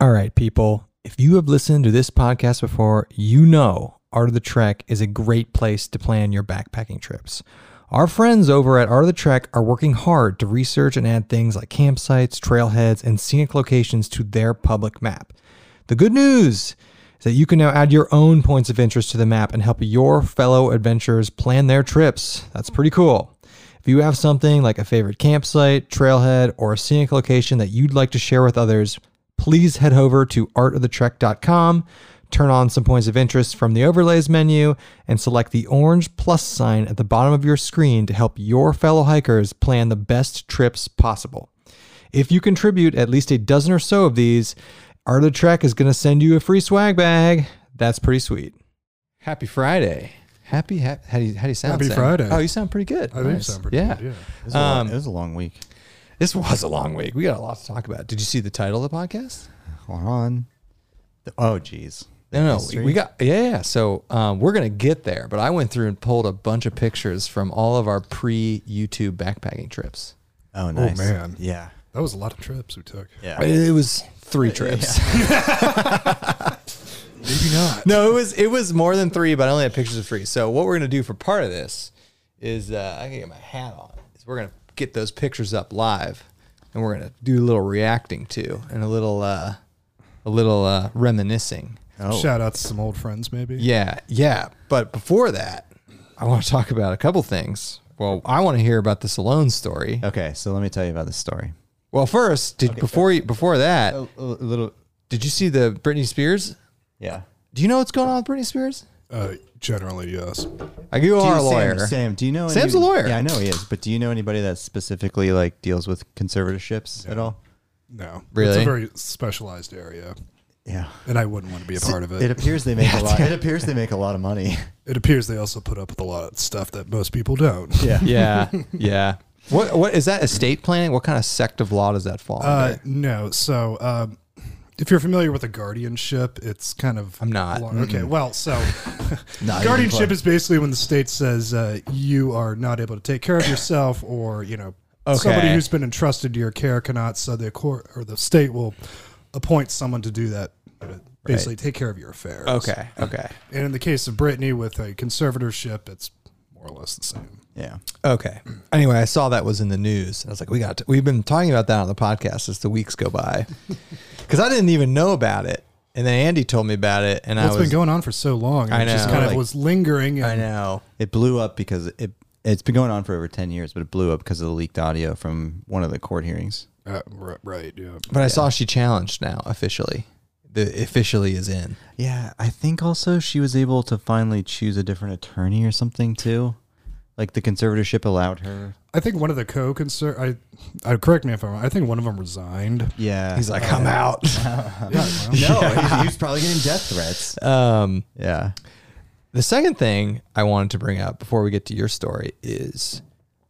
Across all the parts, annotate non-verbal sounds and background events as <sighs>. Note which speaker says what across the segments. Speaker 1: All right, people. If you have listened to this podcast before, you know Art of the Trek is a great place to plan your backpacking trips. Our friends over at Art of the Trek are working hard to research and add things like campsites, trailheads, and scenic locations to their public map. The good news is that you can now add your own points of interest to the map and help your fellow adventurers plan their trips. That's pretty cool. If you have something like a favorite campsite, trailhead, or a scenic location that you'd like to share with others, please head over to artofthetrek.com, turn on some points of interest from the overlays menu, and select the orange plus sign at the bottom of your screen to help your fellow hikers plan the best trips possible. If you contribute at least a dozen or so of these, Art of the Trek is going to send you a free swag bag. That's pretty sweet. Happy Friday. Happy, ha- how, do you, how do you sound?
Speaker 2: Happy
Speaker 1: Sam?
Speaker 2: Friday.
Speaker 1: Oh, you sound pretty good.
Speaker 2: I do sound pretty
Speaker 1: yeah.
Speaker 2: good, yeah.
Speaker 3: It was, a long, it was a long week.
Speaker 1: This was a long week. We got a lot to talk about. Did you see the title of the podcast?
Speaker 3: Hold on. The- oh, geez. The
Speaker 1: No, no,
Speaker 3: history?
Speaker 1: we got yeah. yeah. So um, we're gonna get there, but I went through and pulled a bunch of pictures from all of our pre-YouTube backpacking trips.
Speaker 3: Oh, nice.
Speaker 2: man.
Speaker 3: Yeah.
Speaker 2: That was a lot of trips we took.
Speaker 3: Yeah.
Speaker 1: It was three trips. <laughs>
Speaker 2: Maybe not.
Speaker 1: no, it was it was more than three, but I only had pictures of three. So what we're gonna do for part of this is uh, I can get my hat on. Is we're gonna get those pictures up live, and we're gonna do a little reacting to and a little uh, a little uh, reminiscing.
Speaker 3: Oh.
Speaker 2: Shout out to some old friends, maybe.
Speaker 1: Yeah, yeah. But before that, I want to talk about a couple things. Well, I want to hear about the Stallone story.
Speaker 3: Okay, so let me tell you about this story.
Speaker 1: Well, first, did before you, before that,
Speaker 3: A, a little.
Speaker 1: did you see the Britney Spears?
Speaker 3: Yeah.
Speaker 1: Do you know what's going on with Britney Spears?
Speaker 2: Uh, generally, yes.
Speaker 1: I you
Speaker 3: Do you-
Speaker 1: are a
Speaker 3: Sam-
Speaker 1: lawyer.
Speaker 3: Sam, do you know?
Speaker 1: Sam's a lawyer.
Speaker 3: Yeah, I know he is. But do you know anybody that specifically like deals with conservatorships at all?
Speaker 2: No. It's
Speaker 1: Really?
Speaker 2: a very specialized area,
Speaker 3: Yeah.
Speaker 2: and I wouldn't want to be a part of it. It,
Speaker 3: It appears they make a lot. It appears they make a lot of money.
Speaker 2: appears they also put up with a lot of stuff that most people don't.
Speaker 3: Yeah.
Speaker 1: <laughs>
Speaker 2: <laughs>
Speaker 1: Yeah, yeah. What what is that? Estate planning? What kind of sect of law does that fall under?
Speaker 2: Uh, no. So, um, if you're familiar with a guardianship, it's kind of.
Speaker 1: I'm not.
Speaker 2: long- Okay.
Speaker 1: <laughs>
Speaker 2: Well, so <laughs>
Speaker 3: Not even
Speaker 2: guardianship
Speaker 3: close.
Speaker 2: is basically when the state says uh, you are not able to take care
Speaker 1: <coughs>
Speaker 2: of yourself, or you know somebody
Speaker 1: Okay.
Speaker 2: who's been entrusted to your care cannot. So the court or the state will appoint someone to do that. to Basically, take care of your affairs.
Speaker 1: Okay, okay,
Speaker 2: And in the case of Brittany with a conservatorship, it's more or less the same.
Speaker 3: Yeah.
Speaker 1: okay. Anyway, I saw that was in the news, and I was like, we got. To, we've been talking about that on the podcast as the weeks go
Speaker 2: <laughs>
Speaker 1: by, because I didn't even know about it, and then Andy told me about it, and
Speaker 2: Well,
Speaker 1: I
Speaker 2: it's
Speaker 1: was
Speaker 2: been going on for so long. And
Speaker 1: I
Speaker 2: It just
Speaker 1: know,
Speaker 2: kind
Speaker 1: like-
Speaker 2: of was lingering. And
Speaker 1: I know.
Speaker 3: It blew up because it it's been going on for over ten years, but it blew up because of the leaked audio from one of the court hearings.
Speaker 2: Uh, ri- right. Yeah.
Speaker 1: But I saw she challenged now officially. The officially is in.
Speaker 3: Yeah, I think also she was able to finally choose a different attorney or something too. Like the conservatorship allowed her.
Speaker 2: I think one of the co-concern. I, I correct me if I'm wrong. I think one of
Speaker 1: <laughs>
Speaker 2: them resigned.
Speaker 3: Yeah. <laughs>
Speaker 1: He's like, I'm out.
Speaker 3: no, he- he was probably getting death threats.
Speaker 1: <laughs> um,
Speaker 3: yeah.
Speaker 1: the second thing I wanted to bring up before we get to your story is,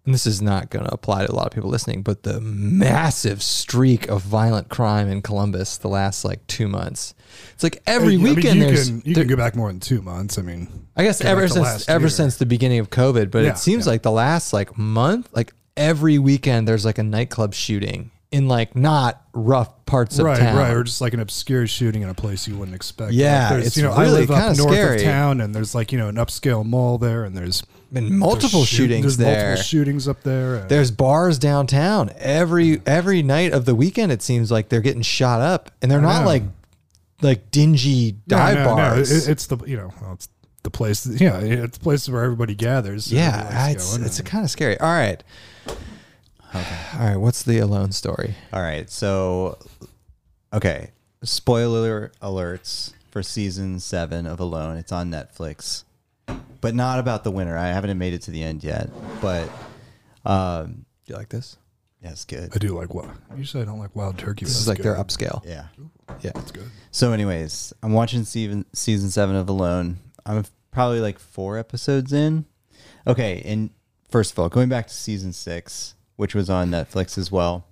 Speaker 1: and this is not going to apply to a lot of people listening, but the massive streak of violent crime in Columbus the last like two months. It's like every
Speaker 2: I mean,
Speaker 1: weekend
Speaker 2: you
Speaker 1: there's.
Speaker 2: can you
Speaker 1: there-
Speaker 2: can go back more than two months. I mean,
Speaker 1: I guess
Speaker 2: go back
Speaker 1: ever
Speaker 2: to
Speaker 1: since
Speaker 2: last
Speaker 1: ever
Speaker 2: year.
Speaker 1: since the beginning of COVID, but
Speaker 2: Yeah,
Speaker 1: it seems like the last like month, like every weekend there's like a nightclub shooting in like not rough parts of
Speaker 2: right,
Speaker 1: town.
Speaker 2: right, or just like an obscure shooting in a place you wouldn't expect.
Speaker 1: Yeah,
Speaker 2: like there's,
Speaker 1: it's
Speaker 2: you know, I
Speaker 1: really
Speaker 2: live up
Speaker 1: kinda
Speaker 2: north
Speaker 1: scary.
Speaker 2: of town, and there's like you know an upscale mall there, and there's
Speaker 1: been multiple
Speaker 2: there's shoot-
Speaker 1: shootings
Speaker 2: There's
Speaker 1: there.
Speaker 2: multiple shootings up there. and-
Speaker 1: There's bars downtown every every night of the weekend. It seems like they're getting shot up, and they're not
Speaker 2: know.
Speaker 1: like like dingy
Speaker 2: No,
Speaker 1: dive
Speaker 2: no, no,
Speaker 1: bars.
Speaker 2: it- it's the you know well, it's the place. That, yeah, it's the place where everybody gathers. so
Speaker 1: yeah,
Speaker 2: everybody's
Speaker 1: I- it's
Speaker 2: going,
Speaker 1: it's
Speaker 2: and-
Speaker 1: kind of scary. All right, all right. What's the alone story?
Speaker 3: All right. So, okay. Spoiler alerts for season seven of Alone. It's on Netflix, but not about the winner. I haven't made it to the end yet, but um,
Speaker 1: Do you like this?
Speaker 3: that's good.
Speaker 2: I do like wild. Usually, I don't like wild turkey.
Speaker 1: This is like their upscale.
Speaker 3: Yeah.
Speaker 1: Yeah.
Speaker 3: So, anyways, I'm watching season season seven of Alone. I'm f- probably like four episodes in. Okay, and first of all, going back to season six, which was on Netflix as well.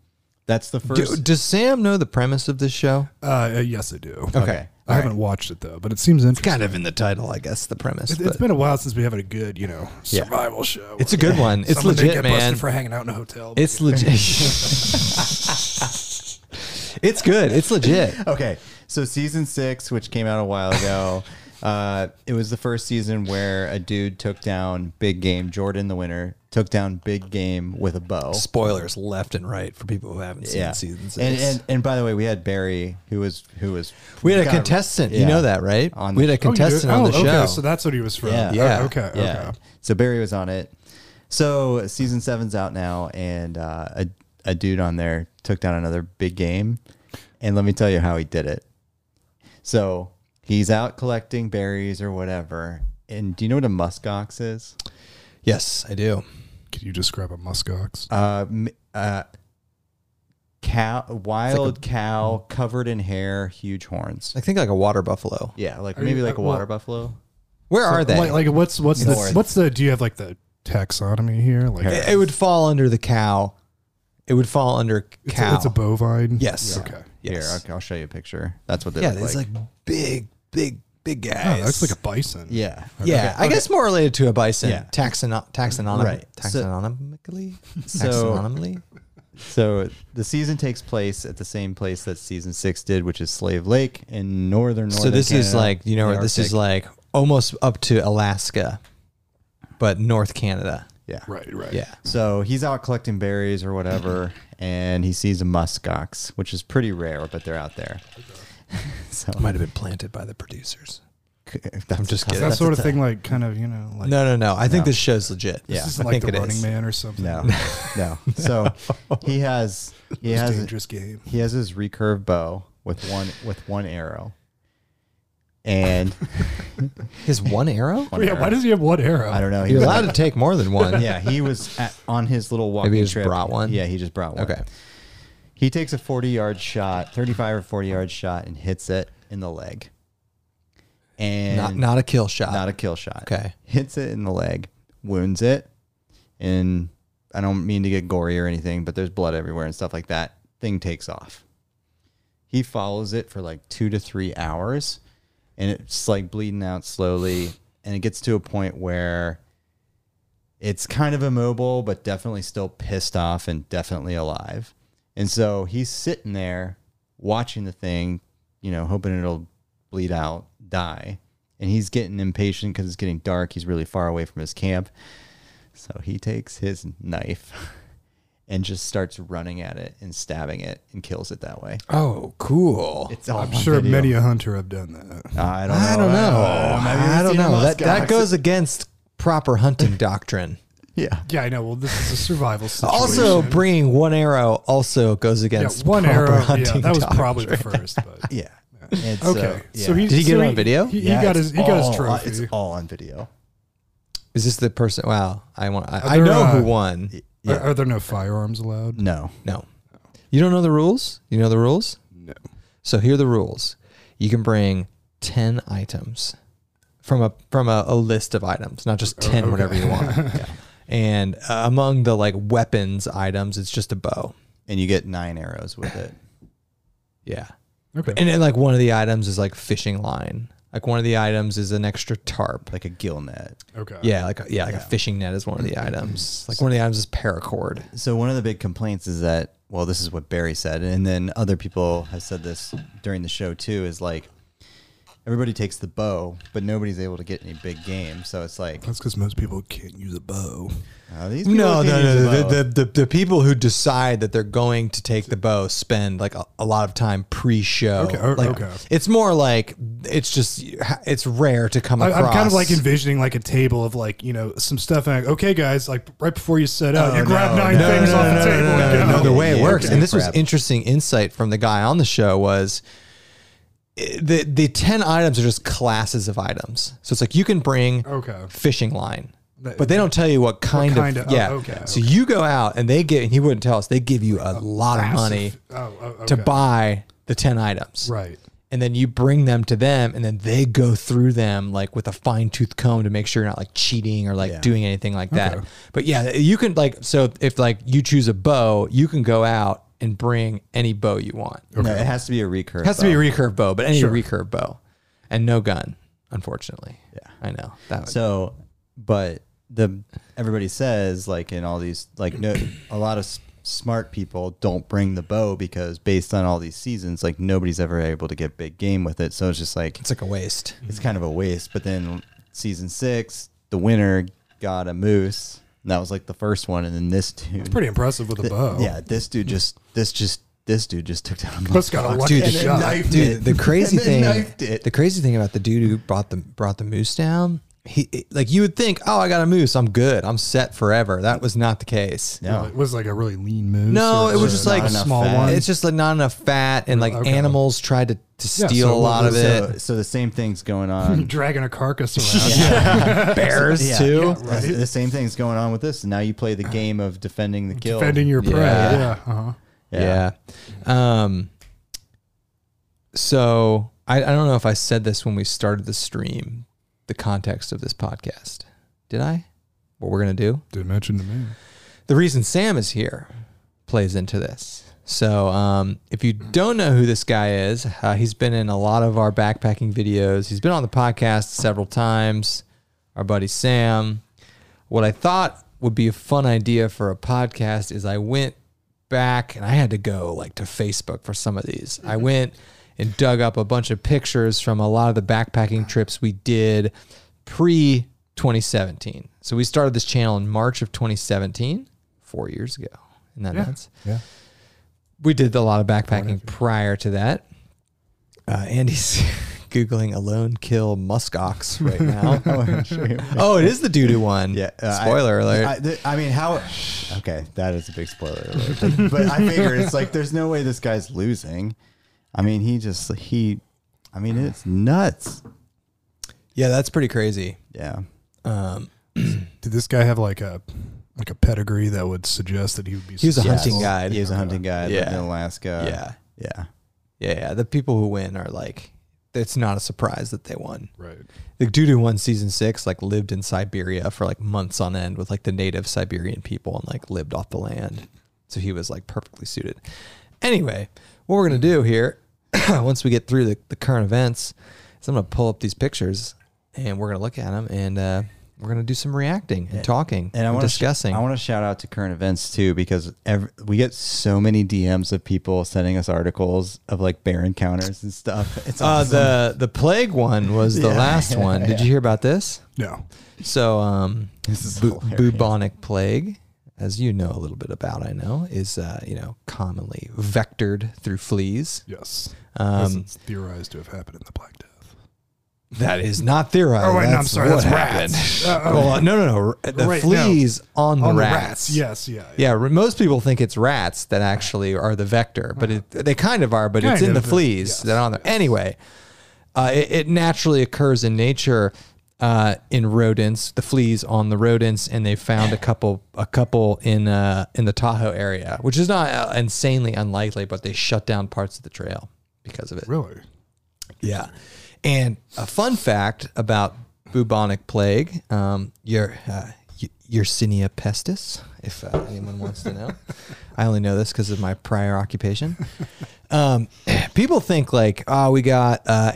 Speaker 3: That's the
Speaker 1: Do-
Speaker 3: first.
Speaker 1: does Sam know the premise of this show?
Speaker 2: Uh, uh, yes, I do.
Speaker 3: okay.
Speaker 2: I haven't watched it though, but it seems interesting.
Speaker 1: Kind of in the title, I guess. The premise.
Speaker 2: It-
Speaker 1: but
Speaker 2: It's <laughs> been a while since we haven't had a good, you know, survival show.
Speaker 1: it's a good one. It's
Speaker 2: Someone didn't
Speaker 1: legit, <laughs>
Speaker 2: get busted
Speaker 1: man.
Speaker 2: for hanging out in a hotel.
Speaker 1: It's legit. It's good. It's legit.
Speaker 3: <laughs> okay, so season six, which came out a while
Speaker 1: <laughs>
Speaker 3: ago, uh, it was the first season where a dude took down Big Game Jordan, the winner, took down Big Game with a bow.
Speaker 1: Spoilers left and right for people who haven't seen season six.
Speaker 3: And, and and by the way, we had Barry, who was who was
Speaker 1: we had a
Speaker 3: got-
Speaker 1: contestant. You
Speaker 3: yeah.
Speaker 1: know that, right?
Speaker 3: On
Speaker 1: we had a
Speaker 2: Oh, you do?
Speaker 1: contestant on the
Speaker 2: Oh,
Speaker 1: show.
Speaker 2: Okay, so that's what he was from.
Speaker 3: Yeah.
Speaker 1: Yeah.
Speaker 2: Oh, okay.
Speaker 3: yeah.
Speaker 2: Okay.
Speaker 3: So Barry was on it. So season seven's out now, and uh, a a dude on there took down another big game, and let me tell you how he did it. So he's out collecting berries or whatever, and do you know what a muskox is?
Speaker 1: yes, I do.
Speaker 2: Can you describe a muskox?
Speaker 3: Uh, m- uh, cow, wild cow covered in hair, huge horns.
Speaker 1: I think like a water buffalo.
Speaker 3: Yeah, like
Speaker 2: Are
Speaker 3: maybe
Speaker 2: you-
Speaker 3: like a
Speaker 2: uh, well-
Speaker 3: water buffalo.
Speaker 1: Where are they?
Speaker 2: Like, like what's what's the
Speaker 3: North.
Speaker 2: what's the? Do you have like the taxonomy here? Like
Speaker 3: Hair.
Speaker 1: it, it would fall under the cow. It would fall under
Speaker 2: It's,
Speaker 1: cow.
Speaker 2: A, it's a bovine.
Speaker 1: Yes.
Speaker 2: Okay.
Speaker 1: Yes.
Speaker 3: Here, I'll, I'll show you a picture. That's what they
Speaker 1: yeah,
Speaker 3: look
Speaker 1: it's
Speaker 3: like.
Speaker 1: like big, big, big
Speaker 2: Oh,
Speaker 1: guys.
Speaker 2: that's like a bison.
Speaker 3: Yeah.
Speaker 1: yeah, I guess more related to a bison.
Speaker 3: Yeah.
Speaker 1: Taxono- taxonom-
Speaker 3: Right. So-
Speaker 1: Taxonomically?
Speaker 3: <laughs> So-
Speaker 1: taxonomically?
Speaker 3: So the season takes place at the same place that season six did, which is Slave Lake in northern.
Speaker 1: So
Speaker 3: northern
Speaker 1: this is
Speaker 3: Canada,
Speaker 1: like, you know,
Speaker 3: the
Speaker 1: this is
Speaker 3: Arctic.
Speaker 1: like almost up to Alaska, but North Canada.
Speaker 3: yeah.
Speaker 2: Right. Right.
Speaker 1: Yeah.
Speaker 3: So he's out collecting berries or whatever, and he sees a muskox, which is pretty rare, but they're out there. <laughs> so
Speaker 1: Might have been planted by the producers.
Speaker 3: that's
Speaker 1: <laughs> I'm just
Speaker 3: a-
Speaker 2: Is
Speaker 1: kidding.
Speaker 2: that
Speaker 1: That's
Speaker 2: sort of thing, like kind of you know, like
Speaker 1: No, no, no. I think
Speaker 3: No.
Speaker 1: this show's legit.
Speaker 2: this
Speaker 1: yeah,
Speaker 2: isn't
Speaker 1: I
Speaker 2: like
Speaker 1: think
Speaker 2: the
Speaker 1: it
Speaker 2: Running
Speaker 1: is.
Speaker 2: Man or something.
Speaker 3: No,
Speaker 1: <laughs>
Speaker 3: no. So he has he
Speaker 2: It's a
Speaker 3: has
Speaker 2: dangerous game.
Speaker 3: he has his recurve bow with one with one arrow,
Speaker 1: <laughs>
Speaker 3: and
Speaker 1: His one arrow?
Speaker 3: one
Speaker 2: yeah.
Speaker 3: arrow.
Speaker 2: Why does he have one arrow?
Speaker 3: I don't know. He
Speaker 1: You're
Speaker 3: was
Speaker 1: allowed to take more than one.
Speaker 3: <laughs> yeah, he was at, on his little walking
Speaker 1: Maybe he just
Speaker 3: trip.
Speaker 1: brought one?
Speaker 3: Yeah, he just brought one.
Speaker 1: Okay.
Speaker 3: He takes a 40 yard shot, 35 or 40 yard shot, and hits it in the leg. And
Speaker 1: Not not a kill shot.
Speaker 3: not a kill shot.
Speaker 1: okay.
Speaker 3: Hits it in the leg, wounds it. And I don't mean to get gory or anything, but there's blood everywhere and stuff like that. Thing takes off. He follows it for like two to three hours and it's like bleeding out slowly. And it gets to a point where it's kind of immobile, but definitely still pissed off and definitely alive. And so he's sitting there watching the thing, you know, hoping it'll bleed out, die. And he's getting impatient because it's getting dark. He's really far away from his camp. So he takes his knife <laughs> and just starts running at it and stabbing it and kills it that way.
Speaker 1: Oh, cool.
Speaker 3: It's all
Speaker 2: I'm
Speaker 3: on
Speaker 2: sure
Speaker 3: video.
Speaker 2: many a hunter have done that.
Speaker 3: I don't know. Oh,
Speaker 1: I don't know.
Speaker 3: Have you ever
Speaker 1: I don't
Speaker 3: seen a
Speaker 1: know. That, that
Speaker 3: muskox?
Speaker 1: goes against proper hunting doctrine.
Speaker 3: <laughs> Yeah.
Speaker 2: Yeah, I know. Well, this is a survival situation.
Speaker 1: also, bringing one arrow also goes
Speaker 2: yeah,
Speaker 1: against
Speaker 2: one
Speaker 1: proper
Speaker 2: arrow.
Speaker 1: hunting
Speaker 2: Yeah, that was
Speaker 1: doctrine.
Speaker 2: probably the first. But.
Speaker 3: Yeah. It's, uh,
Speaker 2: Okay,
Speaker 3: yeah.
Speaker 2: so he
Speaker 1: Did he get
Speaker 2: so
Speaker 1: it on video?
Speaker 2: He, he
Speaker 3: Yeah,
Speaker 2: got
Speaker 3: it's
Speaker 2: his he got
Speaker 3: all
Speaker 2: his
Speaker 3: on-
Speaker 2: trophy.
Speaker 3: It's all on video.
Speaker 1: Is this the person? Wow. I want. I, I
Speaker 2: there,
Speaker 1: know who
Speaker 2: uh,
Speaker 1: won.
Speaker 2: Are, are there no firearms allowed?
Speaker 3: No.
Speaker 1: No. You don't know the rules? You know the rules?
Speaker 2: No.
Speaker 1: So here are the rules. You can bring 10 items from a from a, a list of items, not
Speaker 2: Oh,
Speaker 1: just 10 whatever you
Speaker 2: <laughs>
Speaker 1: want. And uh, among the like weapons items, it's just a bow.
Speaker 3: And you get nine arrows with it.
Speaker 1: Yeah.
Speaker 2: Okay.
Speaker 1: And then like one of the items is like fishing line. Like one of the items is an extra tarp.
Speaker 3: Like a gill net.
Speaker 2: Okay.
Speaker 1: Yeah, like a, yeah, like a fishing net is one of the
Speaker 2: Mm-hmm.
Speaker 1: items. Like one of the items is paracord.
Speaker 3: So one of the big complaints is that well, this is what Barry said, and then other people have said this during the show too, is like everybody takes the bow, but nobody's able to get any big game. So it's like
Speaker 2: That's because most people can't use a bow.
Speaker 3: oh, these people
Speaker 1: No,
Speaker 3: can't
Speaker 1: no,
Speaker 3: use
Speaker 1: no.
Speaker 3: a
Speaker 1: The,
Speaker 3: bow.
Speaker 1: the, the, the people who decide that they're going to take the bow spend like a, a lot of time pre-show.
Speaker 2: Okay, o-
Speaker 1: like,
Speaker 2: okay.
Speaker 1: It's more like it's just it's rare to come
Speaker 2: I,
Speaker 1: across.
Speaker 2: I'm kind of like envisioning like a table of like you know some stuff. And like, okay, guys, like right before you set out, you grab nine
Speaker 1: no,
Speaker 2: things
Speaker 1: no,
Speaker 2: off
Speaker 1: no,
Speaker 2: the
Speaker 1: no,
Speaker 2: table.
Speaker 1: no,
Speaker 2: and
Speaker 1: no,
Speaker 2: go.
Speaker 1: no, no, the way it
Speaker 3: Yeah,
Speaker 1: works.
Speaker 3: okay.
Speaker 1: And this was
Speaker 3: Crap.
Speaker 1: interesting insight from the guy on the show was eh, the the ten items are just classes of items. So it's like you can bring
Speaker 2: Okay.
Speaker 1: fishing line.
Speaker 2: That-
Speaker 1: But they don't tell you what kind,
Speaker 2: kind
Speaker 1: of,
Speaker 2: of- oh,
Speaker 1: yeah.
Speaker 2: okay,
Speaker 1: so you go out and they get and he wouldn't tell us they give you a, lot of money
Speaker 2: Oh, oh, okay.
Speaker 1: to buy the ten items,
Speaker 2: Right.
Speaker 1: and then you bring them to them and then they go through them like with a fine tooth comb to make sure you're not like cheating or like doing anything like that. But yeah, you can like so if like you choose a bow, you can go out and bring any bow you want. It
Speaker 3: No, it has to be a recurve.
Speaker 1: has to
Speaker 3: bow.
Speaker 1: be a recurve bow, but any recurve bow and no gun, unfortunately. Yeah. I know. That would,
Speaker 3: So, but the everybody says like in all these like no a lot of s- smart people don't bring the bow because based on all these seasons, like nobody's ever able to get big game with it. So it's just like
Speaker 1: It's like a waste.
Speaker 3: it's kind of a waste. But then season six, the winner got a moose. And that was like the first one, and then this dude.
Speaker 2: Pretty impressive with a bow.
Speaker 3: Yeah, this dude just this just this dude just took down.
Speaker 2: Chris got a
Speaker 3: <laughs>
Speaker 2: lucky
Speaker 1: Dude,
Speaker 3: and then
Speaker 2: shot.
Speaker 3: knifed
Speaker 1: Dude,
Speaker 3: it. <laughs>
Speaker 1: the crazy
Speaker 3: And then
Speaker 1: thing,
Speaker 3: knifed it.
Speaker 1: the crazy thing about the dude who brought the brought the moose down, he it- like you would think, oh, I got a moose, I'm good, I'm set forever. That was not the case.
Speaker 2: Uh,
Speaker 3: no,
Speaker 2: It was like a really lean moose.
Speaker 1: No,
Speaker 2: or
Speaker 1: it was just
Speaker 2: not
Speaker 1: like
Speaker 2: a
Speaker 3: enough
Speaker 2: small
Speaker 3: fat.
Speaker 2: one.
Speaker 1: It's just like not enough fat, and like
Speaker 2: Okay.
Speaker 1: animals tried to, to steal a
Speaker 2: so
Speaker 1: lot of
Speaker 2: what
Speaker 1: it. <laughs>
Speaker 3: so, so the same thing's
Speaker 2: <laughs>
Speaker 3: going on.
Speaker 2: dragging a carcass around. <laughs>
Speaker 1: Bears
Speaker 3: Yeah.
Speaker 1: too.
Speaker 3: The- The same thing's going on with this. Now you play the game of defending the kill.
Speaker 2: defending your prey.
Speaker 1: Yeah.
Speaker 2: Yeah. uh-huh.
Speaker 1: Yeah. Um so I, I don't know if I said this when we started the stream, the context of this podcast. Did I? What we're gonna do?
Speaker 2: Didn't mention to me.
Speaker 1: The reason Sam is here plays into this. So um, if you don't know who this guy is, uh, he's been in a lot of our backpacking videos. He's been on the podcast several times. Our buddy Sam. What I thought would be a fun idea for a podcast is I went back and I had to go like to Facebook for some of these. I went and dug up a bunch of pictures from a lot of the backpacking trips we did pre 2017. So we started this channel in March of 2017, four years ago. Isn't that nuts?
Speaker 2: Yeah.
Speaker 1: we did a lot of backpacking prior to that. Uh, Andy's <laughs> googling alone kill musk ox right
Speaker 3: <laughs>
Speaker 1: now. oh, it is the doo doo one.
Speaker 3: Yeah. uh, I-
Speaker 1: Spoiler alert.
Speaker 3: I, th- I mean, how? Okay, that is a big spoiler alert. But, but I figure it's like there's no way this guy's losing. I mean, he just he. I mean, it's nuts.
Speaker 1: yeah, that's pretty crazy.
Speaker 3: Yeah.
Speaker 1: Um,
Speaker 2: Did this guy have like a like a pedigree that would suggest that he would be?
Speaker 1: he was a
Speaker 3: Yeah,
Speaker 1: hunting
Speaker 3: so
Speaker 1: guide.
Speaker 3: He was a hunting guy. lived
Speaker 1: Yeah.
Speaker 3: in Alaska.
Speaker 1: Yeah.
Speaker 3: Yeah.
Speaker 1: yeah, yeah. The people who win are like, it's not a surprise that they won.
Speaker 2: right?
Speaker 1: The doo doo one season six like lived in Siberia for like months on end with like the native Siberian people and like lived off the land. So he was like perfectly suited. Anyway, what we're gonna do here, <coughs> once we get through the, the current events, is I'm gonna pull up these pictures and we're gonna look at them and uh, we're gonna do some reacting and talking and,
Speaker 3: And I want to
Speaker 1: discussing.
Speaker 3: I want to shout out to current events too because every, we get so many DMs of people sending us articles of like bear encounters and stuff. It's
Speaker 1: uh,
Speaker 3: awesome.
Speaker 1: the the plague one was the
Speaker 3: <laughs> Yeah.
Speaker 1: last one. Did you hear about this?
Speaker 2: No,
Speaker 1: So, um,
Speaker 3: This is
Speaker 1: bu-
Speaker 3: hilarious.
Speaker 1: bubonic plague, as you know a little bit about, I know, is uh, you know commonly vectored through fleas.
Speaker 2: yes, Yes,
Speaker 1: Um,
Speaker 2: it's theorized to have happened in the Black Death.
Speaker 1: that is not theorized.
Speaker 2: Oh, wait, no, I'm
Speaker 1: That's
Speaker 2: sorry,
Speaker 1: what
Speaker 2: that's
Speaker 1: happened.
Speaker 2: rats. Uh, okay.
Speaker 1: well, no, no, no. r- The
Speaker 2: Right, no.
Speaker 1: fleas on the
Speaker 2: On
Speaker 1: rats.
Speaker 2: the rats, yes, yeah,
Speaker 1: Yeah, r- most people think it's rats that actually are the vector, but it, they kind of are. But it's
Speaker 2: Kind
Speaker 1: in the
Speaker 2: of, uh,
Speaker 1: fleas
Speaker 2: yes,
Speaker 1: that are on there. Anyway, uh, it, it naturally occurs in nature uh, in rodents. The fleas on the rodents, and they found a couple, a couple in uh, in the Tahoe area, which is not uh, insanely unlikely. But they shut down parts of the trail because of it.
Speaker 2: Really?
Speaker 1: Yeah. And a fun fact about bubonic plague, um, your uh, Eu- Yersinia pestis, if uh, anyone wants to know. I only know this because of my prior occupation. Um, <clears throat> people think like, oh, we got uh,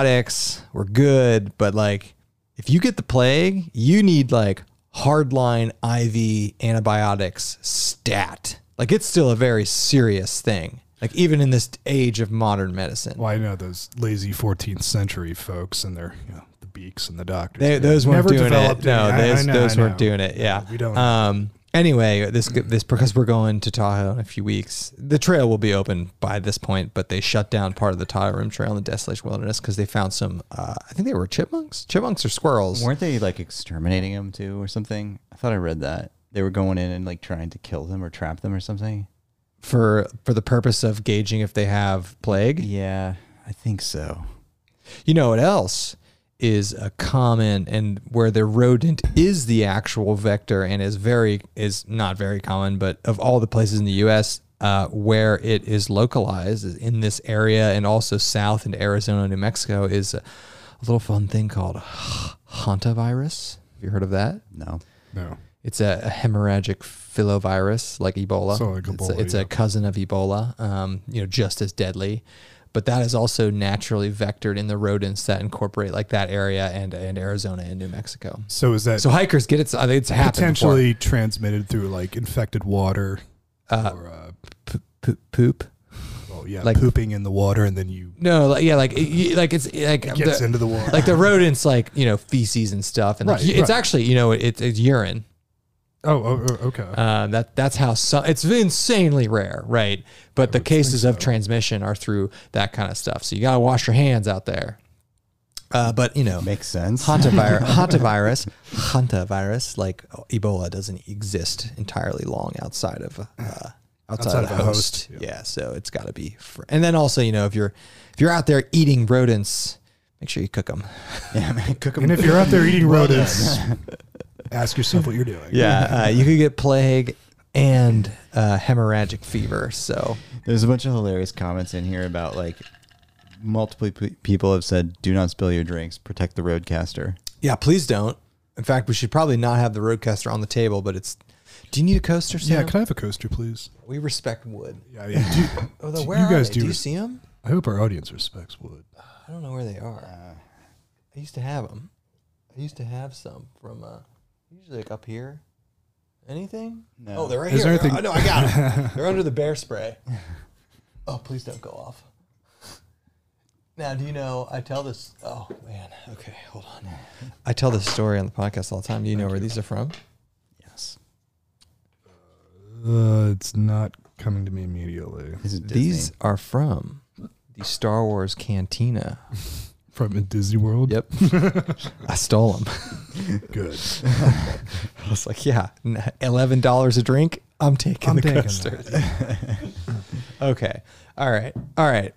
Speaker 1: antibiotics, we're good, but like, if you get the plague, you need like hardline IV antibiotics stat. Like, it's still a very serious thing. Like, even in this age of modern medicine.
Speaker 2: Well, I know those lazy 14th century folks and their you know, the beaks and the doctors.
Speaker 1: They,
Speaker 2: Yeah.
Speaker 1: those weren't
Speaker 2: Never
Speaker 1: doing it.
Speaker 2: developed
Speaker 1: No,
Speaker 2: any. I- I
Speaker 1: those,
Speaker 2: know,
Speaker 1: those
Speaker 2: I
Speaker 1: weren't
Speaker 2: know.
Speaker 1: doing it. Yeah,
Speaker 2: we don't.
Speaker 1: Um. Anyway, this this because we're going to Tahoe in a few weeks. The trail will be open by this point, but they shut down part of the Tahoe Rim Trail in the Desolation Wilderness because they found some. Uh, I think they were chipmunks, chipmunks or squirrels.
Speaker 3: Weren't they like exterminating them too or something? I thought I read that. They were going in and like trying to kill them or trap them or something.
Speaker 1: for for the purpose of gauging if they have plague.
Speaker 3: Yeah, I think so.
Speaker 1: You know what else is a common and where the rodent is the actual vector and is very is not very common, but of all the places in the U.S. Uh, where it is localized is in this area and also south into Arizona, New Mexico is a, a little fun thing called <sighs> hantavirus. Have you heard of that?
Speaker 3: No.
Speaker 2: No.
Speaker 1: It's a, a hemorrhagic filovirus, like Ebola.
Speaker 2: So like
Speaker 1: it's
Speaker 2: Ebola,
Speaker 1: a, it's
Speaker 2: yeah.
Speaker 1: a cousin of Ebola. Um, you know, just as deadly, but that is also naturally vectored in the rodents that incorporate like that area and and Arizona and New Mexico.
Speaker 2: So is that
Speaker 1: So hikers get it. so I think It's happened before.
Speaker 2: potentially transmitted through like infected water? or uh,
Speaker 1: Poop. poop.
Speaker 2: well, yeah,
Speaker 1: like-
Speaker 2: pooping in the water and then you
Speaker 1: No, like, yeah, like it- you- like it's like
Speaker 2: gets
Speaker 1: the-
Speaker 2: into the water.
Speaker 1: like the rodents, like you know, feces and stuff, and like,
Speaker 2: Right,
Speaker 1: it's
Speaker 2: right.
Speaker 1: actually you know, it's, it's urine.
Speaker 2: oh, oh, oh, okay.
Speaker 1: Uh, that that's how some, it's insanely rare, right? But the cases of transmission are through that kind of stuff. So you gotta wash your hands out there. Uh, but you know,
Speaker 3: Makes
Speaker 1: <laughs>
Speaker 3: sense. <laughs>
Speaker 1: hantavirus, hantavirus, hantavirus, like Ebola doesn't exist entirely long outside of uh, outside, of the host. Yeah. so it's got to be. Fr- and then also, you know, if you're if you're out there eating rodents, make sure you cook <laughs> them.
Speaker 2: <laughs>
Speaker 3: Yeah, man, cook 'em.
Speaker 2: and if you're out there eating
Speaker 1: <laughs>
Speaker 2: rodents, ask yourself what you're doing.
Speaker 1: Yeah, uh, you could get plague and uh, hemorrhagic fever. So
Speaker 3: There's a bunch of hilarious comments in here about like multiple pe- people have said, "Do not spill your drinks. Protect the roadcaster."
Speaker 1: yeah, please don't. In fact, we should probably not have the roadcaster on the table. But it's. Do you need a coaster? Sam?
Speaker 2: Yeah, can I have a coaster, please?
Speaker 1: we respect wood. <laughs>
Speaker 2: Yeah, yeah. Do,
Speaker 1: Although
Speaker 2: do
Speaker 1: where
Speaker 2: you guys
Speaker 1: they?
Speaker 2: do?
Speaker 1: do you see them?
Speaker 2: I hope our audience respects wood.
Speaker 1: I don't know where they are.
Speaker 2: Uh,
Speaker 1: I used to have them. I used to have some from uh, usually like up here. Anything?
Speaker 3: No.
Speaker 1: Oh, they're right
Speaker 2: Is
Speaker 1: here.
Speaker 2: there
Speaker 1: They're-
Speaker 2: anything-
Speaker 1: oh, no, I got
Speaker 2: <laughs>
Speaker 1: them. they're under the bear spray. Oh, please don't go off. Now, do you know? I tell this. Oh man. Okay, hold
Speaker 2: <laughs>
Speaker 1: on. I tell this story on the podcast all the time. Do you know where these are from?
Speaker 3: Yes.
Speaker 2: Uh, it's not coming to me immediately.
Speaker 3: This is
Speaker 1: These are from the Star Wars Cantina.
Speaker 2: From Disney World?
Speaker 1: Yep. <laughs> I stole them.
Speaker 2: Good.
Speaker 1: <laughs> I was like, yeah, n- eleven dollars a drink. I'm taking
Speaker 2: I'm
Speaker 1: the
Speaker 2: taking
Speaker 1: coaster. <laughs> okay. All right. All right.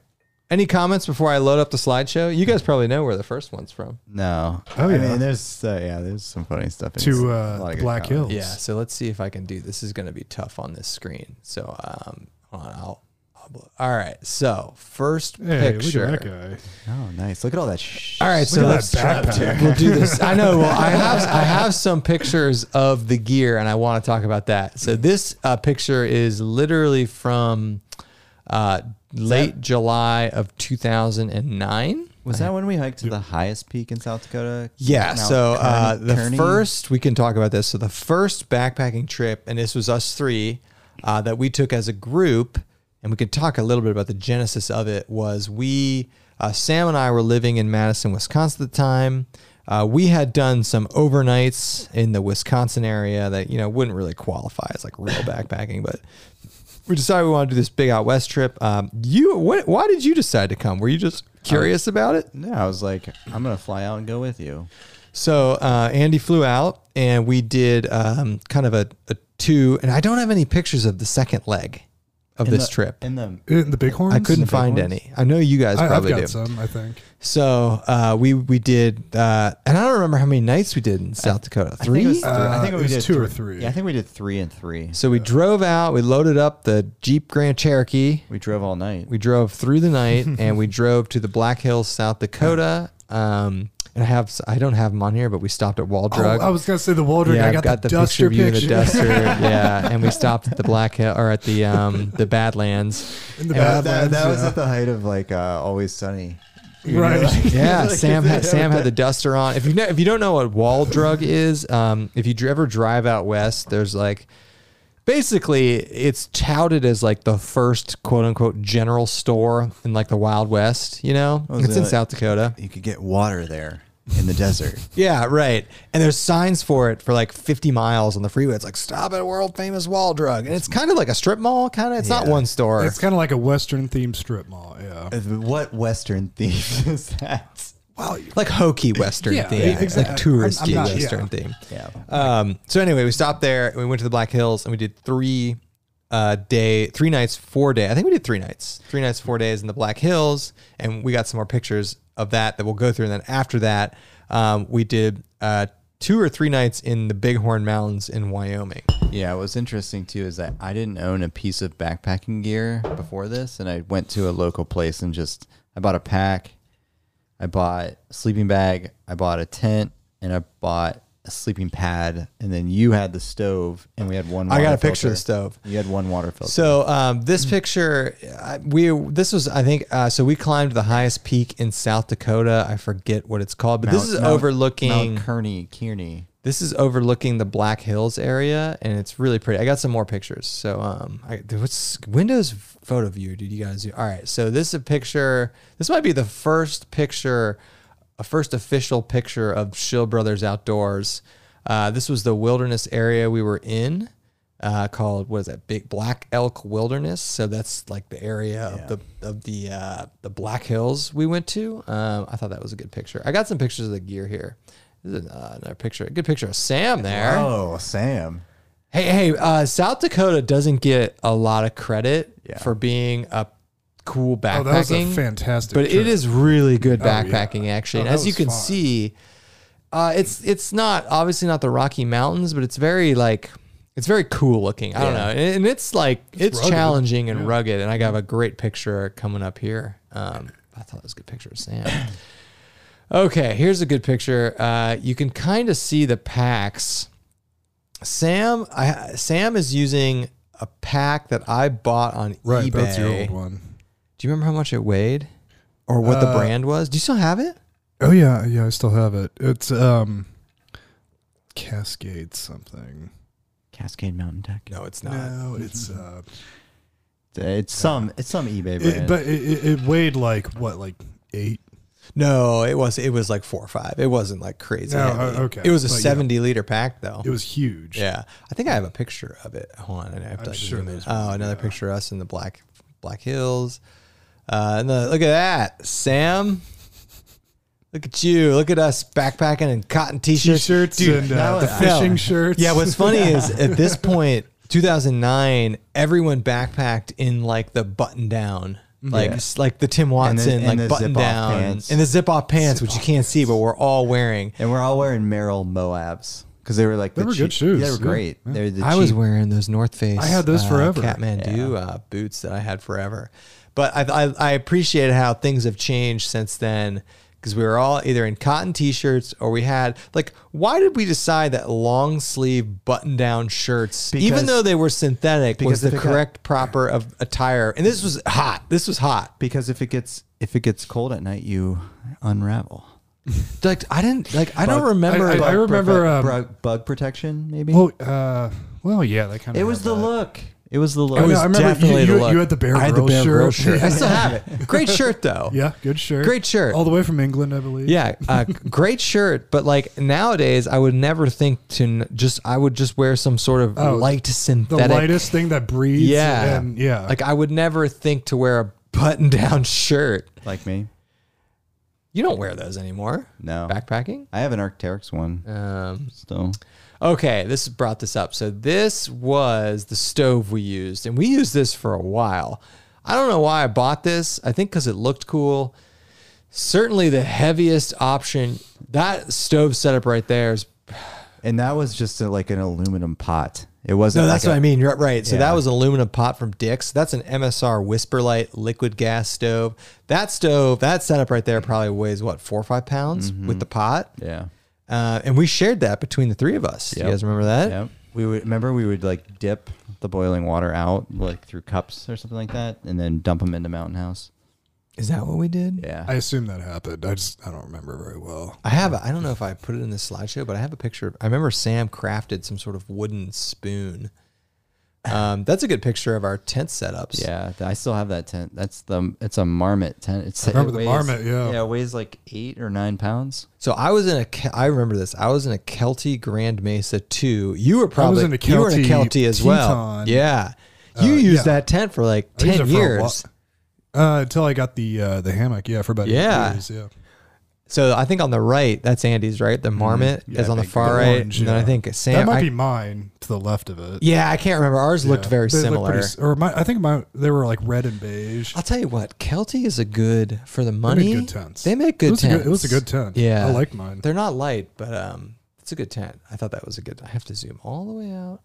Speaker 1: Any comments before I load up the slideshow? You guys probably know where the first one's from.
Speaker 3: No.
Speaker 2: Oh,
Speaker 3: I
Speaker 2: yeah.
Speaker 3: mean, there's uh, yeah, there's some funny stuff. in this.
Speaker 2: To
Speaker 3: A lot
Speaker 2: uh,
Speaker 3: of
Speaker 2: the
Speaker 3: good
Speaker 2: Black
Speaker 3: comments.
Speaker 2: Hills.
Speaker 1: Yeah. So let's see if I can do. This is going to be tough on this screen. So um, hold on. I'll. I'll blo- all right. So first
Speaker 2: Hey,
Speaker 1: picture.
Speaker 2: look at that guy.
Speaker 3: Oh, nice. Look at all that. Sh-
Speaker 1: All right,
Speaker 2: Look
Speaker 1: so
Speaker 2: at
Speaker 1: let's try,
Speaker 2: that backpack.
Speaker 1: we'll do this. I know. Well, I have I have some pictures of the gear, and I want to talk about that. So this uh, picture is literally from uh, late July of 2009.
Speaker 3: Was that when we hiked to the highest peak in South Dakota?
Speaker 1: Yeah.
Speaker 3: Mount
Speaker 1: so uh,
Speaker 3: Kearney-
Speaker 1: the
Speaker 3: Kearney?
Speaker 1: first we can talk about this. So the first backpacking trip, and this was us three uh, that we took as a group, and we could talk a little bit about the genesis of it. Was we uh, Sam and I were living in Madison, Wisconsin at the time. Uh, we had done some overnights in the Wisconsin area that you know wouldn't really qualify as like real backpacking, but we decided we want to do this big out west trip. Um, you, what, why did you decide to come? Were you just
Speaker 3: Um,
Speaker 1: curious about it?
Speaker 3: Yeah, I was like, I'm gonna fly out and go with you.
Speaker 1: So uh, Andy flew out, and we did um, kind of a, a two. And I don't have any pictures of the second leg of
Speaker 3: In
Speaker 1: this
Speaker 3: the-
Speaker 1: trip.
Speaker 3: In the
Speaker 2: In the Bighorns?
Speaker 1: I couldn't find
Speaker 2: Bighorns?
Speaker 1: any. I know you guys
Speaker 2: I, I've
Speaker 1: probably
Speaker 2: got
Speaker 1: do.
Speaker 2: some, I think.
Speaker 1: So uh, we we did, uh, and I don't remember how many nights we did in South Dakota.
Speaker 3: I think
Speaker 1: Three.
Speaker 3: it was three- I
Speaker 2: Uh,
Speaker 3: think
Speaker 2: it
Speaker 3: we
Speaker 2: was
Speaker 3: did
Speaker 2: two or three.
Speaker 3: Yeah, I think we did three and three.
Speaker 1: so we drove out. We loaded up the Jeep Grand Cherokee.
Speaker 3: We drove all night.
Speaker 1: We drove through the
Speaker 3: <laughs>
Speaker 1: night, and we drove to the Black Hills, South Dakota. Um, and I have I don't have them on here, but we stopped at Wall Drug.
Speaker 2: Oh, I was going to say the Waldron.
Speaker 1: Yeah,
Speaker 2: I got, the,
Speaker 1: picture
Speaker 2: duster
Speaker 1: of you
Speaker 2: picture.
Speaker 1: in the
Speaker 2: <laughs>
Speaker 1: duster. yeah, and we stopped at the Black Hill or at the
Speaker 2: <laughs>
Speaker 1: um the Badlands.
Speaker 2: In the
Speaker 3: That, that,
Speaker 2: Badlands,
Speaker 3: that was
Speaker 2: yeah.
Speaker 3: at the height of like uh, Always Sunny.
Speaker 2: Right. <laughs>
Speaker 1: Yeah,
Speaker 3: Like,
Speaker 1: Sam
Speaker 3: is
Speaker 1: had
Speaker 3: that
Speaker 1: Sam
Speaker 3: what
Speaker 1: had the duster on. If you know, if you don't know what wall drug is, um, if you dr- ever drive out west, there's like basically it's touted as like the first quote unquote general store in like the Wild West. You know,
Speaker 3: was
Speaker 1: it's in
Speaker 3: it?
Speaker 1: South Dakota.
Speaker 3: You could get water there in the desert. <laughs>
Speaker 1: Yeah, right. And there's signs for it for like 50 miles on the freeway. It's like stop at world famous wall drug, and it's kind of like a strip mall. Kind of, it's not
Speaker 3: Yeah.
Speaker 1: one store.
Speaker 2: It's kind of like a Western themed strip mall. Yeah.
Speaker 3: what Western <laughs> theme is that?
Speaker 2: Wow.
Speaker 1: like hokey western
Speaker 2: Yeah,
Speaker 1: theme,
Speaker 2: yeah,
Speaker 1: like
Speaker 2: exactly.
Speaker 1: touristy
Speaker 2: I'm- I'm not-
Speaker 1: western
Speaker 2: yeah.
Speaker 1: theme.
Speaker 3: Yeah.
Speaker 1: Um, so anyway, we stopped there. and We went to the Black Hills and we did three uh, day, three nights, four day. I think we did three nights, three nights, four days in the Black Hills, and we got some more pictures of that that we'll go through. And then after that, um, we did uh, two or three nights in the Bighorn Mountains in Wyoming.
Speaker 3: Yeah, what's interesting too is that I didn't own a piece of backpacking gear before this, and I went to a local place and just I bought a pack, I bought a sleeping bag, I bought a tent, and I bought a sleeping pad, and then you had the stove, and we had one.
Speaker 1: I got
Speaker 3: water
Speaker 1: a picture of the
Speaker 3: filter.
Speaker 1: stove.
Speaker 3: You had one water filter.
Speaker 1: So um,
Speaker 3: Hmm.
Speaker 1: this picture, I, we this was I think uh, so we climbed the highest peak in South Dakota. I forget what it's called, but this
Speaker 3: Mount-
Speaker 1: is
Speaker 3: Mount-
Speaker 1: overlooking.
Speaker 3: Mount Kearney, Kearney.
Speaker 1: This is overlooking the Black Hills area, and it's really pretty. I got some more pictures. So, um, I, what's Windows Photo View? Did you guys do? All right. So this is a picture. This might be the first picture, a first official picture of Shill Brothers Outdoors. Uh, this was the wilderness area we were in, uh, called what is that? Big Black Elk Wilderness. So that's like the area of the of the uh, the Black Hills we went to. Um, I thought that was a good picture. I got some pictures of the gear here. This is uh, another picture. A good picture of Sam there.
Speaker 3: Oh, Sam.
Speaker 1: Hey, hey, uh, South Dakota doesn't get a lot of credit
Speaker 3: Yeah.
Speaker 1: for being a cool backpacking.
Speaker 2: Oh, that was a fantastic.
Speaker 1: but
Speaker 2: trip.
Speaker 1: it is really good backpacking actually.
Speaker 2: Oh,
Speaker 1: and
Speaker 2: that
Speaker 1: as you
Speaker 2: was
Speaker 1: can
Speaker 2: fun.
Speaker 1: see, uh, it's it's not obviously not the Rocky Mountains, but it's very like it's very cool looking. I don't know, and, and it's like it's,
Speaker 2: rugged.
Speaker 1: challenging and rugged. And I got a great picture coming up here. Um, I thought that was a good picture of
Speaker 2: <coughs>
Speaker 1: Sam. okay, here's a good picture. Uh, you can kind of see the packs. Sam, I, Sam is using a pack that I bought on
Speaker 2: right.
Speaker 1: eBay.
Speaker 2: That's your old one.
Speaker 1: Do you remember how much it weighed or what the
Speaker 2: Uh,
Speaker 1: brand was? Do you still have it?
Speaker 2: Oh yeah, yeah. I still have it. It's um, Cascade something.
Speaker 3: Cascade Mountain Tech.
Speaker 1: No, it's
Speaker 2: No, it's
Speaker 1: Mm-hmm.
Speaker 2: uh,
Speaker 3: It's some it's some eBay brand.
Speaker 2: it, but it, it, it weighed like what, like eight?
Speaker 1: No, it was it was like 4 or 5. It wasn't like crazy.
Speaker 2: No,
Speaker 1: heavy.
Speaker 2: uh, okay.
Speaker 1: It was a
Speaker 2: But yeah.
Speaker 1: 70 liter pack though.
Speaker 2: It was huge.
Speaker 1: yeah. I think I have a picture of it. Hold on. I have to
Speaker 2: I'm
Speaker 1: like
Speaker 2: sure
Speaker 1: zoom in.
Speaker 2: there's
Speaker 1: Oh,
Speaker 2: one,
Speaker 1: another picture of us in the black black hills. Uh, and the, look at that. Sam Look at you. Look at us backpacking in cotton t-shirts.
Speaker 2: T-shirts
Speaker 1: Dude,
Speaker 2: and uh,
Speaker 1: now
Speaker 2: the
Speaker 1: I-
Speaker 2: fishing
Speaker 1: no.
Speaker 2: shirts.
Speaker 1: Oh, Yeah, what's
Speaker 3: <laughs>
Speaker 1: funny is at this point, 2009, everyone backpacked in like the button down, like s- like the Tim Watson,
Speaker 3: Mm-hmm. and
Speaker 1: like
Speaker 3: the
Speaker 1: button
Speaker 3: zip-off
Speaker 1: down,
Speaker 3: pants.
Speaker 1: and the zip off pants, which you can't see, but we're all wearing.
Speaker 3: and we're all wearing Merrill Moabs because they were like the
Speaker 2: were good
Speaker 3: cheap-
Speaker 2: shoes,
Speaker 3: They were
Speaker 2: yeah.
Speaker 3: great. They're the
Speaker 1: I was
Speaker 3: cheap-
Speaker 1: wearing those North Face.
Speaker 2: I had those
Speaker 1: uh,
Speaker 2: forever.
Speaker 1: Kathmandu uh, boots that I had forever. But I, I, I appreciate how things have changed since then because we were all either in cotton t-shirts or we had like why did we decide that long sleeve button down shirts even
Speaker 3: Because-
Speaker 1: though they were synthetic was
Speaker 3: because
Speaker 1: the
Speaker 3: if it got-
Speaker 1: correct proper of attire and this was hot this was hot
Speaker 3: because if it gets if it gets cold at night, you unravel.
Speaker 1: like i didn't like i don't remember
Speaker 2: I- I
Speaker 1: like,
Speaker 2: remember,
Speaker 3: Profe-
Speaker 2: um,
Speaker 3: bug, bug protection maybe.
Speaker 2: Well, uh, well, yeah, that kind of.
Speaker 3: it was the look. It was the look.
Speaker 2: I
Speaker 1: it was
Speaker 2: know, I remember you-
Speaker 1: definitely
Speaker 2: you-
Speaker 1: look.
Speaker 2: you had the Bear
Speaker 1: I had
Speaker 2: Grylls
Speaker 1: the Bear Grylls
Speaker 2: shirt.
Speaker 1: shirt. <laughs> I still have it. Great shirt though.
Speaker 2: Yeah, good shirt.
Speaker 1: Great shirt.
Speaker 2: All the way from England, I believe.
Speaker 1: Yeah, uh,
Speaker 2: <laughs>
Speaker 1: great shirt, but like nowadays, I would never think to n- just. I would just wear some sort of
Speaker 2: Oh,
Speaker 1: light
Speaker 2: the
Speaker 1: synthetic.
Speaker 2: lightest thing that breathes.
Speaker 1: yeah,
Speaker 2: and, yeah.
Speaker 1: Like I would never think to wear a button-down <laughs> shirt.
Speaker 3: like me.
Speaker 1: You don't wear those anymore.
Speaker 3: No,
Speaker 1: Backpacking.
Speaker 3: I have an Arcteryx one
Speaker 1: Um,
Speaker 3: still.
Speaker 1: okay, this brought this up. So this was the stove we used, and we used this for a while. I don't know why I bought this. I think because it looked cool. Certainly, the heaviest option. That stove setup right there is
Speaker 3: And that was just a, like an aluminum pot. It wasn't.
Speaker 1: No, that's
Speaker 3: like
Speaker 1: what I mean. You're right. So
Speaker 3: Yeah.
Speaker 1: that was an aluminum pot from Dick's. That's an MSR Whisperlight liquid gas stove. That stove, that setup right there, probably weighs what four or five pounds
Speaker 3: Mm-hmm.
Speaker 1: with the pot.
Speaker 3: a, Yeah.
Speaker 1: Uh, and we shared that between the three of us. Do You
Speaker 3: Yep.
Speaker 1: guys remember that?
Speaker 3: Yep. We would remember we would like dip the boiling water out like through cups or something like that, and then dump them into Mountain House.
Speaker 1: Is that what we did?
Speaker 3: Yeah.
Speaker 2: I assume that happened. I just I don't remember very well.
Speaker 1: I have. A, I don't know if I put it in the slideshow, but I have a picture. of- I remember Sam crafted some sort of wooden spoon. Um, that's a good picture of our tent setups.
Speaker 3: yeah, th- I still have that tent. That's the it's a marmot tent. It's
Speaker 2: remember
Speaker 3: it
Speaker 2: the
Speaker 3: weighs-
Speaker 2: marmot, yeah.
Speaker 3: yeah, it weighs like eight or nine pounds.
Speaker 1: So I was in a, Ke- I remember this. I was in a Kelty Grand Mesa too. You were probably
Speaker 2: in a
Speaker 1: you were in a
Speaker 2: Kelty
Speaker 1: Kelty as well.
Speaker 2: Teton.
Speaker 1: Yeah, you
Speaker 2: Uh,
Speaker 1: used
Speaker 2: yeah.
Speaker 1: that tent for like
Speaker 2: I used
Speaker 1: ten
Speaker 2: it for a while.
Speaker 1: years.
Speaker 2: Uh, until I got the uh, the hammock. Yeah, for about eight
Speaker 1: Yeah.
Speaker 2: years, yeah.
Speaker 1: So I think on the right, that's Andy's right.
Speaker 2: Mm-hmm.
Speaker 1: The marmot is
Speaker 3: Yeah,
Speaker 1: on the
Speaker 3: big-
Speaker 1: far
Speaker 2: the
Speaker 1: right,
Speaker 2: orange,
Speaker 1: and then I
Speaker 2: yeah.
Speaker 1: think
Speaker 2: that
Speaker 1: Sam.
Speaker 2: might
Speaker 1: I-
Speaker 2: be mine to the left of it.
Speaker 1: yeah, I can't remember. Ours looked
Speaker 2: Yeah.
Speaker 1: very
Speaker 2: They look
Speaker 1: similar.
Speaker 2: pretty s- or my, I think my they were like red and beige.
Speaker 1: I'll tell you what, Kelty is a good for the money.
Speaker 2: good tents.
Speaker 1: They make
Speaker 2: it
Speaker 1: good
Speaker 2: was a
Speaker 1: tents.
Speaker 2: good, it was a good tent.
Speaker 1: Yeah,
Speaker 2: I liked mine.
Speaker 1: They're not light, but um, it's a good tent. I thought that was a good. I have to zoom all the way out.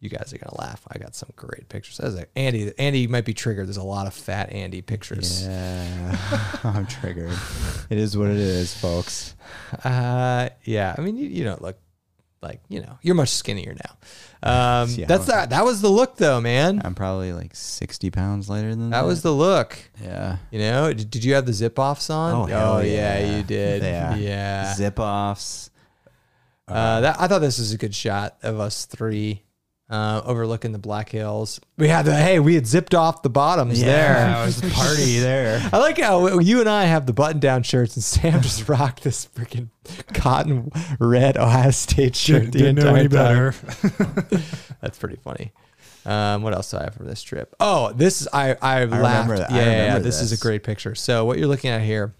Speaker 1: You guys are gonna laugh. I got some great pictures. That was a, Andy, Andy might be triggered. There's a lot of fat Andy pictures.
Speaker 3: Yeah, <laughs> I'm triggered. It is what it is, folks.
Speaker 1: <laughs> Uh, yeah. I mean, you, you don't look like you know. You're much skinnier now. Um,
Speaker 3: <laughs> Yeah.
Speaker 1: that's that. That was the look, though, man.
Speaker 3: I'm probably like 60 pounds lighter than that.
Speaker 1: That was the look.
Speaker 3: yeah.
Speaker 1: You know, did, did you have the zip offs on?
Speaker 3: Oh, hell
Speaker 1: yeah.
Speaker 3: yeah.
Speaker 1: you did.
Speaker 3: Yeah.
Speaker 1: Yeah.
Speaker 3: Zip offs,
Speaker 1: Uh, that I thought this was a good shot of us three uh, overlooking the Black Hills. We had the hey, we had zipped off the bottoms there.
Speaker 3: <laughs> it was a party there.
Speaker 1: <laughs> I like how you and I have the button-down shirts, and Sam <laughs> just rocked this freaking cotton red Ohio State shirt the
Speaker 2: Didn't know
Speaker 1: entire
Speaker 2: any
Speaker 1: time.
Speaker 2: better.
Speaker 1: That's pretty funny. Um, what else do I have from this trip? Oh, this is I I, laughed.
Speaker 3: remember that. I
Speaker 1: Yeah, yeah, yeah.
Speaker 3: remember
Speaker 1: This, is
Speaker 3: this.
Speaker 1: a great picture. So what you're looking at here.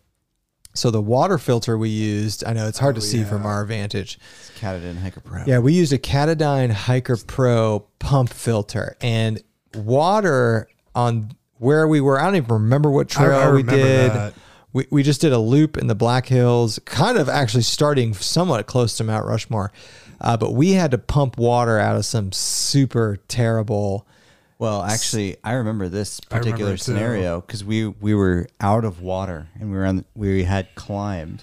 Speaker 1: So the water filter we used, I know it's hard to see from our vantage.
Speaker 3: Catted in Hiker Pro.
Speaker 1: Yeah, we used a Catadyn Hiker Pro pump filter and water on where we were. I don't even remember what trail
Speaker 2: I
Speaker 1: we
Speaker 2: remember
Speaker 1: did.
Speaker 2: that.
Speaker 1: We, we just did a loop in the Black Hills, kind of actually starting somewhat close to Mount Rushmore. Uh, but we had to pump water out of some super terrible.
Speaker 3: Well, actually, I remember this
Speaker 2: remember
Speaker 3: particular
Speaker 2: it too.
Speaker 3: scenario because we we were out of water and we were on we had climbed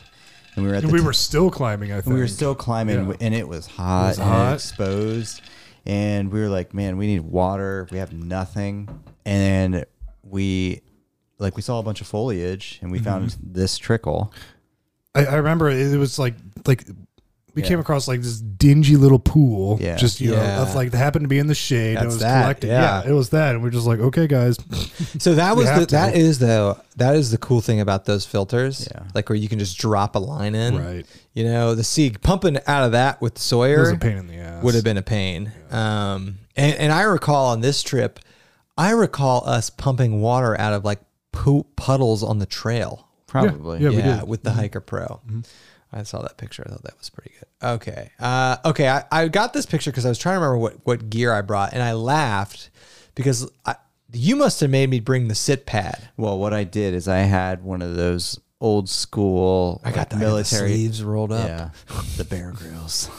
Speaker 3: and we were at
Speaker 2: And
Speaker 3: the
Speaker 2: we
Speaker 3: t-
Speaker 2: were still climbing, I think.
Speaker 3: we were still climbing
Speaker 2: Yeah.
Speaker 3: and it was hot and
Speaker 2: hot.
Speaker 3: exposed and we were like, man, we need water. We have nothing, and we like we saw a bunch of foliage and we found
Speaker 1: Mm-hmm.
Speaker 3: this trickle.
Speaker 2: I, I remember it was like like we
Speaker 3: Yeah.
Speaker 2: came across like this dingy little pool.
Speaker 3: Yeah.
Speaker 2: Just you
Speaker 1: Yeah.
Speaker 2: know, of like that happened to be in the shade.
Speaker 1: That's
Speaker 2: and it was
Speaker 1: that,
Speaker 2: collecting.
Speaker 1: yeah.
Speaker 2: Yeah. it was that, and we are just like, okay, guys,
Speaker 1: So that was
Speaker 2: have
Speaker 1: the,
Speaker 2: to.
Speaker 1: that is though that is the cool thing about those filters.
Speaker 3: Yeah.
Speaker 1: Like where you can just drop a line in.
Speaker 2: Right.
Speaker 1: You know, the sea pumping out of that with Sawyer.
Speaker 2: it was a pain in the ass.
Speaker 1: would have been a pain. Um, and, and I recall on this trip, I recall us pumping water out of like pu- puddles on the trail.
Speaker 3: Probably,
Speaker 2: yeah. we
Speaker 1: yeah, Mm-hmm.
Speaker 2: did.
Speaker 1: with the Hiker Pro. I saw that picture. I thought that was pretty good. Okay. Uh, okay. I, I got this picture because I was trying to remember what, what gear I brought, and I laughed because I, you must have made me bring the sit pad.
Speaker 3: Well, what I did is I had one of those old school
Speaker 1: I got the, military
Speaker 3: military
Speaker 1: sleeves rolled up.
Speaker 3: Yeah, the Bear grills.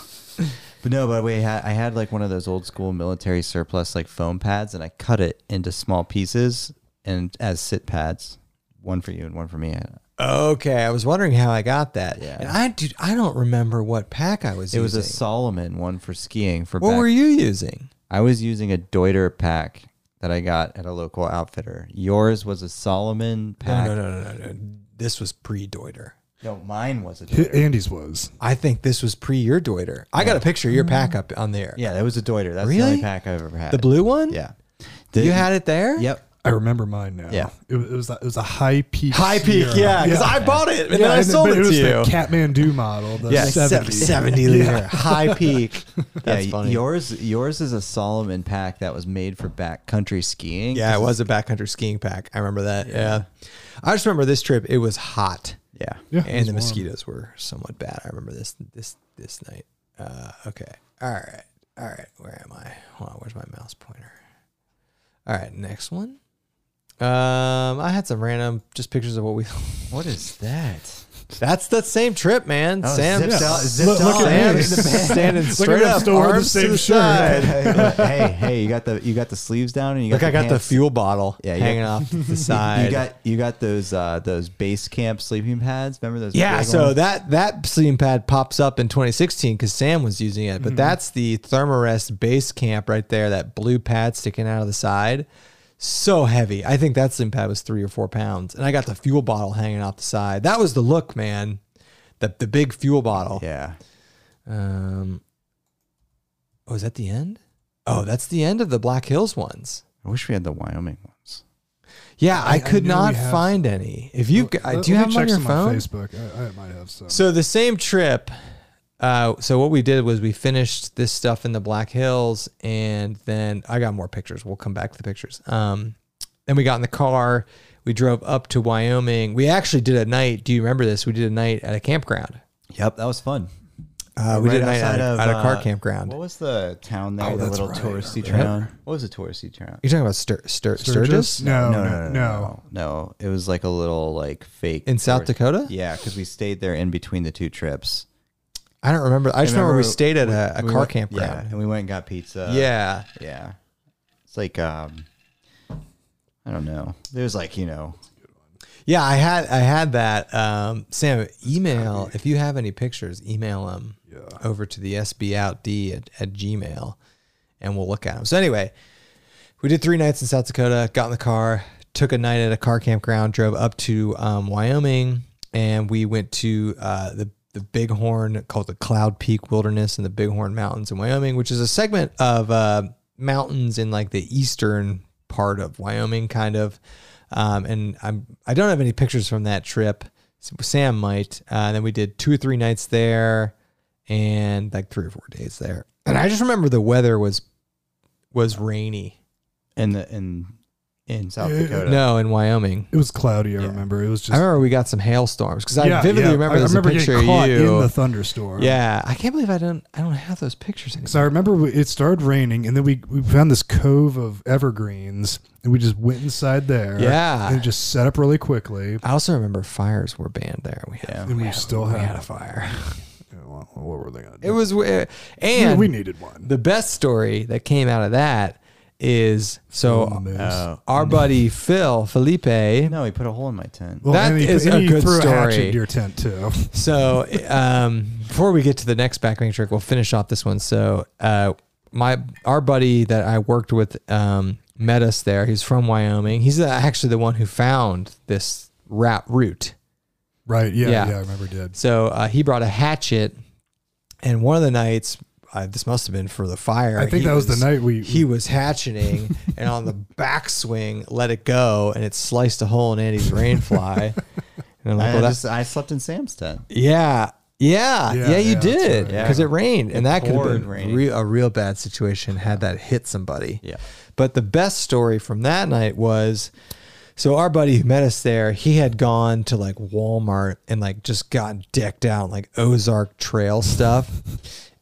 Speaker 3: <laughs> but no, but we had I had like one of those old school military surplus like foam pads, and I cut it into small pieces and as sit pads, one for you and one for me.
Speaker 1: Okay. I was wondering how I got that.
Speaker 3: Yeah.
Speaker 1: And I dude, I don't remember what pack I was
Speaker 3: It was
Speaker 1: using.
Speaker 3: a Solomon one for skiing. For
Speaker 1: what
Speaker 3: back-
Speaker 1: were you using?
Speaker 3: I was using a Deuter pack that I got at a local outfitter. Yours was a Solomon pack.
Speaker 1: No, no, no, no, no. This was pre Deuter.
Speaker 3: No, mine was a
Speaker 2: H-
Speaker 3: Deuter.
Speaker 2: Andy's was.
Speaker 1: I think this was pre your Deuter. I got a picture of your pack up on there.
Speaker 3: yeah, that was a Deuter. That's the
Speaker 1: Really?
Speaker 3: only pack I've ever had.
Speaker 1: The blue one?
Speaker 3: Yeah.
Speaker 1: You
Speaker 3: Didn't-
Speaker 1: had it there?
Speaker 3: Yep.
Speaker 2: I remember mine now.
Speaker 3: Yeah.
Speaker 2: it, wa- it was a- it was a high peak.
Speaker 1: High peak,
Speaker 2: Sierra.
Speaker 1: yeah. Because I bought it and then I
Speaker 2: and
Speaker 1: sold it,
Speaker 2: but was
Speaker 1: to
Speaker 2: the
Speaker 1: you.
Speaker 2: Kathmandu model. The
Speaker 1: yeah, 70,
Speaker 2: 70.
Speaker 1: 70 liter.
Speaker 2: <laughs>
Speaker 1: High peak. <laughs> That's
Speaker 3: yeah,
Speaker 1: funny.
Speaker 3: yours yours is a Solomon pack that was made for backcountry skiing.
Speaker 1: yeah, it was a backcountry skiing pack. I remember that. Yeah. I just remember this trip, it was hot.
Speaker 3: Yeah.
Speaker 2: Yeah,
Speaker 1: and
Speaker 2: it was
Speaker 1: the
Speaker 2: warm.
Speaker 1: mosquitoes were somewhat bad. I remember this this this night. Uh, okay. All right. All right. Where am I? Hold on. Where's my mouse pointer? All right. Next one. Um, I had some random just pictures of what we. <laughs>
Speaker 3: What is that? Oh,
Speaker 1: That's that same trip, man. Sam,
Speaker 3: zipped out- zipped
Speaker 2: Look- look
Speaker 3: out.
Speaker 2: at me.
Speaker 1: Sam
Speaker 3: <laughs>
Speaker 1: standing straight
Speaker 2: him
Speaker 1: up,
Speaker 2: still wearing the
Speaker 1: arms to
Speaker 2: same
Speaker 1: the
Speaker 2: shirt.
Speaker 1: side.
Speaker 3: <laughs> hey, hey, you got the you got the sleeves down and <laughs> you got
Speaker 1: Look,
Speaker 3: the
Speaker 1: I got the
Speaker 3: pants-
Speaker 1: fuel bottle
Speaker 3: Yeah, <laughs> you
Speaker 1: hanging
Speaker 3: got-
Speaker 1: off to the side.
Speaker 3: You got you got those uh those base camp sleeping pads. Remember those?
Speaker 1: Yeah,
Speaker 3: big
Speaker 1: so
Speaker 3: ones?
Speaker 1: that that sleeping pad pops up in 2016 because Sam was using it,
Speaker 2: Hmm.
Speaker 1: but that's the Thermarest base camp right there. That blue pad sticking out of the side, so heavy. I think that sleeping pad was three or four pounds, and I got the fuel bottle hanging off the side. That was the look, man. The the big fuel bottle.
Speaker 3: yeah.
Speaker 1: Um. Oh, is that the end? Oh, that's the end of the Black Hills ones.
Speaker 3: I wish we had the Wyoming ones.
Speaker 1: Yeah, I,
Speaker 2: I
Speaker 1: could
Speaker 2: knew we
Speaker 1: not
Speaker 2: have-
Speaker 1: find any. If you,
Speaker 2: Let-
Speaker 1: I
Speaker 2: let
Speaker 1: do you
Speaker 2: me
Speaker 1: have them on
Speaker 2: check
Speaker 1: your
Speaker 2: some
Speaker 1: phone?
Speaker 2: Facebook. I, I might have some.
Speaker 1: So the same trip. Uh, so what we did was we finished this stuff in the Black Hills, and then I got more pictures. We'll come back to the pictures. Um, then we got in the car. We drove up to Wyoming. We actually did a night. Do you remember this? We did a night at a campground.
Speaker 3: Yep, that was fun.
Speaker 1: Uh, we did a
Speaker 3: Right
Speaker 1: night at,
Speaker 3: outside
Speaker 1: a-
Speaker 3: of,
Speaker 1: at a car
Speaker 3: uh,
Speaker 1: campground.
Speaker 3: What was the town there?
Speaker 2: Oh,
Speaker 3: the
Speaker 2: that's
Speaker 3: little
Speaker 2: right, I
Speaker 3: touristy
Speaker 2: remember.
Speaker 3: town. What was the touristy town?
Speaker 1: You're talking about Stur- Stur- Sturgis?
Speaker 2: No, no, no.
Speaker 3: no. It was like a little like fake
Speaker 1: in South
Speaker 3: tourist-
Speaker 1: Dakota.
Speaker 3: Yeah, because we stayed there in between the two trips.
Speaker 1: I don't remember. I just remember, we
Speaker 3: remember
Speaker 1: stayed at a, a
Speaker 3: We
Speaker 1: car
Speaker 3: went- Yeah, Uh,
Speaker 1: campground.
Speaker 3: and we went and got pizza.
Speaker 1: Yeah.
Speaker 3: yeah. It's like um, I don't know. There's like you know,
Speaker 1: Yeah, I had I had that. Um, Sam, email if you have any pictures, email them over to the sboutd at, at Gmail, and we'll look at them. So anyway, we did three nights in South Dakota. Got in the car, took a night at a car campground, drove up to um, Wyoming, and we went to uh, the the Bighorn called the Cloud Peak Wilderness and the Bighorn Mountains in Wyoming, which is a segment of uh, mountains in like the eastern part of Wyoming, kind of. Um, and I'm I don't have any pictures from that trip. Sam might. Uh, and then we did two or three nights there, and like three or four days there. And I just remember the weather was was rainy.
Speaker 3: in the in in South
Speaker 2: Yeah.
Speaker 3: Dakota.
Speaker 1: No, in Wyoming.
Speaker 2: It was cloudy. I
Speaker 1: Yeah.
Speaker 2: remember. It was just.
Speaker 1: I remember we got some hailstorms because I
Speaker 2: Yeah,
Speaker 1: vividly
Speaker 2: yeah.
Speaker 1: remember
Speaker 2: I
Speaker 1: there's
Speaker 2: remember
Speaker 1: a picture
Speaker 2: getting
Speaker 1: of
Speaker 2: caught
Speaker 1: you.
Speaker 2: in the thunderstorm.
Speaker 1: yeah, I can't believe I don't I don't have those pictures anymore.
Speaker 2: Because I remember we- it started raining, and then we, we found this cove of evergreens, and we just went inside there.
Speaker 1: Yeah.
Speaker 2: And it just set up really quickly.
Speaker 1: I also remember fires were banned there. We had,
Speaker 3: Yeah.
Speaker 2: And we still
Speaker 1: we had
Speaker 2: had.
Speaker 1: a fire.
Speaker 2: <laughs> Yeah, well, what were they going to do?
Speaker 1: It was weird.
Speaker 2: We-
Speaker 1: And
Speaker 2: we needed one.
Speaker 1: the best story that came out of that is so uh,
Speaker 2: Moose.
Speaker 3: Oh.
Speaker 1: our buddy Phil Felipe.
Speaker 3: No, he put a hole in my tent.
Speaker 2: well,
Speaker 1: that
Speaker 2: and he,
Speaker 1: is
Speaker 2: and
Speaker 1: a
Speaker 2: he
Speaker 1: good
Speaker 2: threw a hatchet
Speaker 1: story.
Speaker 2: into your tent too. <laughs>
Speaker 1: So um, before we get to the next backpacking trick, we'll finish off this one. So uh, my our buddy that I worked with um, met us there. He's from Wyoming. He's the- actually the one who found this route route.
Speaker 2: Right? Yeah,
Speaker 1: Yeah.
Speaker 2: yeah. I remember. it Did
Speaker 1: So uh, he brought a hatchet, and one of the nights, uh, this must have been for the fire.
Speaker 2: I think
Speaker 1: he
Speaker 2: that was, the night we?
Speaker 1: he was hatcheting, <laughs> and on the backswing, let it go, and it sliced a hole in Andy's rain
Speaker 2: <laughs>
Speaker 1: fly. And I'm like,
Speaker 3: I,
Speaker 1: well, that's
Speaker 3: just, I slept in Sam's tent.
Speaker 1: yeah. Yeah, yeah,
Speaker 2: Yeah,
Speaker 1: you
Speaker 2: yeah, that's
Speaker 1: did
Speaker 2: right.
Speaker 3: Yeah.
Speaker 1: because it rained, and that could have
Speaker 3: poured
Speaker 1: been
Speaker 3: raining.
Speaker 1: re- a real bad situation had that hit somebody.
Speaker 3: Yeah.
Speaker 1: But the best story from that night was so our buddy who met us there, he had gone to like Walmart and like just got decked out like Ozark Trail stuff.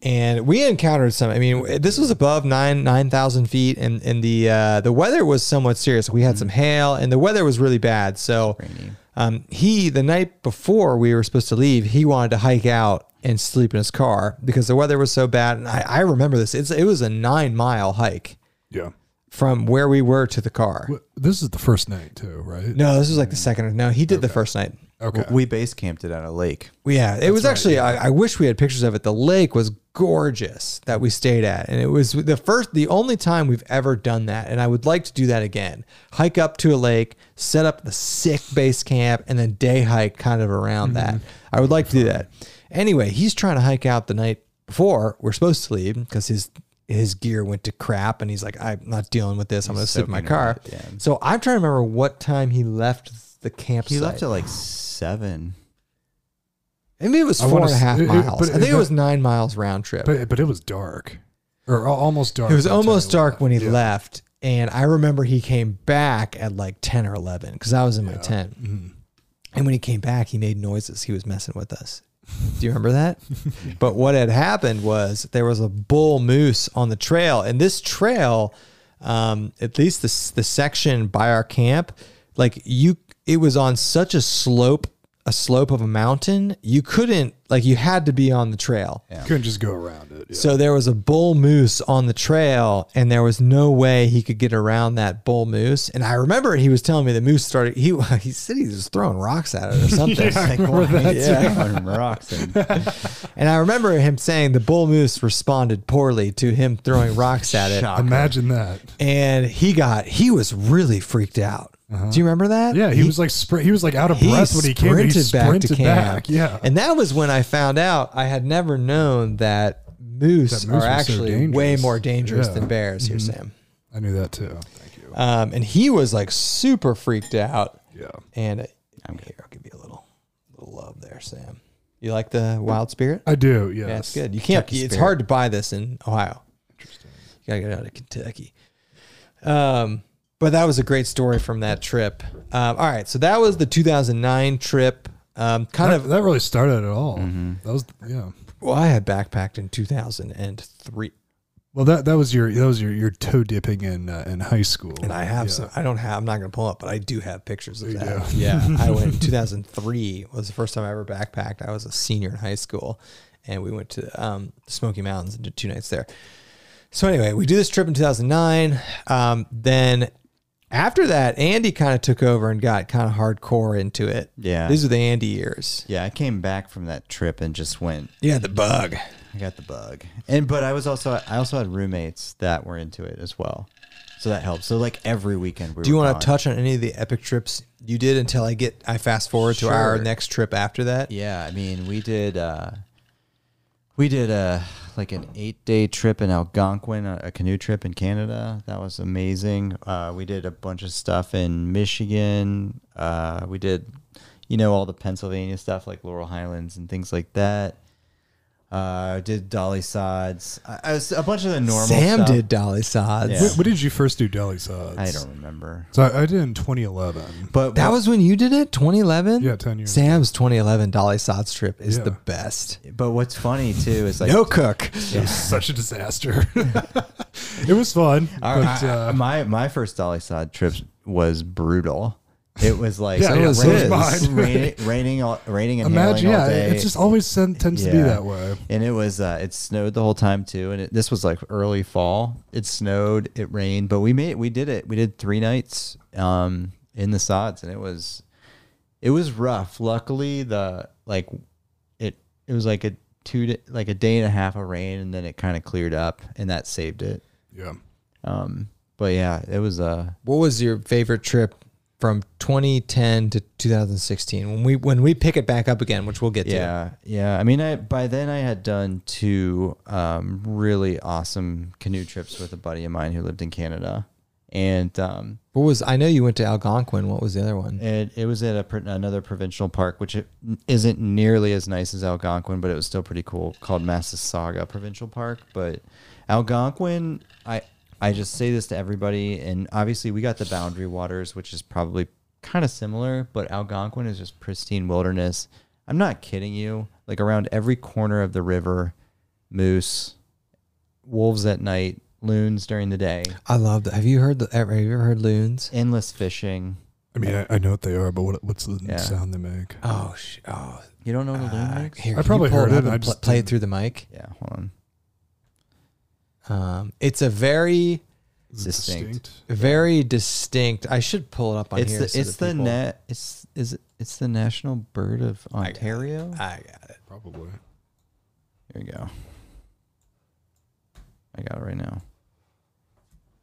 Speaker 1: And we encountered some. I mean, this was above nine nine thousand feet, and and the uh, the weather was somewhat serious. We had some hail, and the weather was really bad. So, um, he the night before we were supposed to leave, he wanted to hike out and sleep in his car because the weather was so bad. And I, I remember this. It's it was a nine mile hike
Speaker 2: yeah.
Speaker 1: from where we were to the car.
Speaker 2: Wh- This is the first night too, right?
Speaker 1: No, this was like the second. No, he did the first night.
Speaker 2: Okay.
Speaker 3: We base camped it on a lake.
Speaker 1: Yeah, it was actually. I, I wish we had pictures of it. The lake was gorgeous that we stayed at, and it was the first, the only time we've ever done that. And I would like to do that again. Hike up to a lake, set up the sick base camp, and then day hike kind of around that.
Speaker 3: Mm-hmm.
Speaker 1: I would like to do that. Anyway, he's trying to hike out the night before we're supposed to leave because his his gear went to crap, and he's like, "I'm not dealing with this. I'm going to sleep in my
Speaker 3: soaking
Speaker 1: car."
Speaker 3: wet, yeah.
Speaker 1: So I'm trying to remember what time he left the campsite.
Speaker 3: He left at like seven.
Speaker 1: Maybe it was
Speaker 2: I
Speaker 1: four
Speaker 2: wanna
Speaker 1: and a half
Speaker 2: s- it- it-
Speaker 1: miles.
Speaker 2: but
Speaker 1: I think
Speaker 2: it-
Speaker 1: it was nine miles round trip.
Speaker 2: But but it was dark, or al- almost dark.
Speaker 1: it was
Speaker 2: by the time
Speaker 1: almost
Speaker 2: we
Speaker 1: dark
Speaker 2: left.
Speaker 1: when he
Speaker 2: Yeah.
Speaker 1: left, and I remember he came back at like ten or eleven because I was in my tent.
Speaker 2: Mm-hmm.
Speaker 1: And when he came back, he made noises. He was messing with us. Do you remember
Speaker 2: <laughs>
Speaker 1: that? but what had happened was there was a bull moose on the trail, and this trail, um, at least the the section by our camp, like you, it was on such a slope, a slope of a mountain. You couldn't like you had to be on the trail.
Speaker 2: Couldn't just go around it. Yeah.
Speaker 1: So there was a bull moose on the trail, and there was no way he could get around that bull moose. And I remember he was telling me the moose started. He <laughs> he said he was throwing rocks at
Speaker 2: <laughs>
Speaker 1: it or something. <laughs>
Speaker 3: Like, why- <laughs> yeah. on rocks and-
Speaker 1: and I remember him saying the bull moose responded poorly to him
Speaker 2: <laughs>
Speaker 1: throwing rocks at it,
Speaker 3: Shocker.
Speaker 2: Imagine that.
Speaker 1: and he got he was really freaked out. Do you remember that?
Speaker 2: Uh-huh. Yeah, he, was like spr- he was like out of
Speaker 1: he
Speaker 2: breath when he came. and He
Speaker 1: sprinted back to
Speaker 2: sprinted
Speaker 1: camp.
Speaker 2: back. <laughs> Yeah,
Speaker 1: And that was when I found out I had never known that moose,
Speaker 2: That moose
Speaker 1: are
Speaker 2: were so
Speaker 1: actually way
Speaker 2: dangerous.
Speaker 1: more dangerous
Speaker 2: Yeah. Mm-hmm.
Speaker 1: than bears. Here, Sam.
Speaker 2: I knew that too. Thank you.
Speaker 1: Um, and he was like super freaked out.
Speaker 2: Yeah.
Speaker 1: And I'm here. I'll give you a little, little love there, Sam. You like the wild spirit?
Speaker 2: I do. Yes.
Speaker 1: That's good. You can't.
Speaker 3: Kentucky
Speaker 1: it's
Speaker 3: Spirit.
Speaker 1: hard to buy this in Ohio. Interesting. You gotta get out of Kentucky. Um, but that was a great story from that trip. Um, all right, so that was the 2009 trip. Um, kind
Speaker 2: That,
Speaker 1: of.
Speaker 2: that really started it all.
Speaker 1: Mm-hmm.
Speaker 2: That was yeah.
Speaker 1: Well, I had backpacked in 2003,
Speaker 2: Well, that that was your that was your your toe dipping in uh, in high school.
Speaker 1: and I have
Speaker 2: Yeah.
Speaker 1: some. I don't have. I'm not gonna pull up, but I do have pictures of
Speaker 2: There you
Speaker 3: <laughs>
Speaker 1: that.
Speaker 2: go.
Speaker 1: Yeah, I
Speaker 2: <laughs>
Speaker 1: went. 2003 was the first time I ever backpacked. I was a senior in high school, and we went to um, the Smoky Mountains and did two nights there. So anyway, we do this trip in 2009. Um, then after that, Andy kind of took over and got kind of hardcore into it.
Speaker 3: Yeah.
Speaker 1: these are the Andy years.
Speaker 3: yeah, I came back from that trip and just went.
Speaker 1: Yeah, the bug.
Speaker 3: I got the bug, and but I was also I also had roommates that were into it as well, so that helped. So like every weekend we.
Speaker 1: Do you
Speaker 3: were
Speaker 1: want
Speaker 3: gone.
Speaker 1: to touch on any of the epic trips you did until I get I fast forward to our
Speaker 3: Sure.
Speaker 1: next trip after that.
Speaker 3: Yeah, I mean, we did uh, we did a like an eight day trip in Algonquin, a, a canoe trip in Canada. That was amazing. Uh, we did a bunch of stuff in Michigan. Uh, we did, you know, all the Pennsylvania stuff like Laurel Highlands and things like that. Uh, did dolly sods. I, I was a bunch of the normal.
Speaker 1: Sam
Speaker 3: stuff.
Speaker 1: did dolly sods.
Speaker 3: Yeah.
Speaker 2: When, when did you first do Deli Sods?
Speaker 3: I don't remember.
Speaker 2: So I, I did in 2011.
Speaker 3: But
Speaker 1: That was when you did it, 2011.
Speaker 2: Yeah, 10 years
Speaker 1: Sam's 2011 Dolly Sods trip is
Speaker 2: Yeah.
Speaker 1: the best.
Speaker 3: but what's funny too is like
Speaker 1: no cook.
Speaker 2: It was <laughs> such a disaster. <laughs> it was fun,
Speaker 3: Our-
Speaker 2: but
Speaker 3: I-
Speaker 2: uh,
Speaker 3: my my first Dolly Sod trip was brutal. It was like
Speaker 2: Yeah, So yeah,
Speaker 1: was so was his.
Speaker 2: mine. <laughs>
Speaker 3: raining, raining, all, raining and
Speaker 2: imagine,
Speaker 3: hailing all
Speaker 2: yeah,
Speaker 3: day.
Speaker 2: it it just always tend, tends to be
Speaker 3: Yeah.
Speaker 2: that way.
Speaker 3: and it was uh, it snowed the whole time too. And it, this was like early fall. It snowed, it rained, but we made we did it. We did three nights um, in the sods, and it was it was rough. Luckily, the like it it was like a two da like a day and a half of rain, and then it kind of cleared up, and that saved it.
Speaker 2: Yeah.
Speaker 3: Um, but yeah, it was uh
Speaker 1: What was your favorite trip from 2010 to 2016? When we when we pick it back up again, which we'll get to.
Speaker 3: Yeah, yeah. I mean, I by then I had done two um, really awesome canoe trips with a buddy of mine who lived in Canada, and um,
Speaker 1: What was I know you went to Algonquin. What was the other one?
Speaker 3: it it was at a, pro- another provincial park, which it isn't nearly as nice as Algonquin, but it was still pretty cool, called Massasauga Provincial Park. But Algonquin, I I just say this to everybody, and obviously we got the Boundary Waters, which is probably kind of similar, but Algonquin is just pristine wilderness. I'm not kidding you. Like around every corner of the river, moose, wolves at night, loons during the day,
Speaker 1: I loved. Have you heard? The, have you ever heard loons?
Speaker 3: endless fishing.
Speaker 2: I mean, I, I know what they are, but what, what's the
Speaker 3: Yeah.
Speaker 2: sound they make?
Speaker 1: Oh, sh- oh.
Speaker 3: You don't know what a loon
Speaker 1: Uh,
Speaker 3: makes?
Speaker 1: here, can
Speaker 2: I
Speaker 1: you
Speaker 2: probably
Speaker 1: pull
Speaker 2: heard
Speaker 1: up
Speaker 2: it,
Speaker 1: and
Speaker 2: I
Speaker 1: pl-
Speaker 2: just
Speaker 1: play it
Speaker 2: didn't-
Speaker 1: through the mic.
Speaker 3: Yeah, hold on.
Speaker 1: Um, it's a very,
Speaker 2: Is it
Speaker 3: Distinct.
Speaker 1: very distinct. I should pull it up on
Speaker 3: it's
Speaker 1: here.
Speaker 3: the
Speaker 1: so
Speaker 3: it's the
Speaker 1: people-
Speaker 3: net it's is it, it's the national bird of Ontario.
Speaker 1: I got it.
Speaker 2: Probably.
Speaker 3: Here we go. I got it right now.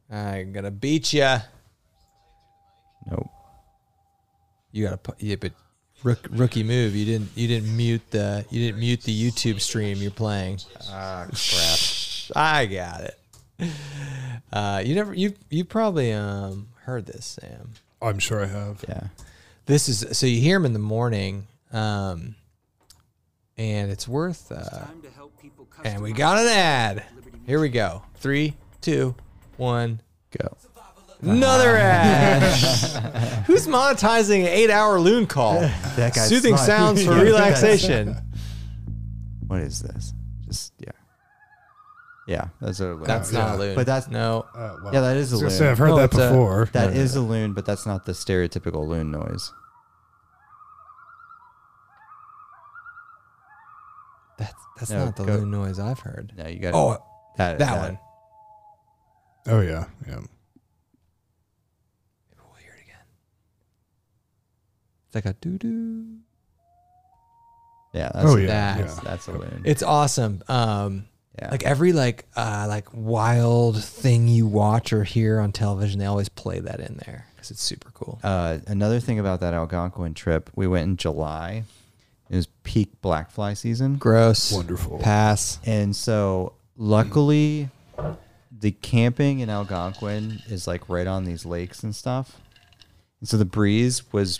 Speaker 1: I'm gonna beat ya.
Speaker 3: Nope.
Speaker 1: You gotta put. Yeah, but rook, rookie move. You didn't. You didn't mute the. You didn't mute the YouTube stream you're playing.
Speaker 3: Ah crap.
Speaker 1: <laughs> I got it. Uh, you never. You you probably um heard this, Sam.
Speaker 2: I'm sure I have.
Speaker 3: yeah.
Speaker 1: This is so you hear him in the morning, um, and it's worth. Uh,
Speaker 4: Time to help people customize.
Speaker 1: and we got an ad. Here we go. Three, two, one.
Speaker 3: <laughs> Go.
Speaker 1: Another ad.
Speaker 3: <laughs>
Speaker 1: Who's monetizing an eight-hour loon call?
Speaker 3: Oh, That guy's
Speaker 1: Soothing
Speaker 3: smart.
Speaker 1: sounds <laughs> for
Speaker 3: <laughs> Yeah.
Speaker 1: relaxation. <laughs>
Speaker 3: What is this? Just yeah. Yeah, that's a loon.
Speaker 1: That's
Speaker 2: Yeah.
Speaker 1: not a loon.
Speaker 3: But that's-
Speaker 1: no.
Speaker 2: Uh, well,
Speaker 3: yeah, that is
Speaker 2: I
Speaker 3: a
Speaker 2: was
Speaker 3: loon.
Speaker 2: gonna say, I've heard
Speaker 1: No,
Speaker 2: that
Speaker 1: it's a-
Speaker 2: before.
Speaker 3: That is a loon, but that's not the stereotypical loon noise.
Speaker 1: That's that's
Speaker 3: No,
Speaker 1: not the
Speaker 3: go-
Speaker 1: loon noise I've heard.
Speaker 3: No, you got
Speaker 1: Oh,
Speaker 3: that,
Speaker 1: that one.
Speaker 2: oh yeah, yeah.
Speaker 1: We'll hear it again. It's like a doo doo.
Speaker 3: Yeah, that's
Speaker 2: Oh yeah,
Speaker 1: that's-
Speaker 2: yeah.
Speaker 3: that's a loon.
Speaker 1: It's awesome. Um,
Speaker 3: yeah.
Speaker 1: like every like uh like wild thing you watch or hear on television, they always play that in there because it's super cool.
Speaker 3: Uh, another thing about that Algonquin trip, we went in July. It was peak black fly season.
Speaker 1: Gross.
Speaker 2: Wonderful.
Speaker 1: Pass.
Speaker 3: And so, luckily, the camping in Algonquin is like right on these lakes and stuff. And so the breeze was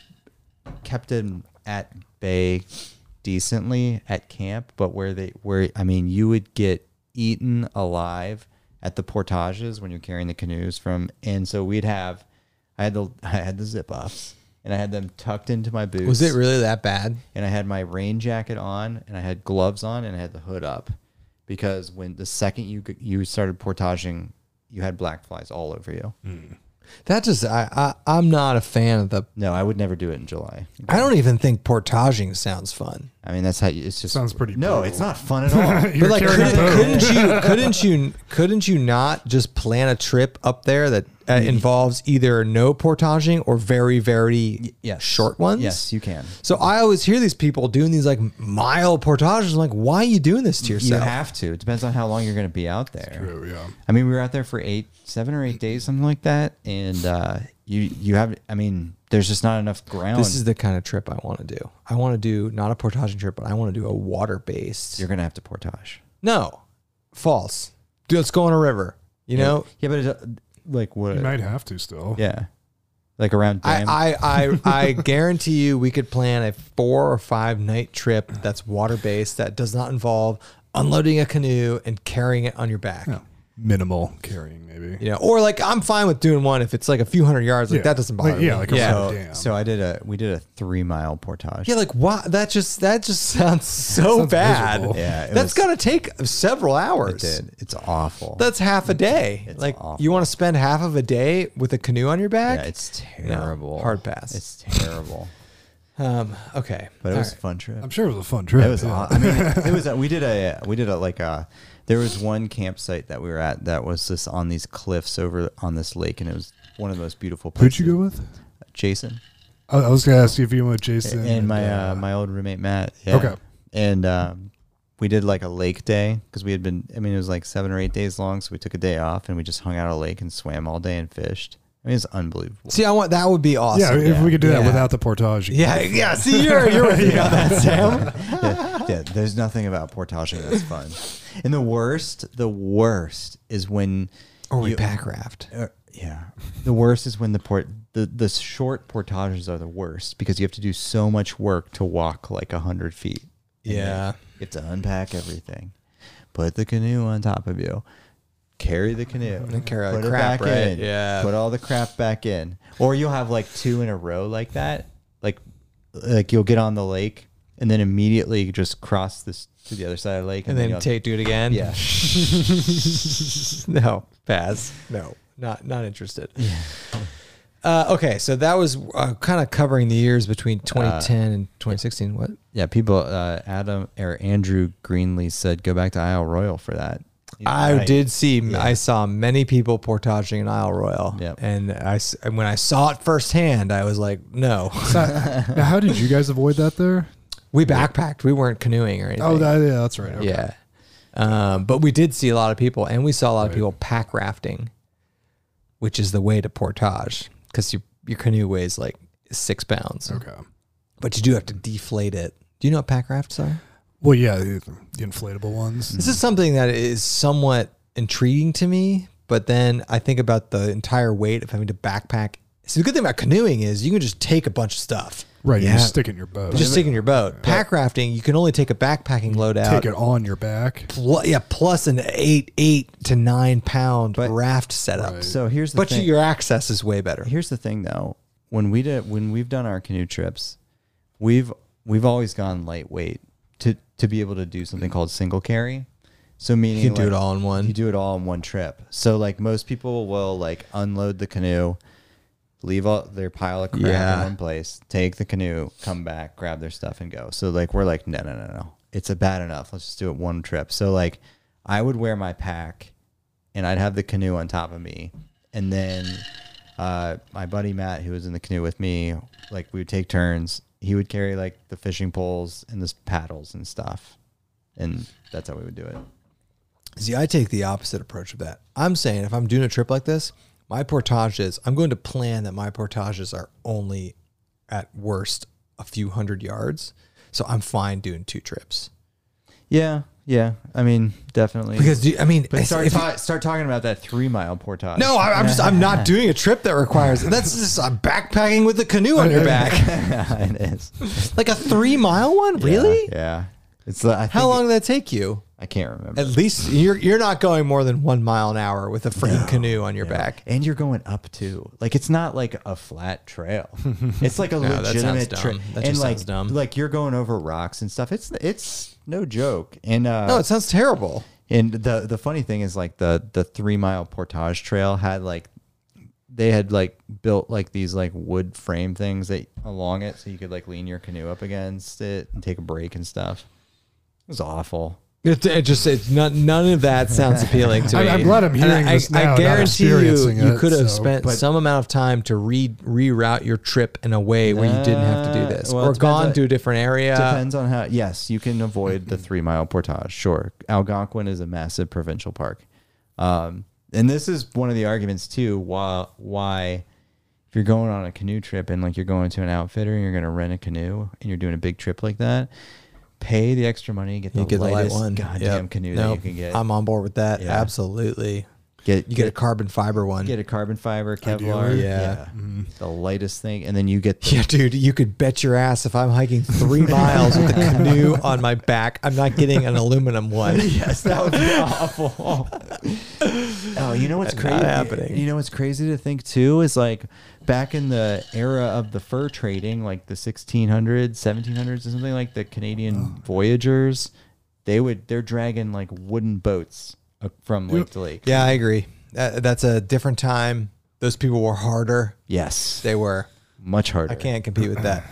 Speaker 3: kept in at bay decently at camp, but where they where I mean, you would get eaten alive at the portages when you're carrying the canoes from. And so we'd have, I had the I had the zip offs, and I had them tucked into my boots
Speaker 1: Was it really that bad?
Speaker 3: and I had my rain jacket on, and I had gloves on, and I had the hood up, because when the second you you started portaging, you had black flies all over you.
Speaker 1: Mm. That just I, I I'm not a fan of the.
Speaker 3: No, I would never do it in July.
Speaker 1: I don't even think portaging sounds fun.
Speaker 3: I mean, that's how you, it's just
Speaker 2: Sounds pretty
Speaker 3: No,
Speaker 2: brutal.
Speaker 3: it's not fun at all.
Speaker 2: <laughs> You're
Speaker 1: But like, <laughs>
Speaker 2: carrying a
Speaker 1: couldn't,
Speaker 2: boat.
Speaker 1: couldn't
Speaker 3: <laughs>
Speaker 1: you couldn't you couldn't you not just plan a trip up there that uh, involves either no portaging or very very
Speaker 3: yes.
Speaker 1: short ones?
Speaker 3: yes, you can.
Speaker 1: So I always hear these people doing these like mile portages. I'm like, why are you doing this to
Speaker 3: You
Speaker 1: yourself?
Speaker 3: have to. It depends on how long you're going to be out there.
Speaker 2: True, yeah.
Speaker 3: I mean, we were out there for eight, seven or eight days, something like that, and uh, You you have. I mean, there's just not enough ground.
Speaker 1: This is the kind of trip I want to do. I want to do not a portaging trip, but I want to do a water based.
Speaker 3: You're gonna have to portage.
Speaker 1: No, false. Dude, let's go on a river. You know,
Speaker 3: Yeah, but it, like what?
Speaker 2: You might have to still.
Speaker 3: Yeah, like around dam.
Speaker 1: I, I, I,
Speaker 3: <laughs>
Speaker 1: I guarantee you we could plan a four or five night trip that's water based that does not involve unloading a canoe and carrying it on your back.
Speaker 2: Minimal carrying, maybe.
Speaker 1: You know, or like I'm fine with doing one if it's like a few hundred yards, like
Speaker 2: Yeah.
Speaker 1: that doesn't bother
Speaker 2: Like,
Speaker 1: me.
Speaker 2: yeah, like a
Speaker 1: yeah.
Speaker 2: road.
Speaker 3: so,
Speaker 2: Damn.
Speaker 3: Oh, so I did a we did a three mile portage.
Speaker 1: Yeah, like why that just that just <laughs> sounds so
Speaker 2: Sounds
Speaker 1: bad.
Speaker 2: miserable.
Speaker 3: Yeah, it
Speaker 1: That's
Speaker 3: was-
Speaker 1: gotta take several
Speaker 3: I
Speaker 1: hours.
Speaker 3: did. It's awful.
Speaker 1: That's half a day.
Speaker 3: It's
Speaker 1: like
Speaker 3: awful.
Speaker 1: you want to spend half of a day with a canoe on your back?
Speaker 3: yeah, it's terrible.
Speaker 1: hard pass.
Speaker 3: It's terrible.
Speaker 1: um, okay.
Speaker 3: But it
Speaker 1: All
Speaker 3: was a
Speaker 1: right.
Speaker 3: fun trip.
Speaker 2: I'm sure it was a fun trip.
Speaker 3: It was.
Speaker 2: yeah.
Speaker 3: aw- I mean, it was. We did a. We did a like a. There was one campsite that we were at that was just on these cliffs over on this lake, and it was one of the most beautiful places.
Speaker 2: Who'd you go with?
Speaker 3: Jason
Speaker 2: I, I was gonna ask you if you went with Jason
Speaker 3: and my uh, my old roommate Matt. Yeah.
Speaker 2: Okay.
Speaker 3: And um, we did like a lake day because we had been. I mean, it was like seven or eight days long, so we took a day off and we just hung out at a lake and swam all day and fished. I mean,
Speaker 1: <laughs>
Speaker 3: it's unbelievable.
Speaker 1: See, I want that would be awesome.
Speaker 2: yeah, if we could do
Speaker 1: Yeah.
Speaker 2: that without the
Speaker 1: <laughs>
Speaker 2: portage.
Speaker 1: Yeah, yeah. See, you're you're <laughs> with me on that, Sam.
Speaker 3: <laughs> yeah, yeah, there's nothing about portaging that's fun. And the worst, the worst is when
Speaker 1: Or we
Speaker 3: you-
Speaker 1: pack raft.
Speaker 3: Uh, yeah. The worst is when the port the, the short portages are the worst because you have to do so much work to walk like a hundred feet.
Speaker 1: Yeah.
Speaker 3: You have to unpack everything. Put the canoe on top of you. Carry the canoe.
Speaker 1: And carry all
Speaker 3: put
Speaker 1: the
Speaker 3: it
Speaker 1: crap,
Speaker 3: back
Speaker 1: right?
Speaker 3: in.
Speaker 1: Yeah.
Speaker 3: Put all the crap back in. Or you'll have like two in a row like that. Like like you'll get on the lake and then immediately just cross this to the other side of the lake
Speaker 1: And then
Speaker 3: you'll-
Speaker 1: take do it again.
Speaker 3: Yeah.
Speaker 1: <laughs> no, pass. No, not not interested. <laughs> Uh, okay, so that was uh, kind of covering the years between 2010 and 2016. What?
Speaker 3: Yeah, people. Uh, Adam or Andrew Greenlee said, "Go back to Isle Royal for that." He's
Speaker 1: I
Speaker 3: right.
Speaker 1: did see. I saw many people portaging in Isle Royal,
Speaker 3: Yep.
Speaker 1: and I s- and when I saw it firsthand, I was like, "No, <laughs>
Speaker 2: now, how did you guys avoid that there?
Speaker 1: we backpacked. We weren't canoeing or anything."
Speaker 2: Oh, that, yeah, that's right. Okay.
Speaker 1: yeah. Um, but we did see a lot of people, and we saw a lot of people pack rafting, which is the way to portage because your your canoe weighs like six pounds,
Speaker 2: Okay.
Speaker 1: but you do have to deflate it. Do you know what pack rafts are?
Speaker 2: Well, yeah, the, the inflatable ones.
Speaker 1: This is something that is somewhat intriguing to me, but then I think about the entire weight of having to backpack. So the good thing about canoeing is you can just take a bunch of stuff.
Speaker 2: Right. You
Speaker 1: Yeah.
Speaker 2: just stick it in your boat.
Speaker 1: Just taking your boat. Pack rafting, you can only take a backpacking load out.
Speaker 2: take it on your back.
Speaker 1: Pl- yeah, plus an eight, eight to nine pound raft setup.
Speaker 3: So here's the
Speaker 1: But
Speaker 3: thing.
Speaker 1: your access is way better.
Speaker 3: here's the thing, though. When we did, when we've done our canoe trips, we've we've always gone lightweight to to be able to do something called single carry. So meaning
Speaker 1: You can do
Speaker 3: like,
Speaker 1: it all in
Speaker 3: You
Speaker 1: one.
Speaker 3: do it all in one trip. So like most people will like unload the canoe, leave all their pile of crap
Speaker 1: Yeah.
Speaker 3: in one place, take the canoe, come back, grab their stuff and go. So like we're like, no, no, no, no. It's a bad enough. Let's just do it one trip. So like I would wear my pack and I'd have the canoe on top of me. And then uh, my buddy Matt, who was in the canoe with me, like we would take turns. He would carry like the fishing poles and the paddles and stuff. And that's how we would do it.
Speaker 1: See, I take the opposite approach of that. I'm saying if I'm doing a trip like this, my portages, I'm going to plan that my portages are only at worst a few hundred yards. So I'm fine doing two trips.
Speaker 3: Yeah, yeah. I mean, definitely.
Speaker 1: Because, do, you- I mean,
Speaker 3: but
Speaker 1: if-
Speaker 3: start
Speaker 1: if you-
Speaker 3: ta- start talking about that three mile portage.
Speaker 1: no,
Speaker 3: <laughs>
Speaker 1: I, I'm just, I'm not doing a trip that requires, that's just, I'm backpacking with a canoe <laughs> on your back.
Speaker 3: <laughs> it is
Speaker 1: Like a three mile one?
Speaker 3: Yeah,
Speaker 1: Really?
Speaker 3: Yeah, It's like, I
Speaker 1: How
Speaker 3: think-
Speaker 1: long did that take you?
Speaker 3: I can't remember.
Speaker 1: At least you're you're not going more than one mile an hour with a freaking canoe on your back.
Speaker 3: and you're going up too. Like it's not like a
Speaker 1: <laughs>
Speaker 3: flat trail. It's like a
Speaker 1: No, that sounds
Speaker 3: legitimate
Speaker 1: dumb.
Speaker 3: trail.
Speaker 1: That
Speaker 3: And
Speaker 1: just
Speaker 3: like,
Speaker 1: sounds dumb.
Speaker 3: like you're going over rocks and stuff. It's it's no joke. And uh,
Speaker 1: No, it sounds terrible.
Speaker 3: And the the funny thing is like the the three mile portage trail had like they had like built like these like wood frame things that along it so you could like lean your canoe up against it and take a break and stuff. It was awful.
Speaker 1: It, it just it's not, none of that sounds appealing
Speaker 2: <laughs>
Speaker 1: to
Speaker 2: I'm-
Speaker 1: me.
Speaker 2: I'm glad I'm
Speaker 1: And
Speaker 2: hearing this now,
Speaker 1: I
Speaker 2: not
Speaker 1: guarantee you,
Speaker 2: experiencing
Speaker 1: you
Speaker 2: it,
Speaker 1: could have
Speaker 2: so-
Speaker 1: spent some amount of time to re reroute your trip in a way where you didn't have to do this,
Speaker 3: Uh, well, it
Speaker 1: or
Speaker 3: depends
Speaker 1: gone
Speaker 3: on-
Speaker 1: to a different area.
Speaker 3: Depends on how. Yes, you can avoid
Speaker 1: mm-hmm.
Speaker 3: the three mile portage. Sure, Algonquin is a massive provincial park, um, and this is one of the arguments too. Why? Why? If if you're going on a canoe trip and like you're going to an outfitter and you're going to rent a canoe and you're doing a big trip like that, pay the extra money, get the
Speaker 1: You get the light
Speaker 3: lightest
Speaker 1: one.
Speaker 3: goddamn
Speaker 1: Yep.
Speaker 3: canoe that
Speaker 1: Nope.
Speaker 3: you can get.
Speaker 1: I'm on board with that.
Speaker 3: Yeah.
Speaker 1: Absolutely.
Speaker 3: get
Speaker 1: You get a carbon fiber one.
Speaker 3: get a carbon fiber Kevlar,
Speaker 1: Yeah. Mm-hmm.
Speaker 3: the lightest thing, and then you get the,
Speaker 1: Yeah, dude, you could bet your ass if I'm hiking
Speaker 3: <laughs>
Speaker 1: three miles with a canoe on my back, I'm not getting an aluminum one.
Speaker 3: <laughs> yes, that would be awful. oh, you know what's
Speaker 1: Not
Speaker 3: crazy?
Speaker 1: happening.
Speaker 3: You know what's crazy to think too is like back in the era of the fur trading, like the 1600s, 1700s, or something like the
Speaker 1: Oh.
Speaker 3: Canadian voyagers, they would they're dragging like wooden boats uh, from lake to lake.
Speaker 1: Yeah, I agree. That, that's a different time. Those people were harder.
Speaker 3: Yes,
Speaker 1: They were.
Speaker 3: much harder.
Speaker 1: I can't compete with that.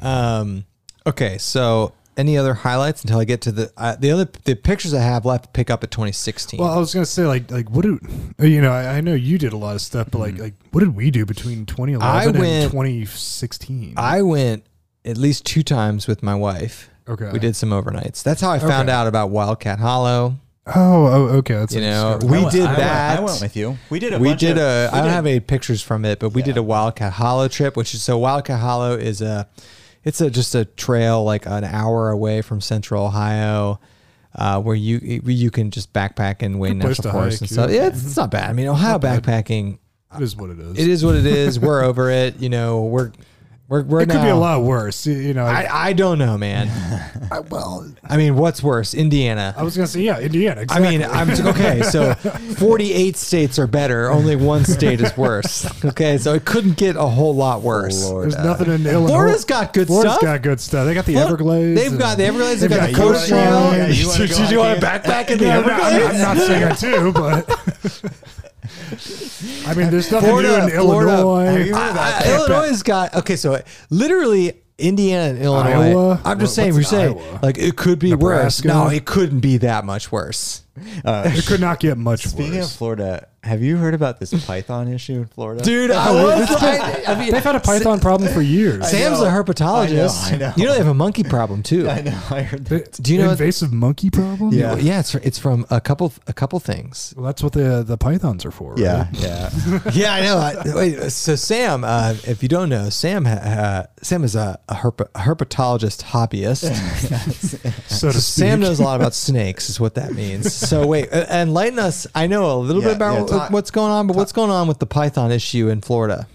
Speaker 1: Um, okay, so any other highlights until I get to the uh, the other the pictures I have left to pick up at 2016.
Speaker 2: Well, I was gonna say like like what do uh, you know? I, I know you did a lot of stuff, but like like what did we do between 2011
Speaker 1: Mm-hmm. I went-
Speaker 2: and 2016?
Speaker 1: I went at least two times with my wife.
Speaker 2: Okay.
Speaker 1: We did some overnights. That's how I found out about Wildcat Hollow.
Speaker 2: oh, oh, okay. That's
Speaker 1: You
Speaker 2: what
Speaker 1: know,
Speaker 2: started.
Speaker 1: we
Speaker 3: I went-
Speaker 1: did
Speaker 3: I went-
Speaker 1: that.
Speaker 3: I went with you. We did a.
Speaker 1: we
Speaker 3: bunch
Speaker 1: did
Speaker 3: of-
Speaker 1: a.
Speaker 3: we
Speaker 1: I don't
Speaker 3: did-
Speaker 1: have any pictures from it, but we did a Wildcat Hollow trip, which is so Wildcat Hollow is a, it's a just a trail like an hour away from Central Ohio, uh, where you where you can just backpack and Wayne
Speaker 2: place
Speaker 1: National
Speaker 2: to
Speaker 1: Forest
Speaker 2: hike,
Speaker 1: and stuff.
Speaker 2: yeah.
Speaker 1: Yeah, it's, it's not bad. I mean, Ohio backpacking,
Speaker 2: it is what it is.
Speaker 1: it is what it is. we're over it. You know, we're we're we're
Speaker 2: It could be a
Speaker 1: now-
Speaker 2: lot worse. You you know,
Speaker 1: I, I don't know,
Speaker 2: <laughs>
Speaker 1: man.
Speaker 2: I- well,
Speaker 1: I mean, what's worse, Indiana?
Speaker 2: I was gonna say yeah, Indiana.
Speaker 1: I
Speaker 2: Exactly.
Speaker 1: mean, I'm okay. So, 48 states are better. Only one state is worse. Okay, so it couldn't get a whole lot worse.
Speaker 2: there's nothing in Illinois.
Speaker 1: Florida's got good
Speaker 2: Florida's
Speaker 1: stuff.
Speaker 2: got good stuff. They got the Everglades.
Speaker 1: They've got the Everglades. They've
Speaker 2: They've
Speaker 1: got the
Speaker 2: got you
Speaker 1: Coast
Speaker 2: wanna-
Speaker 1: Trail.
Speaker 2: yeah,
Speaker 1: <laughs>
Speaker 3: you wanna
Speaker 1: Did
Speaker 3: go
Speaker 1: you want to
Speaker 3: hiking? <laughs>
Speaker 1: backpack in the
Speaker 2: <laughs> Yeah, I'm, not, I'm
Speaker 1: Everglades?
Speaker 2: not saying it too, but <laughs> I mean, there's nothing
Speaker 1: Florida,
Speaker 2: new in
Speaker 1: Florida.
Speaker 2: Illinois.
Speaker 3: you heard of that?
Speaker 1: Uh, Illinois got okay. So literally. Indiana and Illinois.
Speaker 2: Iowa?
Speaker 1: I'm just
Speaker 2: What-
Speaker 1: saying,
Speaker 2: what's
Speaker 1: we're
Speaker 2: in
Speaker 1: saying
Speaker 2: Iowa?
Speaker 1: like it could be
Speaker 2: Nebraska?
Speaker 1: worse. No, it couldn't be that much worse,
Speaker 3: Uh,
Speaker 2: It could not get much
Speaker 3: Speaking
Speaker 2: worse.
Speaker 3: of Florida, have you heard about this python issue in Florida?
Speaker 1: dude. I was. I, I mean,
Speaker 2: They've had a python problem for years.
Speaker 1: Sam's
Speaker 3: know.
Speaker 1: a herpetologist.
Speaker 3: I know, I know.
Speaker 1: You know they have a monkey problem too.
Speaker 3: <laughs> I know. I heard that.
Speaker 1: Do you know-
Speaker 2: invasive monkey problem?
Speaker 1: Yeah, yeah. It's it's from a couple a couple things.
Speaker 2: Well, that's what the the pythons are for. right?
Speaker 3: Yeah, <laughs> yeah.
Speaker 1: <laughs> yeah, I know. I, wait, so Sam, uh, if you don't know, Sam ha- uh, Sam is a, a, herp- a herpetologist
Speaker 2: <laughs>
Speaker 1: hobbyist.
Speaker 2: So to speak.
Speaker 1: Sam knows a lot about snakes, is what that means. So wait, uh, enlighten us. I know a little
Speaker 3: Yeah,
Speaker 1: bit about
Speaker 3: yeah,
Speaker 1: what-
Speaker 3: talk-
Speaker 1: what's going on, but what's going on with the python issue in Florida?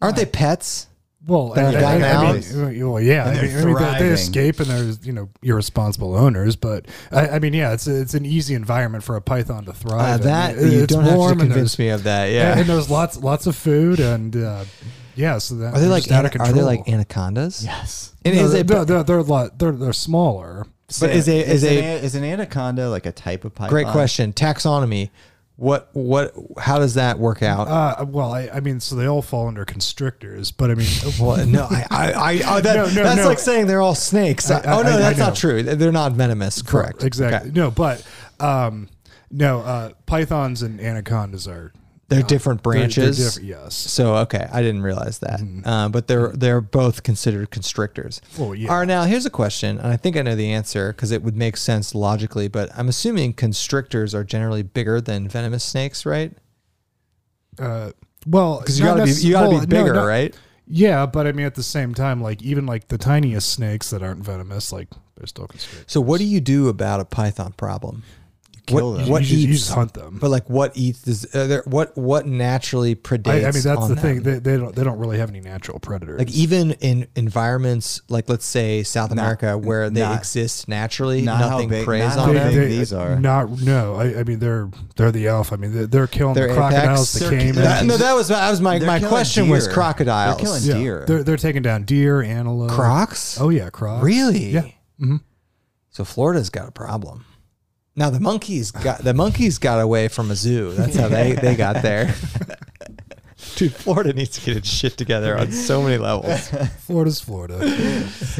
Speaker 1: Aren't they pets?
Speaker 2: Well,
Speaker 1: They're
Speaker 2: I, I,
Speaker 1: gotten
Speaker 2: I mean,
Speaker 3: out.
Speaker 2: well, yeah. I mean, I
Speaker 3: they're
Speaker 2: mean, they,
Speaker 3: thriving.
Speaker 2: they escape, and there's you know irresponsible owners. But I, I mean, yeah, it's it's an easy environment for a python to thrive.
Speaker 1: Uh,
Speaker 2: in.
Speaker 1: that
Speaker 2: It-
Speaker 1: you
Speaker 2: it's
Speaker 1: don't have to
Speaker 2: warm and
Speaker 1: convince
Speaker 2: there's-
Speaker 1: me of that.
Speaker 2: and-
Speaker 1: Yeah.
Speaker 2: and there's lots lots of food, and uh, yeah, so
Speaker 1: Are
Speaker 2: that
Speaker 1: they
Speaker 2: they're
Speaker 1: like
Speaker 2: just out
Speaker 1: ana-
Speaker 2: of
Speaker 1: are
Speaker 2: control.
Speaker 1: they like anacondas?
Speaker 3: Yes.
Speaker 1: And
Speaker 2: no,
Speaker 1: is
Speaker 2: they're,
Speaker 1: it,
Speaker 2: no, they're, they're a lot they're they're smaller.
Speaker 1: But is a- is
Speaker 3: an
Speaker 1: a-
Speaker 3: an- is an anaconda like a type of python?
Speaker 1: Great question. Taxonomy. What what how does that work out?
Speaker 2: Uh, well, I, I mean, so they all fall under constrictors, but I mean,
Speaker 1: <laughs> well,
Speaker 2: <laughs>
Speaker 1: no, I, I, I oh, that,
Speaker 2: No, no,
Speaker 1: that's
Speaker 2: no.
Speaker 1: like saying they're all snakes.
Speaker 2: I- I-
Speaker 1: oh no,
Speaker 2: I- I
Speaker 1: that's
Speaker 2: know.
Speaker 1: not true. They're not venomous. Correct.
Speaker 2: exactly.
Speaker 1: Okay.
Speaker 2: No, but um, no, uh, pythons and anacondas are
Speaker 1: They're different
Speaker 2: they're- they're
Speaker 1: branches.
Speaker 2: different, yes.
Speaker 1: So okay, I didn't realize that. Uh, but they're they're both considered constrictors.
Speaker 2: Well, yeah.
Speaker 1: All right, now here's a question, and I think I know the answer because it would make sense logically. But I'm assuming constrictors are generally bigger than venomous snakes, right?
Speaker 2: Uh, well,
Speaker 1: Because you gotta be you gotta be bigger, right?
Speaker 2: Yeah, but I mean, at the same time, like even like the tiniest snakes that aren't venomous, like they're still constrictors.
Speaker 1: So what do you do about a python problem? what
Speaker 3: kill them.
Speaker 2: You,
Speaker 1: what
Speaker 2: just, you
Speaker 1: eats-
Speaker 2: just hunt them.
Speaker 1: But like, what eats? Does, are there, what what naturally predates?
Speaker 2: I, I mean, that's
Speaker 1: on
Speaker 2: the
Speaker 1: them?
Speaker 2: thing. They, they don't they don't really have any natural predators.
Speaker 1: Like even in environments like let's say South America where they
Speaker 3: not-
Speaker 1: exist naturally,
Speaker 3: not how
Speaker 1: nothing
Speaker 3: big-
Speaker 1: preys
Speaker 3: not how
Speaker 1: on
Speaker 3: big
Speaker 1: them.
Speaker 3: think these are.
Speaker 2: not no. I, I mean, they're they're the alpha. I mean, they're, they're killing
Speaker 1: Their
Speaker 2: the crocodiles,
Speaker 1: apex.
Speaker 2: the caimans.
Speaker 1: That- no, that was that was my,
Speaker 3: They're
Speaker 1: my
Speaker 3: killing
Speaker 1: question was
Speaker 3: deer.
Speaker 1: crocodiles.
Speaker 3: They're killing
Speaker 2: Yeah,
Speaker 3: deer.
Speaker 2: They're they're taking down deer, antelope,
Speaker 1: Crocs?
Speaker 2: Oh yeah, crocs.
Speaker 1: really?
Speaker 2: Yeah. Mm-hmm.
Speaker 1: So Florida's got a problem. Now the monkeys got the monkeys got away from a zoo. That's how they, they got
Speaker 2: <laughs>
Speaker 1: there. Dude, Florida needs to get its shit together on so many levels. <laughs>
Speaker 2: Florida's Florida.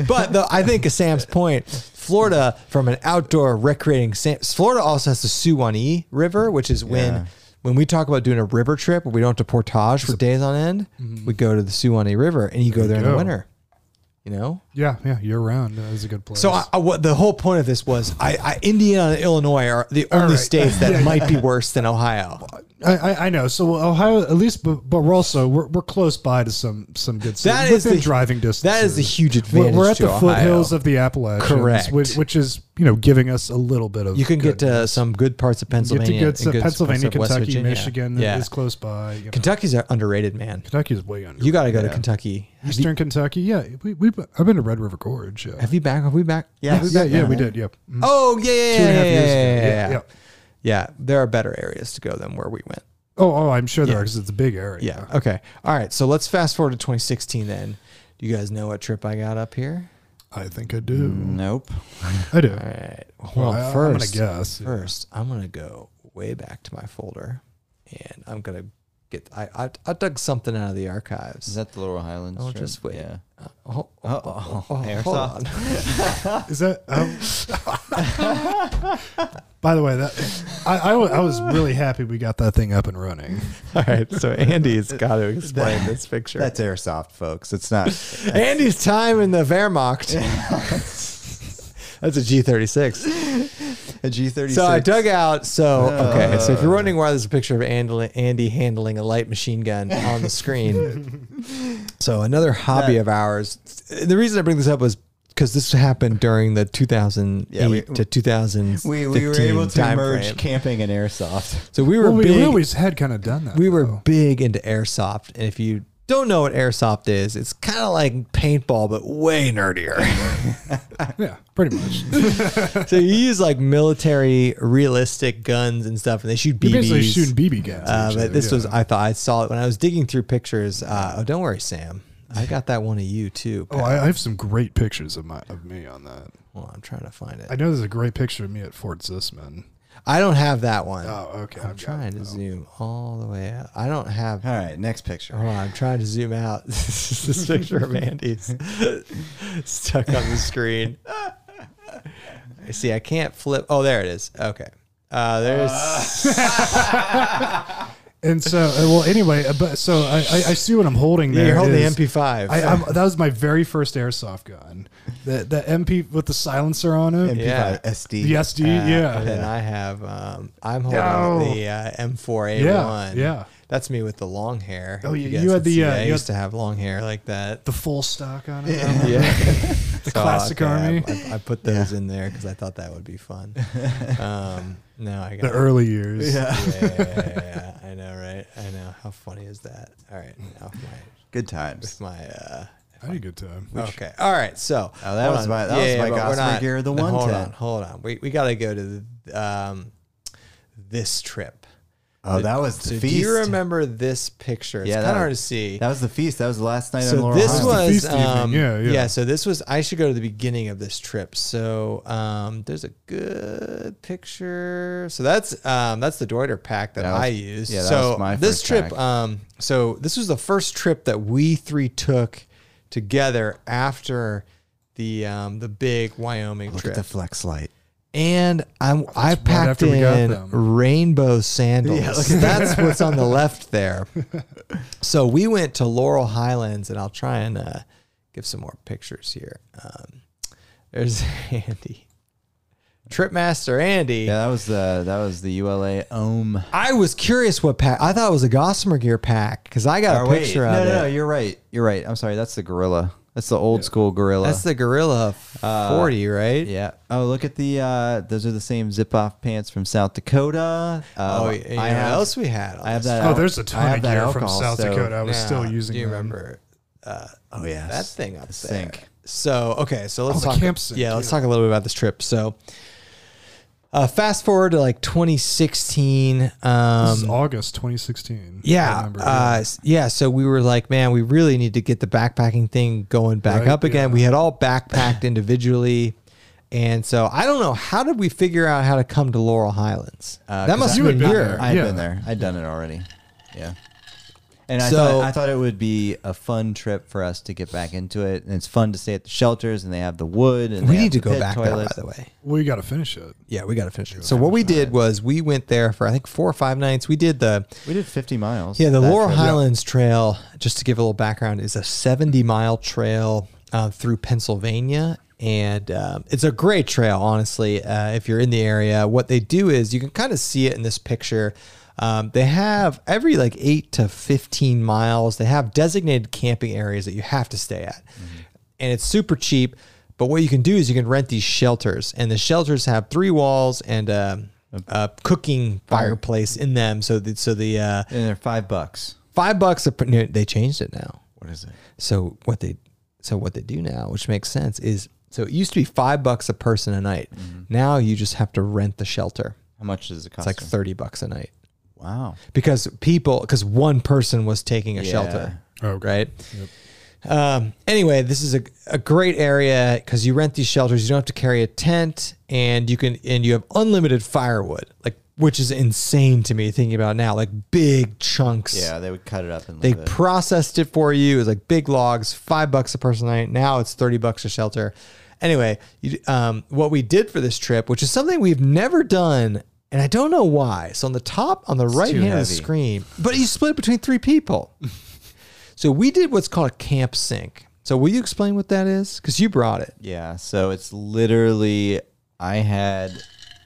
Speaker 1: But the, I think, to Sam's point, Florida, from an outdoor recreating, Sam, Florida also has the Suwannee River, which is
Speaker 3: Yeah.
Speaker 1: when when we talk about doing a river trip, we don't have to portage for days on end. We go to the Suwannee River, and you go Mm-hmm. there in
Speaker 2: go.
Speaker 1: the winter. You know,
Speaker 2: Yeah, yeah, year round uh, is a good place.
Speaker 1: So I, I, what the whole point of this was, I, I Indiana and Illinois are the only
Speaker 2: right.
Speaker 1: states <laughs> that might be worse than Ohio.
Speaker 2: I, I, I know. So Ohio, at least, but, but we're also we're, we're close by to some some good cities
Speaker 1: That is
Speaker 2: within
Speaker 1: the
Speaker 2: driving distance.
Speaker 1: That is a huge
Speaker 2: We're,
Speaker 1: advantage.
Speaker 2: we're at
Speaker 1: to
Speaker 2: the
Speaker 1: Ohio.
Speaker 2: foothills of the Appalachians,
Speaker 1: Correct.
Speaker 2: Which, which is you know giving us a little bit of.
Speaker 1: You can get
Speaker 2: good-
Speaker 1: to some good parts of
Speaker 2: get
Speaker 1: Pennsylvania,
Speaker 2: to good,
Speaker 1: and good
Speaker 2: Pennsylvania,
Speaker 1: parts of West
Speaker 2: Kentucky,
Speaker 1: Virginia.
Speaker 2: Michigan
Speaker 1: Yeah,
Speaker 2: is close by. You know,
Speaker 1: Kentucky's underrated, man.
Speaker 2: Kentucky's way under.
Speaker 1: You got to go to Kentucky. Have you,
Speaker 2: Eastern Kentucky, yeah. We we I've been to Red River Gorge. Yeah,
Speaker 1: have you back? Have we back?
Speaker 3: Yes.
Speaker 2: yeah, yeah,
Speaker 3: Yeah.
Speaker 2: we did. Yeah, Mhm.
Speaker 1: Oh yeah, yeah,
Speaker 2: Two and a half
Speaker 1: yeah,
Speaker 2: years
Speaker 1: yeah,
Speaker 2: ago.
Speaker 1: yeah,
Speaker 2: Yeah,
Speaker 1: yeah.
Speaker 2: yeah.
Speaker 1: Yeah, there are better areas to go than where we went.
Speaker 2: Oh, oh, I'm sure there are because it's a big area.
Speaker 1: Yeah. Okay. All right. So let's fast forward to 2016. Then, do you guys know what trip I got up here?
Speaker 2: I think I do.
Speaker 3: Nope.
Speaker 2: I do.
Speaker 1: Mm. All right. Well,
Speaker 2: I- I'm gonna
Speaker 1: first,
Speaker 2: guess.
Speaker 1: first, I'm gonna go way back to my folder, and I'm gonna get. I I, I dug something out of the
Speaker 3: Is
Speaker 1: archives.
Speaker 3: that the Laurel Highlands?
Speaker 1: Oh,
Speaker 3: trip?
Speaker 1: just wait.
Speaker 3: Yeah.
Speaker 1: Uh, ho-
Speaker 3: Oh,
Speaker 1: oh,
Speaker 3: oh,
Speaker 1: oh, hold
Speaker 3: airsoft.
Speaker 1: on. <laughs>
Speaker 2: Is that? Um, <laughs> by the way, that I, I, wa- I was really happy we got that thing up and running.
Speaker 1: All right. So Andy's got
Speaker 2: <laughs>
Speaker 1: to explain this picture.
Speaker 3: That's airsoft, folks.
Speaker 1: <laughs>
Speaker 3: It's not. <laughs>
Speaker 1: Andy's time in the Wehrmacht. That's a G36.
Speaker 3: A G thirty.
Speaker 1: So uh, I dug out. So
Speaker 3: Uh.
Speaker 1: okay. So if you're wondering why there's a picture of Andy, Andy handling a light machine gun on the screen,
Speaker 3: <laughs>
Speaker 1: so another hobby of ours. The reason I bring this up was because this happened during the 2008
Speaker 3: Yeah, we-
Speaker 1: to 2015
Speaker 3: We, we were able to
Speaker 1: time
Speaker 3: merge
Speaker 1: frame.
Speaker 3: camping and airsoft. <laughs>
Speaker 1: So we were
Speaker 2: Well, we,
Speaker 1: big.
Speaker 2: we always had kind of done that.
Speaker 1: we were
Speaker 3: Oh.
Speaker 2: though.
Speaker 1: big into airsoft, and if you don't know what airsoft is, it's kind of like paintball, but way nerdier.
Speaker 2: yeah,
Speaker 1: <laughs>
Speaker 2: pretty much.
Speaker 1: so you use like military realistic guns and stuff, and they shoot BBs.
Speaker 2: we basically shooting BB guns. at
Speaker 1: uh,
Speaker 2: each
Speaker 1: but
Speaker 2: other,
Speaker 1: this was
Speaker 2: yeah.
Speaker 1: I thought I saw it when I was digging through pictures. Uh, oh, don't worry, Sam. I got that one of you too.
Speaker 2: Oh, I, I have some great pictures of my of me on that.
Speaker 1: Well, I'm trying to find
Speaker 2: I
Speaker 1: it.
Speaker 2: know there's a great picture of me at Fort Zisman.
Speaker 1: I don't have that one.
Speaker 2: Oh, okay.
Speaker 1: I'm
Speaker 2: I've got
Speaker 1: trying
Speaker 2: it.
Speaker 1: to zoom all the way out. I don't have.
Speaker 3: All right, next picture.
Speaker 1: Hold on, I'm trying to zoom out. <laughs> this is this picture of Andy's <laughs> stuck on the screen. <laughs> I see. I can't flip. Oh, there it is. Okay. Uh, there's.
Speaker 2: And so, uh, well, anyway, uh, but so I, I, I see what I'm holding there.
Speaker 1: you're holding the
Speaker 2: is-
Speaker 1: MP5.
Speaker 2: I, I'm, that was my very first airsoft gun. The the MP with the silencer on it.
Speaker 3: MP5
Speaker 1: Yeah.
Speaker 3: SD.
Speaker 2: The SD,
Speaker 1: Uh,
Speaker 2: yeah.
Speaker 1: And then I have um, I'm holding
Speaker 2: No.
Speaker 1: the uh, M4A1.
Speaker 2: Yeah, yeah.
Speaker 1: That's me with the long hair.
Speaker 2: Oh,
Speaker 1: If
Speaker 2: you-
Speaker 1: guys
Speaker 2: you had
Speaker 1: could
Speaker 2: the,
Speaker 1: see,
Speaker 2: uh,
Speaker 1: I
Speaker 2: you
Speaker 1: used
Speaker 2: had-
Speaker 1: to have long hair like
Speaker 2: <laughs>
Speaker 1: that.
Speaker 2: the full stock on it.
Speaker 1: <laughs>
Speaker 2: Oh,
Speaker 1: Yeah.
Speaker 2: The classic army.
Speaker 1: I, I put those in there because I thought that would be
Speaker 2: <laughs>
Speaker 1: fun. Um, no, I
Speaker 2: the
Speaker 1: got
Speaker 2: early years.
Speaker 3: Yeah.
Speaker 1: <laughs> yeah, yeah, yeah,
Speaker 2: <laughs>
Speaker 1: yeah. I know, right? I know. How funny is that? All right. Now my
Speaker 3: Good times.
Speaker 1: my. Uh,
Speaker 2: I had a good time.
Speaker 1: Okay. All right. So
Speaker 3: Oh, that
Speaker 1: hold
Speaker 3: was
Speaker 1: on.
Speaker 3: my- that was my
Speaker 1: but we're
Speaker 3: Gossamer Gear, the
Speaker 1: no,
Speaker 3: one
Speaker 1: Hold
Speaker 3: ten.
Speaker 1: on, hold on. We we gotta go to the, um, this trip.
Speaker 3: Oh, that was the
Speaker 1: So
Speaker 3: feast.
Speaker 1: do you remember this picture? It's
Speaker 3: Yeah,
Speaker 1: kind
Speaker 3: that
Speaker 1: of hard to
Speaker 3: was-
Speaker 1: see.
Speaker 3: That was the feast. That was the last night on
Speaker 1: so
Speaker 3: Laurel
Speaker 1: this
Speaker 3: Highlands.
Speaker 2: Highland.
Speaker 1: was
Speaker 2: Feast evening,
Speaker 1: um,
Speaker 2: yeah, yeah.
Speaker 1: So this was I should go to the beginning of this trip. So um, there's a good picture. So that's um, that's the Deuter pack that,
Speaker 3: That was-
Speaker 1: I used.
Speaker 3: yeah, that
Speaker 1: so
Speaker 3: was my
Speaker 1: this
Speaker 3: first
Speaker 1: trip.
Speaker 3: pack.
Speaker 1: Um, so this was the first trip that we three took together after the um, the big Wyoming
Speaker 3: Look
Speaker 1: trip.
Speaker 3: at the flex light.
Speaker 1: and I'm, I packed
Speaker 2: after we got
Speaker 1: in
Speaker 2: them.
Speaker 1: rainbow sandals. That's what's on the left
Speaker 3: <laughs>
Speaker 1: there. So we went to Laurel Highlands, and I'll try and uh, give some more pictures here. Um, there's <laughs> Andy, Tripmaster Andy.
Speaker 3: Yeah, that was the that was the ULA Ohm.
Speaker 1: I was curious what pack. I thought it was a Gossamer Gear pack because I got a picture
Speaker 3: no,
Speaker 1: of
Speaker 3: no,
Speaker 1: it.
Speaker 3: you're right. You're right. I'm sorry. That's the gorilla. That's the old school gorilla.
Speaker 1: That's the Gorilla 40, right?
Speaker 3: Uh, yeah. Oh, look at the. Uh, those are the same zip-off pants from South Dakota. Uh,
Speaker 1: Oh, yeah. You know
Speaker 3: I
Speaker 1: what
Speaker 3: have,
Speaker 1: else we had? on
Speaker 3: I have
Speaker 1: this?
Speaker 3: that.
Speaker 2: Oh,
Speaker 3: al-
Speaker 2: there's a
Speaker 3: I
Speaker 2: ton
Speaker 3: have
Speaker 2: of
Speaker 3: that
Speaker 2: gear from
Speaker 3: alcohol,
Speaker 2: South
Speaker 3: so-
Speaker 2: Dakota. I was
Speaker 1: Now,
Speaker 2: still using.
Speaker 1: Do you
Speaker 2: them.
Speaker 1: remember? uh,
Speaker 3: Oh yeah,
Speaker 1: that thing up there.
Speaker 3: sink.
Speaker 1: So okay, so let's
Speaker 2: Oh, the
Speaker 1: talk.
Speaker 2: camp sink,
Speaker 1: yeah, let's
Speaker 2: yeah.
Speaker 1: talk a little bit about this trip. So, uh, fast forward to like 2016.
Speaker 2: This is
Speaker 1: Um,
Speaker 2: August 2016. I
Speaker 1: yeah,
Speaker 2: remember,
Speaker 1: uh, s- yeah. So we were like, man, we really need to get the backpacking thing going back
Speaker 2: Right,
Speaker 1: up again.
Speaker 2: yeah.
Speaker 1: We had all backpacked individually. And so I don't know how did we figure out how to come to Laurel Highlands?
Speaker 3: Uh,
Speaker 1: that
Speaker 3: 'cause
Speaker 1: must
Speaker 3: I-
Speaker 1: have been
Speaker 2: You had been
Speaker 1: your
Speaker 2: there.
Speaker 3: I've
Speaker 2: Yeah.
Speaker 3: been there. I'd done it already. Yeah. And I
Speaker 1: So-
Speaker 3: thought I thought it would be a fun trip for us to get back into it, and it's fun to stay at the shelters, and they have the wood. And
Speaker 1: We
Speaker 3: they have
Speaker 1: need to
Speaker 3: the
Speaker 1: go
Speaker 3: pit
Speaker 1: back there, by
Speaker 3: toilets.
Speaker 1: the way.
Speaker 2: well, you got to finish it.
Speaker 1: Yeah, we got to finish it. So what we did was we went there for I think four or five nights. We did the
Speaker 3: We did 50 miles.
Speaker 1: Yeah, the
Speaker 3: that
Speaker 1: Laurel
Speaker 3: trip.
Speaker 1: Highlands Trail, just to give a little background, is a 70 mile trail uh, through Pennsylvania. And um, it's a great trail, honestly, uh, if you're in the area. What they do is you can kind of see it in this picture. Um, they have every like eight to 15 miles, they have designated camping areas that you have to stay at.
Speaker 3: Mm-hmm.
Speaker 1: And it's super cheap. But what you can do is you can rent these shelters, and the shelters have three walls and um, a cooking fireplace in them. So, the, so the uh,
Speaker 3: And they're five bucks.
Speaker 1: five bucks a no, they changed it now.
Speaker 3: What is it?
Speaker 1: So what they so what they do now, which makes sense, is so it used to be five bucks a person a night.
Speaker 3: Mm-hmm.
Speaker 1: Now you just have to rent the shelter.
Speaker 3: How much does it cost?
Speaker 1: It's like thirty bucks a night
Speaker 3: wow.
Speaker 1: because people because one person was taking a
Speaker 3: Yeah.
Speaker 1: shelter,
Speaker 2: Okay.
Speaker 1: right? Um, anyway, this is a, a great area because you rent these shelters. You don't have to carry a tent, and you can and you have unlimited firewood, like which is insane to me thinking about now, like big chunks.
Speaker 3: Yeah, they would cut it up and
Speaker 1: They
Speaker 3: leave it.
Speaker 1: processed it for you. It was like big logs, five bucks a person night. Now it's thirty bucks a shelter. Anyway, you, um, what we did for this trip, which is something we've never done, and I don't know why. So on the top, on the right
Speaker 3: too
Speaker 1: hand of the
Speaker 3: heavy.
Speaker 1: screen, but you split it between three <laughs> people. so we did what's called a camp sink. So will you explain what that is? Because you brought it.
Speaker 3: Yeah, so it's literally I had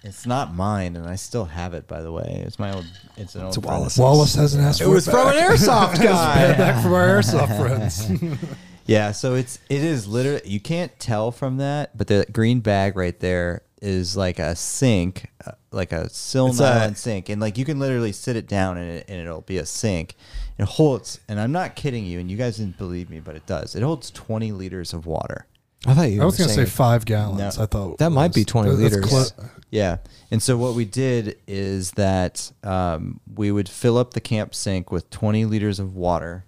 Speaker 3: it's not mine and I still have it by the way. It's my old it's an old friend.
Speaker 2: Wallace hasn't asked
Speaker 1: It
Speaker 2: for
Speaker 1: was
Speaker 2: it back. <laughs>
Speaker 1: from an airsoft guy.
Speaker 2: Bad back from our airsoft friends.
Speaker 3: Yeah, so it's it is literally you can't tell from that, but the green bag right there is like a sink, uh, like a sill
Speaker 1: a-
Speaker 3: nylon sink, and like you can literally sit it down and, it, and it'll be a sink. It holds, and I'm not kidding you, and you guys didn't believe me, but it does. It holds 20 liters of water.
Speaker 1: I thought you.
Speaker 2: I was
Speaker 1: were
Speaker 2: going to say
Speaker 1: saying-
Speaker 2: five gallons.
Speaker 3: No.
Speaker 2: I thought
Speaker 1: That
Speaker 2: it
Speaker 1: might be
Speaker 2: was-
Speaker 1: 20
Speaker 2: that's
Speaker 1: liters.
Speaker 2: close.
Speaker 3: Yeah. And so what we did is that um, we would fill up the camp sink with 20 liters of water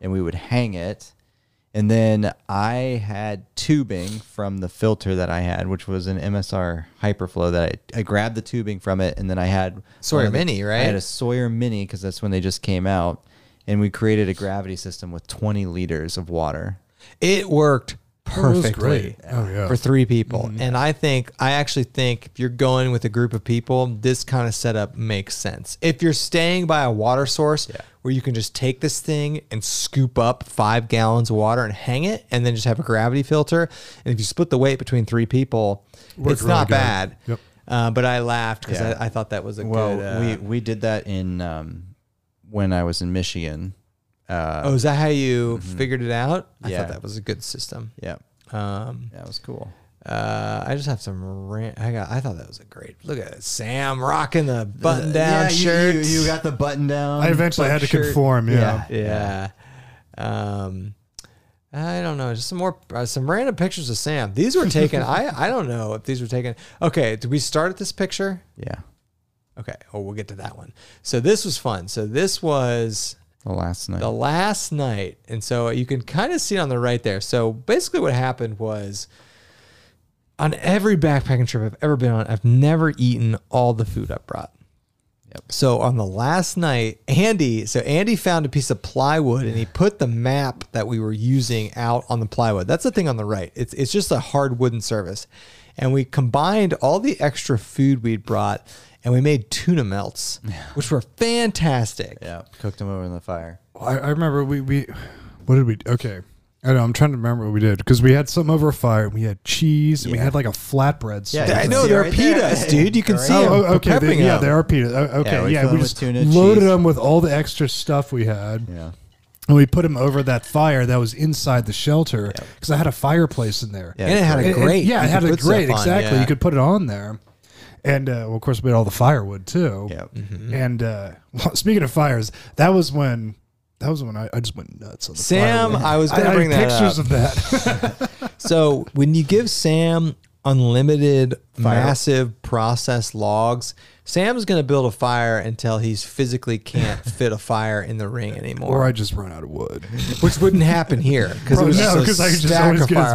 Speaker 3: and we would hang it. And then I had tubing from the filter that I had, which was an MSR Hyperflow that I, I grabbed the tubing from it. And then I had
Speaker 1: Sawyer
Speaker 3: one of the-
Speaker 1: Mini, right?
Speaker 3: I had a Sawyer Mini because that's when they just came out. And we created a gravity system with 20 liters of water.
Speaker 1: It worked
Speaker 2: That was
Speaker 1: perfectly.
Speaker 2: great. Oh yeah. Mm-hmm.
Speaker 1: for three people. And I think, I actually think if you're going with a group of people, this kind of setup makes sense. If you're staying by a water source where you can just take this thing and scoop up five gallons of water and hang it and then just have a gravity filter. And if you split the weight between three people, it's
Speaker 2: really
Speaker 1: not
Speaker 2: good.
Speaker 1: bad.
Speaker 2: Yep.
Speaker 1: Uh, but I laughed because
Speaker 3: Yeah.
Speaker 1: I, I thought that was a
Speaker 3: Well,
Speaker 1: good. Uh,
Speaker 3: we, we did that in um, when I was in Michigan.
Speaker 2: uh,
Speaker 1: oh, is that how you
Speaker 2: mm-hmm.
Speaker 1: figured it out? I
Speaker 3: Yeah.
Speaker 1: thought that was a good system.
Speaker 3: Yeah.
Speaker 1: Um,
Speaker 3: That was cool.
Speaker 1: Uh, I just have some rant. I got. I thought that was a great. Look at Sam rocking the button down
Speaker 3: Uh, Yeah, you-
Speaker 1: shirt.
Speaker 3: You, you got the button down.
Speaker 2: I eventually had to
Speaker 3: shirt.
Speaker 2: conform. Yeah.
Speaker 1: <laughs> yeah. Um, I don't know. Just some more, uh, some random pictures of Sam. These were
Speaker 3: <laughs>
Speaker 1: taken. I I don't know if these were taken. Okay, did we start at this picture?
Speaker 3: Yeah.
Speaker 1: Okay. Oh, we'll get to that one. So this was fun. So this was
Speaker 3: The last night.
Speaker 1: the last night. And so you can kind of see it on the right there. So basically, what happened was on every backpacking trip I've ever been on, I've never eaten all the food I brought.
Speaker 3: Yep.
Speaker 1: So on the last night, Andy, so Andy found a piece of plywood and he put the map that we were using out on the plywood. That's the thing on the right. It's it's just a hard wooden surface. And we combined all the extra food we'd brought and we made tuna melts, which were fantastic.
Speaker 3: yeah. Cooked them over in the fire.
Speaker 2: I, I remember we, we what did we okay I know I'm trying to remember what we did because we had some over a fire and we had cheese and we had like a flatbread
Speaker 3: Yeah,
Speaker 2: sandwich.
Speaker 1: I
Speaker 3: can
Speaker 1: know
Speaker 3: see
Speaker 1: they're
Speaker 3: right
Speaker 2: <laughs>
Speaker 3: there.
Speaker 1: pitas, dude. You can see
Speaker 2: Oh,
Speaker 1: them.
Speaker 2: oh, okay. They, yeah, they
Speaker 1: they're
Speaker 2: are pita. Oh, okay,
Speaker 3: Yeah, we
Speaker 2: yeah.
Speaker 3: fill
Speaker 2: we
Speaker 3: 'em with
Speaker 2: just
Speaker 3: tuna,
Speaker 2: loaded
Speaker 3: cheese.
Speaker 2: them with all the extra stuff we had,
Speaker 3: Yeah.
Speaker 2: and we put them over that fire that was inside the shelter because I had a fireplace in there.
Speaker 1: and it had a
Speaker 2: And- and-
Speaker 1: grate.
Speaker 2: yeah,
Speaker 1: You
Speaker 2: it had
Speaker 1: could
Speaker 2: a
Speaker 1: put stuff
Speaker 2: grate.
Speaker 1: on,
Speaker 2: Exactly.
Speaker 1: yeah.
Speaker 2: You could put it on there. And uh, well, of course, we had all the firewood too.
Speaker 3: Yeah.
Speaker 2: And uh, <laughs> well, speaking of fires, that was when that was when I, I just went nuts on the
Speaker 1: Sam,
Speaker 2: firewood.
Speaker 1: I was gonna
Speaker 2: had
Speaker 1: bring that
Speaker 2: pictures
Speaker 1: up. <laughs>
Speaker 2: of that.
Speaker 1: So when you give Sam unlimited, massive processed logs, Sam's going to build a fire until he's physically
Speaker 2: <laughs>
Speaker 1: can't fit a fire in the ring
Speaker 2: or
Speaker 1: anymore,
Speaker 2: I just run out
Speaker 1: <laughs>
Speaker 2: of wood.
Speaker 1: which wouldn't happen here because it
Speaker 2: Bro,
Speaker 1: was
Speaker 2: no,
Speaker 1: just a
Speaker 2: I could just
Speaker 1: stack
Speaker 2: always
Speaker 1: of
Speaker 2: get as much.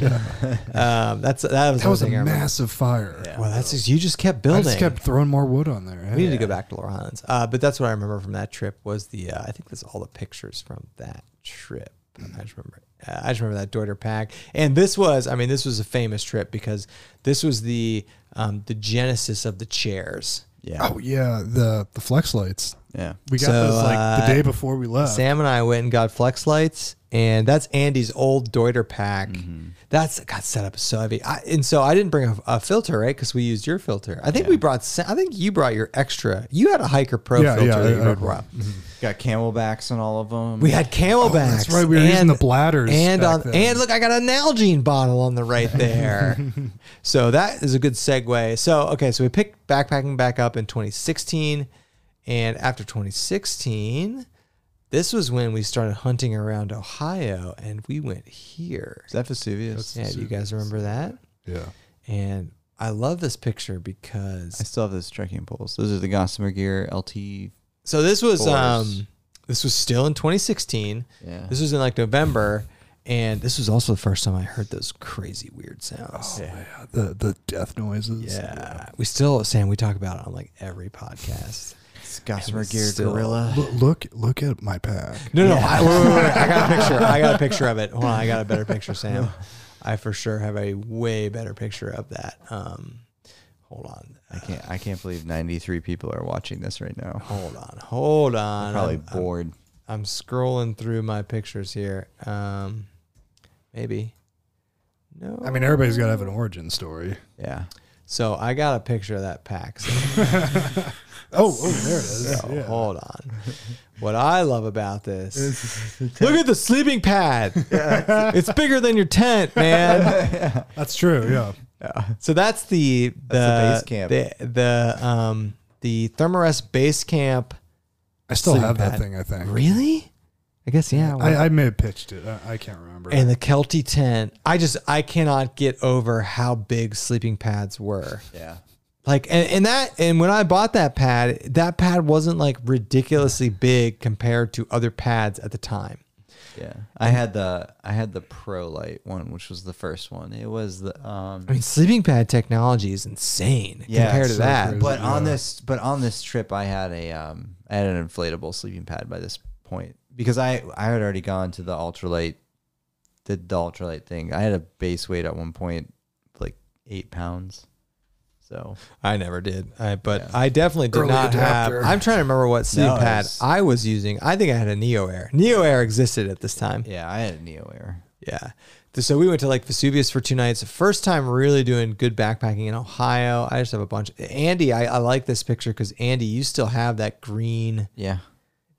Speaker 1: firewood.
Speaker 2: Yeah.
Speaker 1: Um, that's that was,
Speaker 2: That was a
Speaker 1: thing I remember.
Speaker 2: massive fire.
Speaker 1: Well, that's just, you just kept
Speaker 2: I
Speaker 1: building.
Speaker 2: just kept throwing more wood on there.
Speaker 1: we need to go back to Laurel Highlands, uh, but that's what I remember from that trip was the. Uh, I think that's all the pictures from that trip. I just remember. Uh, I just remember that Deuter pack, and this was. I mean, this was a famous trip because this was the um, the genesis of the chairs.
Speaker 3: Yeah.
Speaker 2: Oh yeah, the the flex lights.
Speaker 3: Yeah.
Speaker 2: We got
Speaker 1: So,
Speaker 2: those like
Speaker 1: uh,
Speaker 2: the day before we left.
Speaker 1: Sam and I went and got flex lights, and that's Andy's old Deuter pack.
Speaker 2: Mm-hmm.
Speaker 1: That's got set up so heavy. I, and so I didn't bring a, a filter, right? Because we used your filter. I think we brought. se- I think you brought your extra. You had a Hiker Pro
Speaker 2: Yeah,
Speaker 1: filter.
Speaker 2: yeah,
Speaker 1: that you
Speaker 2: I- Mm-hmm.
Speaker 1: brought,
Speaker 2: I-
Speaker 1: Rob.
Speaker 3: Got camelbacks on all of them.
Speaker 1: We had Camelbacks.
Speaker 2: Oh, that's right, we were using the bladders
Speaker 1: And
Speaker 2: back
Speaker 1: on
Speaker 2: then.
Speaker 1: and look, I got a Nalgene bottle on the
Speaker 2: <laughs>
Speaker 1: right there. so that is a good segue. So okay, so we picked backpacking back up in 2016, and after 2016, this was when we started hunting around Ohio, and we went here.
Speaker 3: Is that Vesuvius?
Speaker 1: Yeah, do you guys remember that?
Speaker 2: Yeah.
Speaker 1: And I love this picture because
Speaker 3: I still have those trekking poles. Those are the Gossamer Gear LT.
Speaker 1: So this was
Speaker 3: Forest.
Speaker 1: um this was still in 2016.
Speaker 3: Yeah.
Speaker 1: This was in like November and this was also the first time I heard those crazy weird sounds. yeah.
Speaker 2: Yeah, The the death noises.
Speaker 1: We still Sam, we talk about it on like every podcast.
Speaker 3: It's Gossamer
Speaker 1: was
Speaker 3: Gear
Speaker 1: still-
Speaker 3: Gorilla.
Speaker 2: Look, look look at my pack.
Speaker 1: No, no, I, wait, wait, wait, wait. I got a picture. I got a picture of it. Hold on, I got a better picture, <laughs> Sam. I for sure have a way better picture of that. Um hold on.
Speaker 3: I can't. I can't believe 93 people are watching this right now.
Speaker 1: Hold on. Hold on.
Speaker 3: Probably
Speaker 1: I'm- I'm-
Speaker 3: bored.
Speaker 1: I'm scrolling through my pictures here. Um maybe. No.
Speaker 2: I mean, everybody's got to have an origin story.
Speaker 3: yeah.
Speaker 1: So I got a picture of that pack. So
Speaker 2: Oh, oh there
Speaker 1: <laughs>
Speaker 2: it is. yeah.
Speaker 1: hold on. What I love about this, look at the sleeping pad. it's bigger than your tent, man. <laughs>
Speaker 2: That's true. Yeah.
Speaker 1: So that's the the
Speaker 3: That's the base
Speaker 1: camp. The, the um the Thermarest base camp.
Speaker 2: I still
Speaker 1: Sleeping
Speaker 2: have
Speaker 1: pad.
Speaker 2: that thing, I think.
Speaker 1: Really? I guess yeah.
Speaker 2: I, I may have pitched it. I, I can't remember.
Speaker 1: and the Kelty tent. I just I cannot get over how big sleeping pads were.
Speaker 3: Yeah.
Speaker 1: Like and, and that and when I bought that pad, that pad wasn't like ridiculously big compared to other pads at the time.
Speaker 3: Yeah. I had the I had the Pro Light one, which was the first one. It was the um.
Speaker 1: I mean, sleeping pad technology is insane
Speaker 3: Yeah,
Speaker 1: compared to
Speaker 3: it's so
Speaker 1: that.
Speaker 2: crazy.
Speaker 3: But on this but on this trip, I had a um I had an inflatable sleeping pad by this point because I I had already gone to the ultralight, did the ultralight thing. I had a base weight at one point like eight pounds. So
Speaker 1: I never did. I but I definitely did
Speaker 2: Early
Speaker 1: not
Speaker 2: adapter.
Speaker 1: have. I'm trying to remember what sleeping
Speaker 3: No,
Speaker 1: pad
Speaker 3: it's-
Speaker 1: I was using. I think I had a Neo Air. Neo Air existed at this time.
Speaker 3: yeah, I had a Neo Air.
Speaker 1: Yeah. Th- So we went to Lake Vesuvius for two nights. First time really doing good backpacking in Ohio. I just have a bunch. Andy, I, I like this picture because Andy, you still have that green.
Speaker 3: Yeah.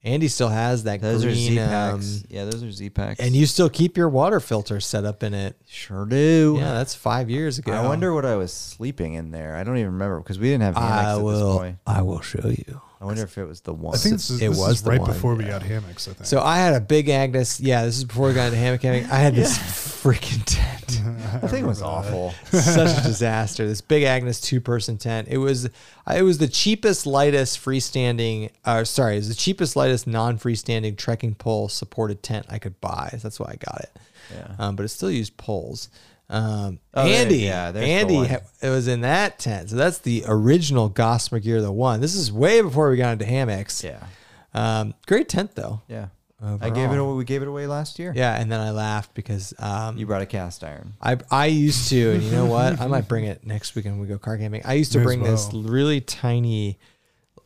Speaker 1: Andy still has that
Speaker 3: Those are Z
Speaker 1: green. Um,
Speaker 3: packs. yeah, those are Z packs.
Speaker 1: and you still keep your water filter set up in it.
Speaker 3: sure do.
Speaker 1: Yeah, that's five years ago.
Speaker 3: I wonder what I was sleeping in there. I don't even remember because we didn't have
Speaker 1: I
Speaker 3: hammocks at this
Speaker 1: will.
Speaker 3: point.
Speaker 1: I will show you.
Speaker 3: I wonder if it was the one.
Speaker 2: I think this is,
Speaker 1: it
Speaker 2: this
Speaker 1: was
Speaker 2: is
Speaker 1: the
Speaker 2: right
Speaker 1: one,
Speaker 2: before we got hammocks, I think.
Speaker 1: So I had a big Agnes. Yeah, this is before we got into hammock camping. I had this freaking tent.
Speaker 3: I think it was awful. <laughs>
Speaker 1: such a disaster. This big Agnes two person tent. It was uh, it was the cheapest, lightest freestanding. Uh, sorry, it was the cheapest, lightest non freestanding trekking pole supported tent I could buy. That's why I got it.
Speaker 3: Yeah.
Speaker 1: Um, but it still used poles. Um,
Speaker 3: Oh, there-
Speaker 1: Andy,
Speaker 3: yeah, there's the
Speaker 1: Andy,
Speaker 3: one.
Speaker 1: ha- it was in that tent. So that's the original Gossamer Gear, the one. This is way before we got into hammocks.
Speaker 3: Yeah.
Speaker 1: Um, great tent though.
Speaker 3: Yeah. I gave it away. We gave it away last year.
Speaker 1: Yeah, and then I laughed because um,
Speaker 3: You brought a cast iron.
Speaker 1: I, I used to, and you
Speaker 3: <laughs>
Speaker 1: know what? I might bring it next week when we go car camping. I used to
Speaker 2: May as
Speaker 1: bring this
Speaker 2: well.
Speaker 1: really tiny,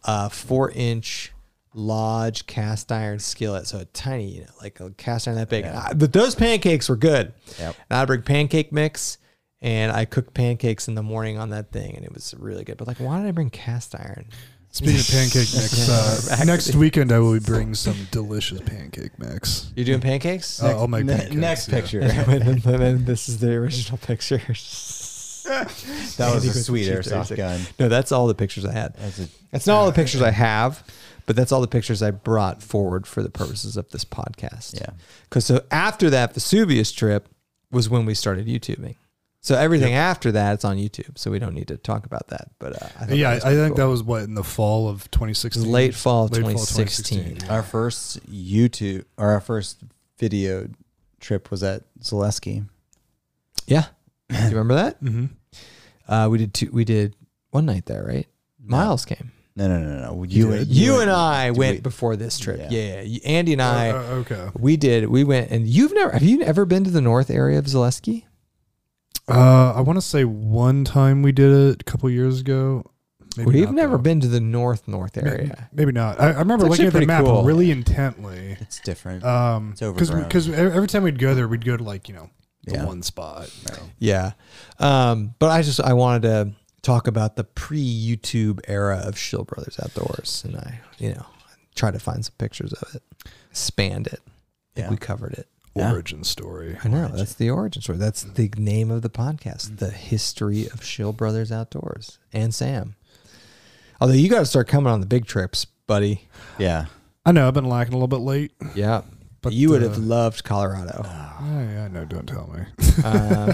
Speaker 1: uh, four inch lodge cast iron skillet. So a tiny, you know, like a cast iron that big. And I- but those pancakes were good.
Speaker 3: Yep.
Speaker 1: And I'd bring pancake mix, and I cooked pancakes in the morning on that thing, and it was really good. But like, why did I bring cast iron?
Speaker 2: Speaking of
Speaker 1: <laughs>
Speaker 2: pancake mix, uh, next weekend I will bring some delicious pancake mix.
Speaker 1: You're doing pancakes?
Speaker 2: Uh, I'll make
Speaker 3: Ne-
Speaker 2: pancakes.
Speaker 3: next
Speaker 2: yeah.
Speaker 3: <laughs> picture.
Speaker 1: <laughs> and then this is the original picture. <laughs>
Speaker 3: <laughs> That was
Speaker 1: Andy
Speaker 3: a
Speaker 1: with the
Speaker 3: sweet airsoft
Speaker 1: 236.
Speaker 3: gun.
Speaker 1: No, that's all the pictures I had.
Speaker 3: That's a-
Speaker 1: That's not all the pictures I have, but that's all the pictures I brought forward for the purposes of this podcast.
Speaker 3: Yeah.
Speaker 1: Because so after that Vesuvius trip was when we started YouTubing. So everything after that it's on YouTube. So we don't need to talk about that. But uh, I thought
Speaker 2: Yeah, I, I
Speaker 1: that was pretty
Speaker 2: think
Speaker 1: cool.
Speaker 2: that was what in the fall of 2016.
Speaker 1: It was late fall of
Speaker 2: Late fall
Speaker 1: 2016.
Speaker 2: 2016.
Speaker 3: Our first YouTube or our first video trip was at Zaleski.
Speaker 1: yeah. Do you remember that?
Speaker 2: Mm-hmm.
Speaker 1: Uh, we did two. We did one night there, right? Miles came.
Speaker 3: No, no, no, no. You,
Speaker 2: did?
Speaker 1: You and I went
Speaker 3: we-
Speaker 1: before this trip.
Speaker 3: Yeah.
Speaker 1: Yeah. yeah. Andy and I.
Speaker 2: Uh, okay.
Speaker 1: We did. We went, and you've never. Have you ever been to the north area of Zaleski?
Speaker 2: Uh, I want to say one time we did it a couple years ago. Maybe
Speaker 1: We've
Speaker 2: not,
Speaker 1: never
Speaker 2: though.
Speaker 1: been to the north north area.
Speaker 2: Maybe not. I, I remember
Speaker 1: It's actually
Speaker 2: looking at the
Speaker 1: pretty
Speaker 2: map
Speaker 1: cool.
Speaker 2: really intently.
Speaker 3: It's different.
Speaker 2: Um,
Speaker 3: It's
Speaker 2: because
Speaker 3: overgrown.
Speaker 2: because every time we'd go there, we'd go to like you know the
Speaker 3: Yeah.
Speaker 2: one spot. you know.
Speaker 1: Yeah. Um, but I just I wanted to talk about the pre YouTube era of Shill Brothers Outdoors and I, you know, try to find some pictures of it. Spanned it.
Speaker 3: Yeah.
Speaker 1: We covered it.
Speaker 3: Yeah.
Speaker 2: Origin story.
Speaker 1: I know. That's the origin story. That's the name of the podcast, The History of Shill Brothers Outdoors and Sam. Although you got to start coming on the big trips, buddy.
Speaker 3: yeah.
Speaker 2: I know I've been lacking a little bit late.
Speaker 1: Yeah. But
Speaker 2: But,
Speaker 1: you would
Speaker 2: uh,
Speaker 1: have loved Colorado.
Speaker 2: Oh, yeah, I know. Don't tell me.
Speaker 1: <laughs> Um,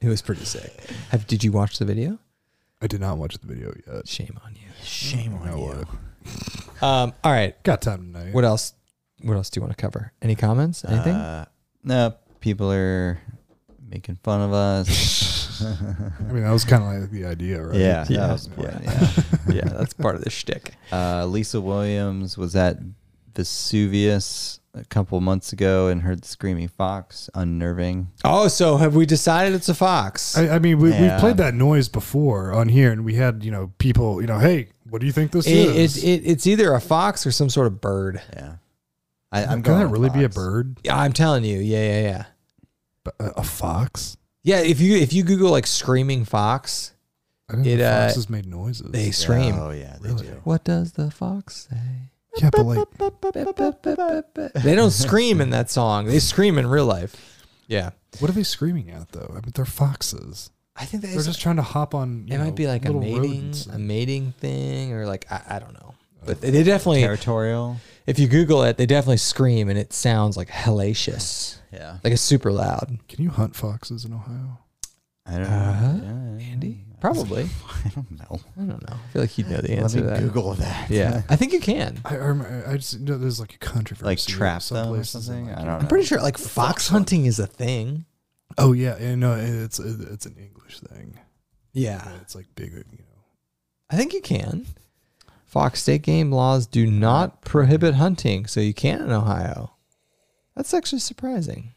Speaker 1: it was pretty sick. Have, did you watch the video?
Speaker 2: I did not watch the video yet.
Speaker 1: Shame on you.
Speaker 3: Shame on
Speaker 2: know
Speaker 3: you.
Speaker 2: what.
Speaker 1: Um, all right.
Speaker 2: Got time tonight.
Speaker 1: What else? What else do you want to cover? Any comments? Anything?
Speaker 3: Uh, no, people are making fun of <laughs> us.
Speaker 2: I mean, that was kind of like the idea, right?
Speaker 3: Yeah,
Speaker 1: Yeah.
Speaker 3: that was important. Yeah.
Speaker 1: <laughs> yeah, that's part of the shtick.
Speaker 3: Uh, Lisa Williams was at Vesuvius a couple months ago and heard the screaming fox, unnerving.
Speaker 1: Oh, so have we decided it's a fox?
Speaker 2: I, I mean, we,
Speaker 3: Yeah.
Speaker 2: we've played that noise before on here, and we had you know people, you know, hey, what do you think this
Speaker 1: it,
Speaker 2: is?
Speaker 1: it, it, it's either a fox or some sort of bird.
Speaker 3: Yeah, I, I'm
Speaker 2: Can
Speaker 3: going.
Speaker 2: that
Speaker 3: with
Speaker 2: really be a
Speaker 3: fox.
Speaker 2: bird?
Speaker 1: Yeah, I'm telling you. Yeah, yeah, yeah.
Speaker 2: B- A, a fox?
Speaker 1: Yeah, if you if you Google like screaming fox,
Speaker 2: I didn't
Speaker 1: It,
Speaker 2: know
Speaker 1: uh,
Speaker 2: foxes made noises.
Speaker 1: they
Speaker 3: Yeah,
Speaker 1: scream.
Speaker 3: Oh yeah, they
Speaker 2: Really?
Speaker 3: do.
Speaker 1: What does the fox say?
Speaker 2: yeah, but like,
Speaker 1: They don't scream in that song. They scream in real life. Yeah,
Speaker 2: what are they screaming at though? I mean, they're foxes.
Speaker 1: I think
Speaker 2: They're just trying to hop on. You
Speaker 1: it
Speaker 2: know,
Speaker 1: might be like a
Speaker 2: little
Speaker 1: mating
Speaker 2: rodents.
Speaker 1: a mating thing or like I, I don't know. But they they definitely
Speaker 3: Territorial.
Speaker 1: if you Google it, they definitely scream and it sounds like hellacious.
Speaker 3: Yeah.
Speaker 1: Like it's super loud.
Speaker 2: Can you hunt foxes in Ohio?
Speaker 3: I don't
Speaker 1: Uh-huh.
Speaker 3: know. Yeah,
Speaker 1: Andy? Probably.
Speaker 3: I don't know.
Speaker 1: I don't know. I feel like you'd know the
Speaker 3: Let
Speaker 1: answer
Speaker 3: me
Speaker 1: to that.
Speaker 3: Google that.
Speaker 1: Yeah. I think you can.
Speaker 2: I I remember, I just know there's like a controversy.
Speaker 3: like
Speaker 2: with
Speaker 3: trap
Speaker 2: some
Speaker 3: them or
Speaker 2: places and,
Speaker 3: something.
Speaker 2: like,
Speaker 3: I don't know.
Speaker 1: I'm pretty sure like fox hunting is a thing.
Speaker 2: Oh yeah, yeah, no, it's it's an English thing.
Speaker 1: Yeah.
Speaker 2: It's like big, you know.
Speaker 1: I think you can. Fox state game laws do not prohibit hunting, so you can in Ohio. That's actually surprising.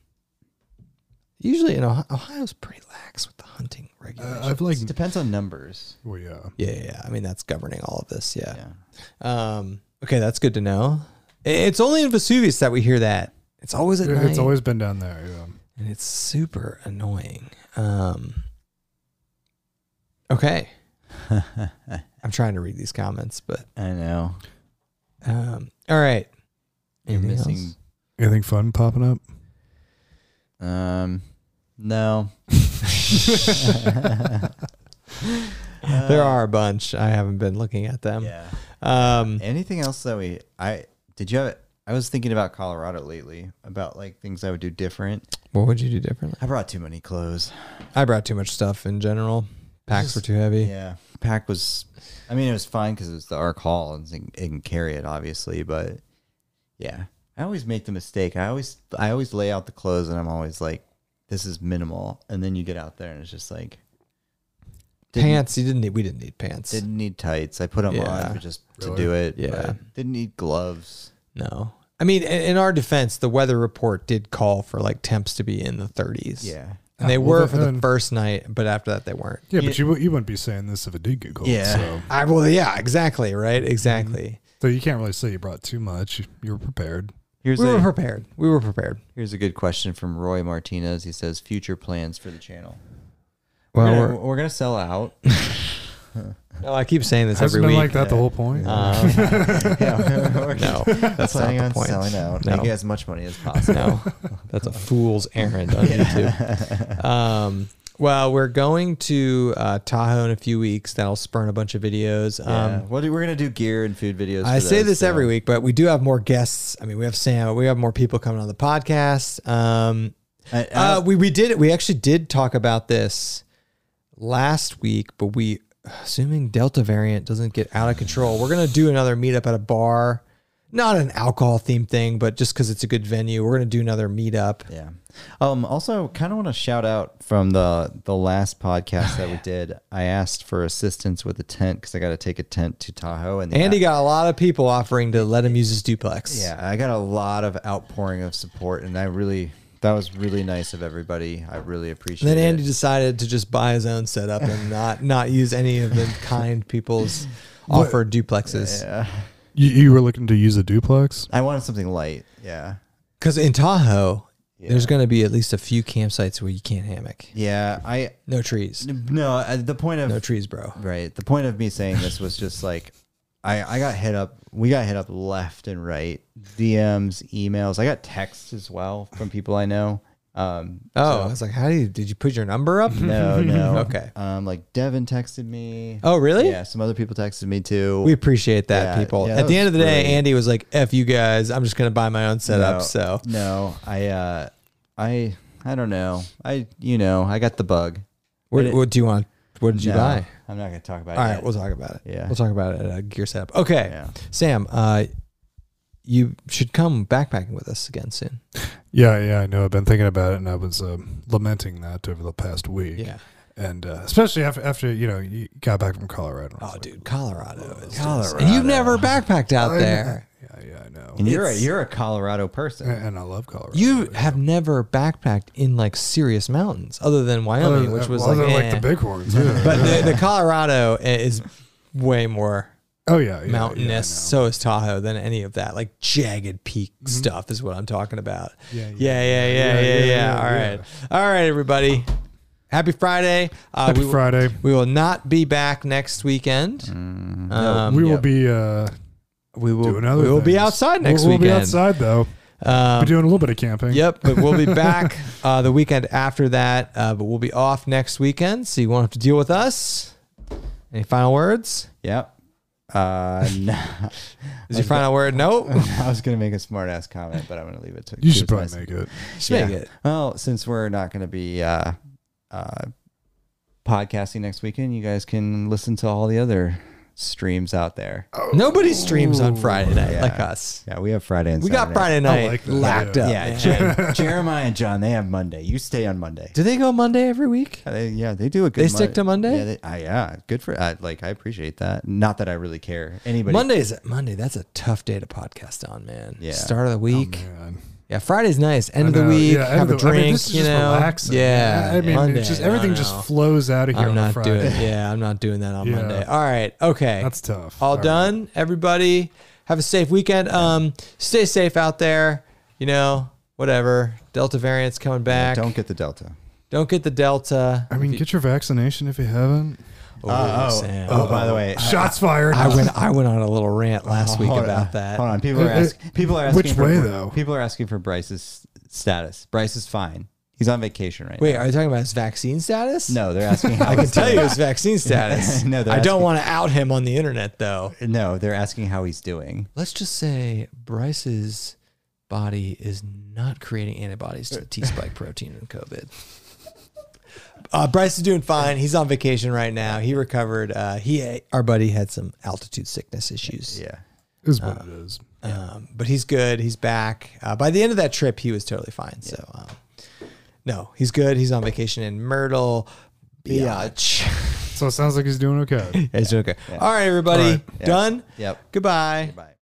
Speaker 1: Usually in Ohio, Ohio's pretty lax with the hunting regulations.
Speaker 2: Uh, I've like,
Speaker 3: <laughs> It depends on numbers.
Speaker 2: well, yeah.
Speaker 1: yeah, yeah, yeah. I mean that's governing all of this. Yeah.
Speaker 3: Yeah.
Speaker 1: Um, okay, that's good to know. I- It's only in Vesuvius that we hear that. It's always at night,
Speaker 2: It's always been down there. Yeah.
Speaker 1: and it's super annoying. Um, okay, I'm trying to read these comments, but
Speaker 3: <laughs> I know.
Speaker 1: um, all right.
Speaker 3: You're
Speaker 1: Anything
Speaker 3: missing.
Speaker 1: else?
Speaker 2: Anything fun popping up?
Speaker 3: Um, no. Uh,
Speaker 1: there are a bunch. I haven't been looking at them.
Speaker 3: Yeah.
Speaker 1: Um,
Speaker 3: Anything else that we I did you have I was thinking about Colorado lately about like things I would do different.
Speaker 1: what would you do differently?
Speaker 3: I brought too many clothes.
Speaker 1: I brought too much stuff in general. Packs were too heavy.
Speaker 3: Yeah, pack was. I mean, it was fine because it was the Arc Hall and it can- it can carry it obviously, but yeah, I always make the mistake. I always I always lay out the clothes and I'm always like, this is minimal, and then you get out there and it's just like didn't-
Speaker 1: Pants. You didn't need. We didn't need pants.
Speaker 3: Didn't need tights. I put them
Speaker 1: Yeah.
Speaker 3: on for just to
Speaker 2: Really?
Speaker 3: do it.
Speaker 1: Yeah.
Speaker 3: but Didn't need gloves.
Speaker 1: No. I mean, in, in our defense, the weather report did call for like temps to be in the 30s.
Speaker 3: Yeah.
Speaker 1: And they
Speaker 2: Oh, well,
Speaker 1: were for the
Speaker 2: then-
Speaker 1: first night, but after that, they weren't.
Speaker 2: Yeah, but you wou- you wouldn't be saying this if it did get cold.
Speaker 3: Yeah.
Speaker 2: So,
Speaker 1: I, well, yeah, exactly. Right.
Speaker 3: Mm-hmm.
Speaker 1: Exactly.
Speaker 2: so you can't really say you brought too much. You- You were prepared.
Speaker 3: Here's
Speaker 1: We were
Speaker 3: a
Speaker 1: prepared. We were prepared.
Speaker 3: here's a good question from Roy Martinez. He says future plans for the channel.
Speaker 1: Well,
Speaker 3: we're,
Speaker 1: we're,
Speaker 3: gonna, we're gonna sell out. <laughs>
Speaker 1: no, Oh, I keep saying this
Speaker 2: Has
Speaker 1: every
Speaker 2: been
Speaker 1: week.
Speaker 2: like that the whole point?
Speaker 1: Um,
Speaker 3: yeah, we're
Speaker 1: no, that's not
Speaker 3: planning
Speaker 1: the
Speaker 3: on
Speaker 1: point.
Speaker 3: selling out.
Speaker 1: No.
Speaker 3: Making as much money as possible.
Speaker 1: no, that's a fool's errand on YouTube. Um, well, we're going to uh, Tahoe in a few weeks. That'll spurn a bunch of videos.
Speaker 3: Yeah.
Speaker 1: Um,
Speaker 3: what do- we're gonna do gear and food videos.
Speaker 1: I
Speaker 3: for
Speaker 1: say
Speaker 3: those, uh,
Speaker 1: this
Speaker 3: so-
Speaker 1: every week, but we do have more guests. I mean, we have Sam, but we have more people coming on the podcast. Um,
Speaker 3: I- I
Speaker 1: uh,
Speaker 3: don't-
Speaker 1: we we did we actually did talk about this last week, but we assuming Delta variant doesn't get out of control, we're gonna do another meetup at a bar. Not an alcohol themed thing, but just because it's a good venue, we're gonna do another meetup.
Speaker 3: yeah. Um. Also, kind of want to shout out from the the last podcast
Speaker 1: Oh,
Speaker 3: that we did. I asked for assistance with a tent because I got to take a tent to Tahoe, and the
Speaker 1: Andy got a lot of people offering to let him use his duplex.
Speaker 3: Yeah, I got a lot of outpouring of support, and I really That was really nice of everybody. I really appreciate
Speaker 1: And then
Speaker 3: it.
Speaker 1: Andy decided to just buy his own setup and not not use any of
Speaker 3: <laughs>
Speaker 1: the kind people's offered duplexes.
Speaker 3: yeah.
Speaker 2: You, you were looking to use a duplex?
Speaker 3: I wanted something light. Yeah.
Speaker 1: Because in Tahoe, there's
Speaker 3: Yeah.
Speaker 1: going to be at least a few campsites where you can't hammock.
Speaker 3: Yeah. I
Speaker 1: No trees.
Speaker 3: no. uh, The point of
Speaker 1: No trees, bro. Oh,
Speaker 3: Right. The point of me saying this was just like I, I got hit up we got hit up left and right. DMs, emails. I got texts as well from people I know. Um
Speaker 1: <laughs> Oh, I was like, how do you, did you put your number up?
Speaker 3: no, no.
Speaker 1: <laughs> Okay.
Speaker 3: Um like Devin texted me.
Speaker 1: Oh, really?
Speaker 3: Yeah, some other people texted me too.
Speaker 1: We appreciate that,
Speaker 3: Yeah,
Speaker 1: people.
Speaker 3: yeah,
Speaker 1: At
Speaker 3: that
Speaker 1: the end of the
Speaker 3: was
Speaker 1: day,
Speaker 3: great.
Speaker 1: Andy was like, F you guys, I'm just going to buy my own setup.
Speaker 3: No,
Speaker 1: So
Speaker 3: No, I uh I I don't know. I you know, I got the bug.
Speaker 1: what,
Speaker 3: it-
Speaker 1: what do you want? What did you
Speaker 3: No,
Speaker 1: buy?
Speaker 3: I'm not gonna talk about
Speaker 1: All
Speaker 3: it.
Speaker 1: right,
Speaker 3: yet.
Speaker 1: we'll talk about it.
Speaker 3: Yeah.
Speaker 1: We'll talk about it at uh, Gear Setup. Okay.
Speaker 3: Yeah.
Speaker 1: Sam, uh, you should come backpacking with us again soon.
Speaker 2: Yeah, yeah, I know. I've been thinking about it, and I was um, lamenting that over the past week. and uh, especially after after you know you got back from Colorado.
Speaker 1: Oh, dude, Colorado is Colorado.
Speaker 3: Colorado.
Speaker 1: And you've never backpacked out
Speaker 2: I know.
Speaker 1: there.
Speaker 2: Yeah, yeah, I know.
Speaker 3: And you're a
Speaker 1: It's-
Speaker 3: you're a Colorado person.
Speaker 2: And and I love Colorado.
Speaker 1: You have never backpacked in like serious mountains, other than Wyoming,
Speaker 2: Other-
Speaker 1: which was
Speaker 2: other
Speaker 1: like,
Speaker 2: than,
Speaker 1: eh. <laughs>
Speaker 2: the Bighorns. Yeah.
Speaker 1: But the, the Colorado eh, is way more
Speaker 2: oh yeah, yeah,
Speaker 1: mountainous.
Speaker 2: Yeah,
Speaker 1: so is Tahoe than any of that. Like jagged peak stuff is what I'm talking about.
Speaker 2: Mm-hmm. Yeah,
Speaker 1: yeah, yeah, yeah, yeah, yeah.
Speaker 2: yeah,
Speaker 1: All
Speaker 2: yeah.
Speaker 1: right, all right, everybody. Happy Friday. Uh,
Speaker 2: I know. Happy
Speaker 1: we will-
Speaker 2: Friday.
Speaker 1: We will not be back next weekend.
Speaker 3: Mm,
Speaker 1: Um,
Speaker 2: we
Speaker 1: we,
Speaker 2: will be uh,
Speaker 1: will.
Speaker 2: doing other.
Speaker 1: we will be
Speaker 2: things.
Speaker 1: outside next
Speaker 2: we'll, We'll
Speaker 1: weekend.
Speaker 2: be outside though.
Speaker 1: Um,
Speaker 3: <laughs>
Speaker 2: We're doing a little bit of camping.
Speaker 1: Yep, but we'll be back uh, the weekend after that. Uh, but we'll be off next weekend, so you won't have to deal with us. Any final words?
Speaker 3: Yep. Uh, <laughs> no.
Speaker 1: Is your final word
Speaker 3: <laughs>
Speaker 1: no?
Speaker 3: I was gonna make a smart ass comment, but I'm gonna leave it to
Speaker 2: You should
Speaker 3: to
Speaker 2: probably
Speaker 3: myself.
Speaker 2: make it.
Speaker 1: Just
Speaker 3: Yeah.
Speaker 1: make it.
Speaker 3: Well, since we're not gonna be uh, uh, podcasting next weekend, you guys can listen to all the other streams out there.
Speaker 1: Nobody streams on Friday night
Speaker 3: Yeah.
Speaker 1: like us.
Speaker 3: Yeah, we have Friday and
Speaker 1: We got
Speaker 3: Saturday.
Speaker 1: Friday night
Speaker 2: like that.
Speaker 1: lapped
Speaker 2: Yeah.
Speaker 1: up.
Speaker 3: Yeah,
Speaker 1: man.
Speaker 3: Jer- Jeremiah and John, they have Monday. You stay on Monday.
Speaker 1: <laughs> Do they go Monday every week?
Speaker 3: Yeah, They, yeah, they do a good.
Speaker 1: They stick to Monday?
Speaker 3: Yeah, they, uh, yeah, good for. I, like, I appreciate that. Not that I really care. Anybody?
Speaker 1: Monday's Monday. That's a tough day to podcast on, man.
Speaker 3: Yeah. Oh,
Speaker 1: Start of the week.
Speaker 2: Man.
Speaker 1: Yeah, Friday's nice. End
Speaker 2: I
Speaker 1: of the
Speaker 2: know,
Speaker 1: week,
Speaker 2: yeah, end
Speaker 1: have a
Speaker 2: of the-
Speaker 1: drink.
Speaker 2: I mean, this is
Speaker 1: you
Speaker 2: just
Speaker 1: know,
Speaker 2: relaxing.
Speaker 1: yeah.
Speaker 2: I mean,
Speaker 1: Monday,
Speaker 2: it's just
Speaker 1: I
Speaker 2: everything
Speaker 1: don't
Speaker 2: just
Speaker 1: know.
Speaker 2: flows out of here
Speaker 1: I'm
Speaker 2: on a
Speaker 1: not
Speaker 2: Friday.
Speaker 1: doing. Yeah, I'm not doing that on
Speaker 2: Yeah.
Speaker 1: Monday. All right, okay.
Speaker 2: That's tough.
Speaker 1: All,
Speaker 2: right.
Speaker 1: done. Everybody, have a safe weekend. Um, stay safe out there. You know, whatever. Delta variant's coming back.
Speaker 3: don't get the Delta.
Speaker 1: don't get the Delta.
Speaker 2: I mean, get your vaccination if you haven't.
Speaker 1: Oh,
Speaker 3: Uh, oh,
Speaker 1: Sam.
Speaker 3: oh, by the way, I-
Speaker 2: Shots fired.
Speaker 1: I went. I went on a little rant last week
Speaker 3: Oh, Hold on,
Speaker 1: about that.
Speaker 3: Hold on, people are
Speaker 2: Uh, uh,
Speaker 3: asking. People are asking
Speaker 2: which
Speaker 3: for,
Speaker 2: way, though?
Speaker 3: People are asking for Bryce's status. Bryce is fine. He's on vacation right
Speaker 1: Wait, are you talking about his vaccine status?
Speaker 3: now. No, they're
Speaker 1: <laughs>
Speaker 3: asking. How
Speaker 1: I can
Speaker 3: <laughs> he's
Speaker 1: tell you
Speaker 3: doing.
Speaker 1: his vaccine status.
Speaker 3: <laughs> No, they're
Speaker 1: I don't
Speaker 3: asking-
Speaker 1: want to out him on the internet though.
Speaker 3: No, they're asking how he's doing.
Speaker 1: Let's just say Bryce's body is not creating antibodies to the T spike protein in COVID. <laughs> Uh, Bryce is doing fine. He's on vacation right now. He recovered. Uh, he our buddy had some altitude sickness issues,
Speaker 3: Yeah.
Speaker 2: <laughs> is what it is.
Speaker 1: um, but he's good. He's back. Uh, by the end of that trip, he was totally fine. So, um, no, he's good. He's on vacation in Myrtle Beach. <laughs>
Speaker 2: So it sounds like he's doing okay.
Speaker 1: it's okay. All right, everybody,
Speaker 2: All right.
Speaker 1: done.
Speaker 3: Yep.
Speaker 1: Goodbye.
Speaker 3: Bye.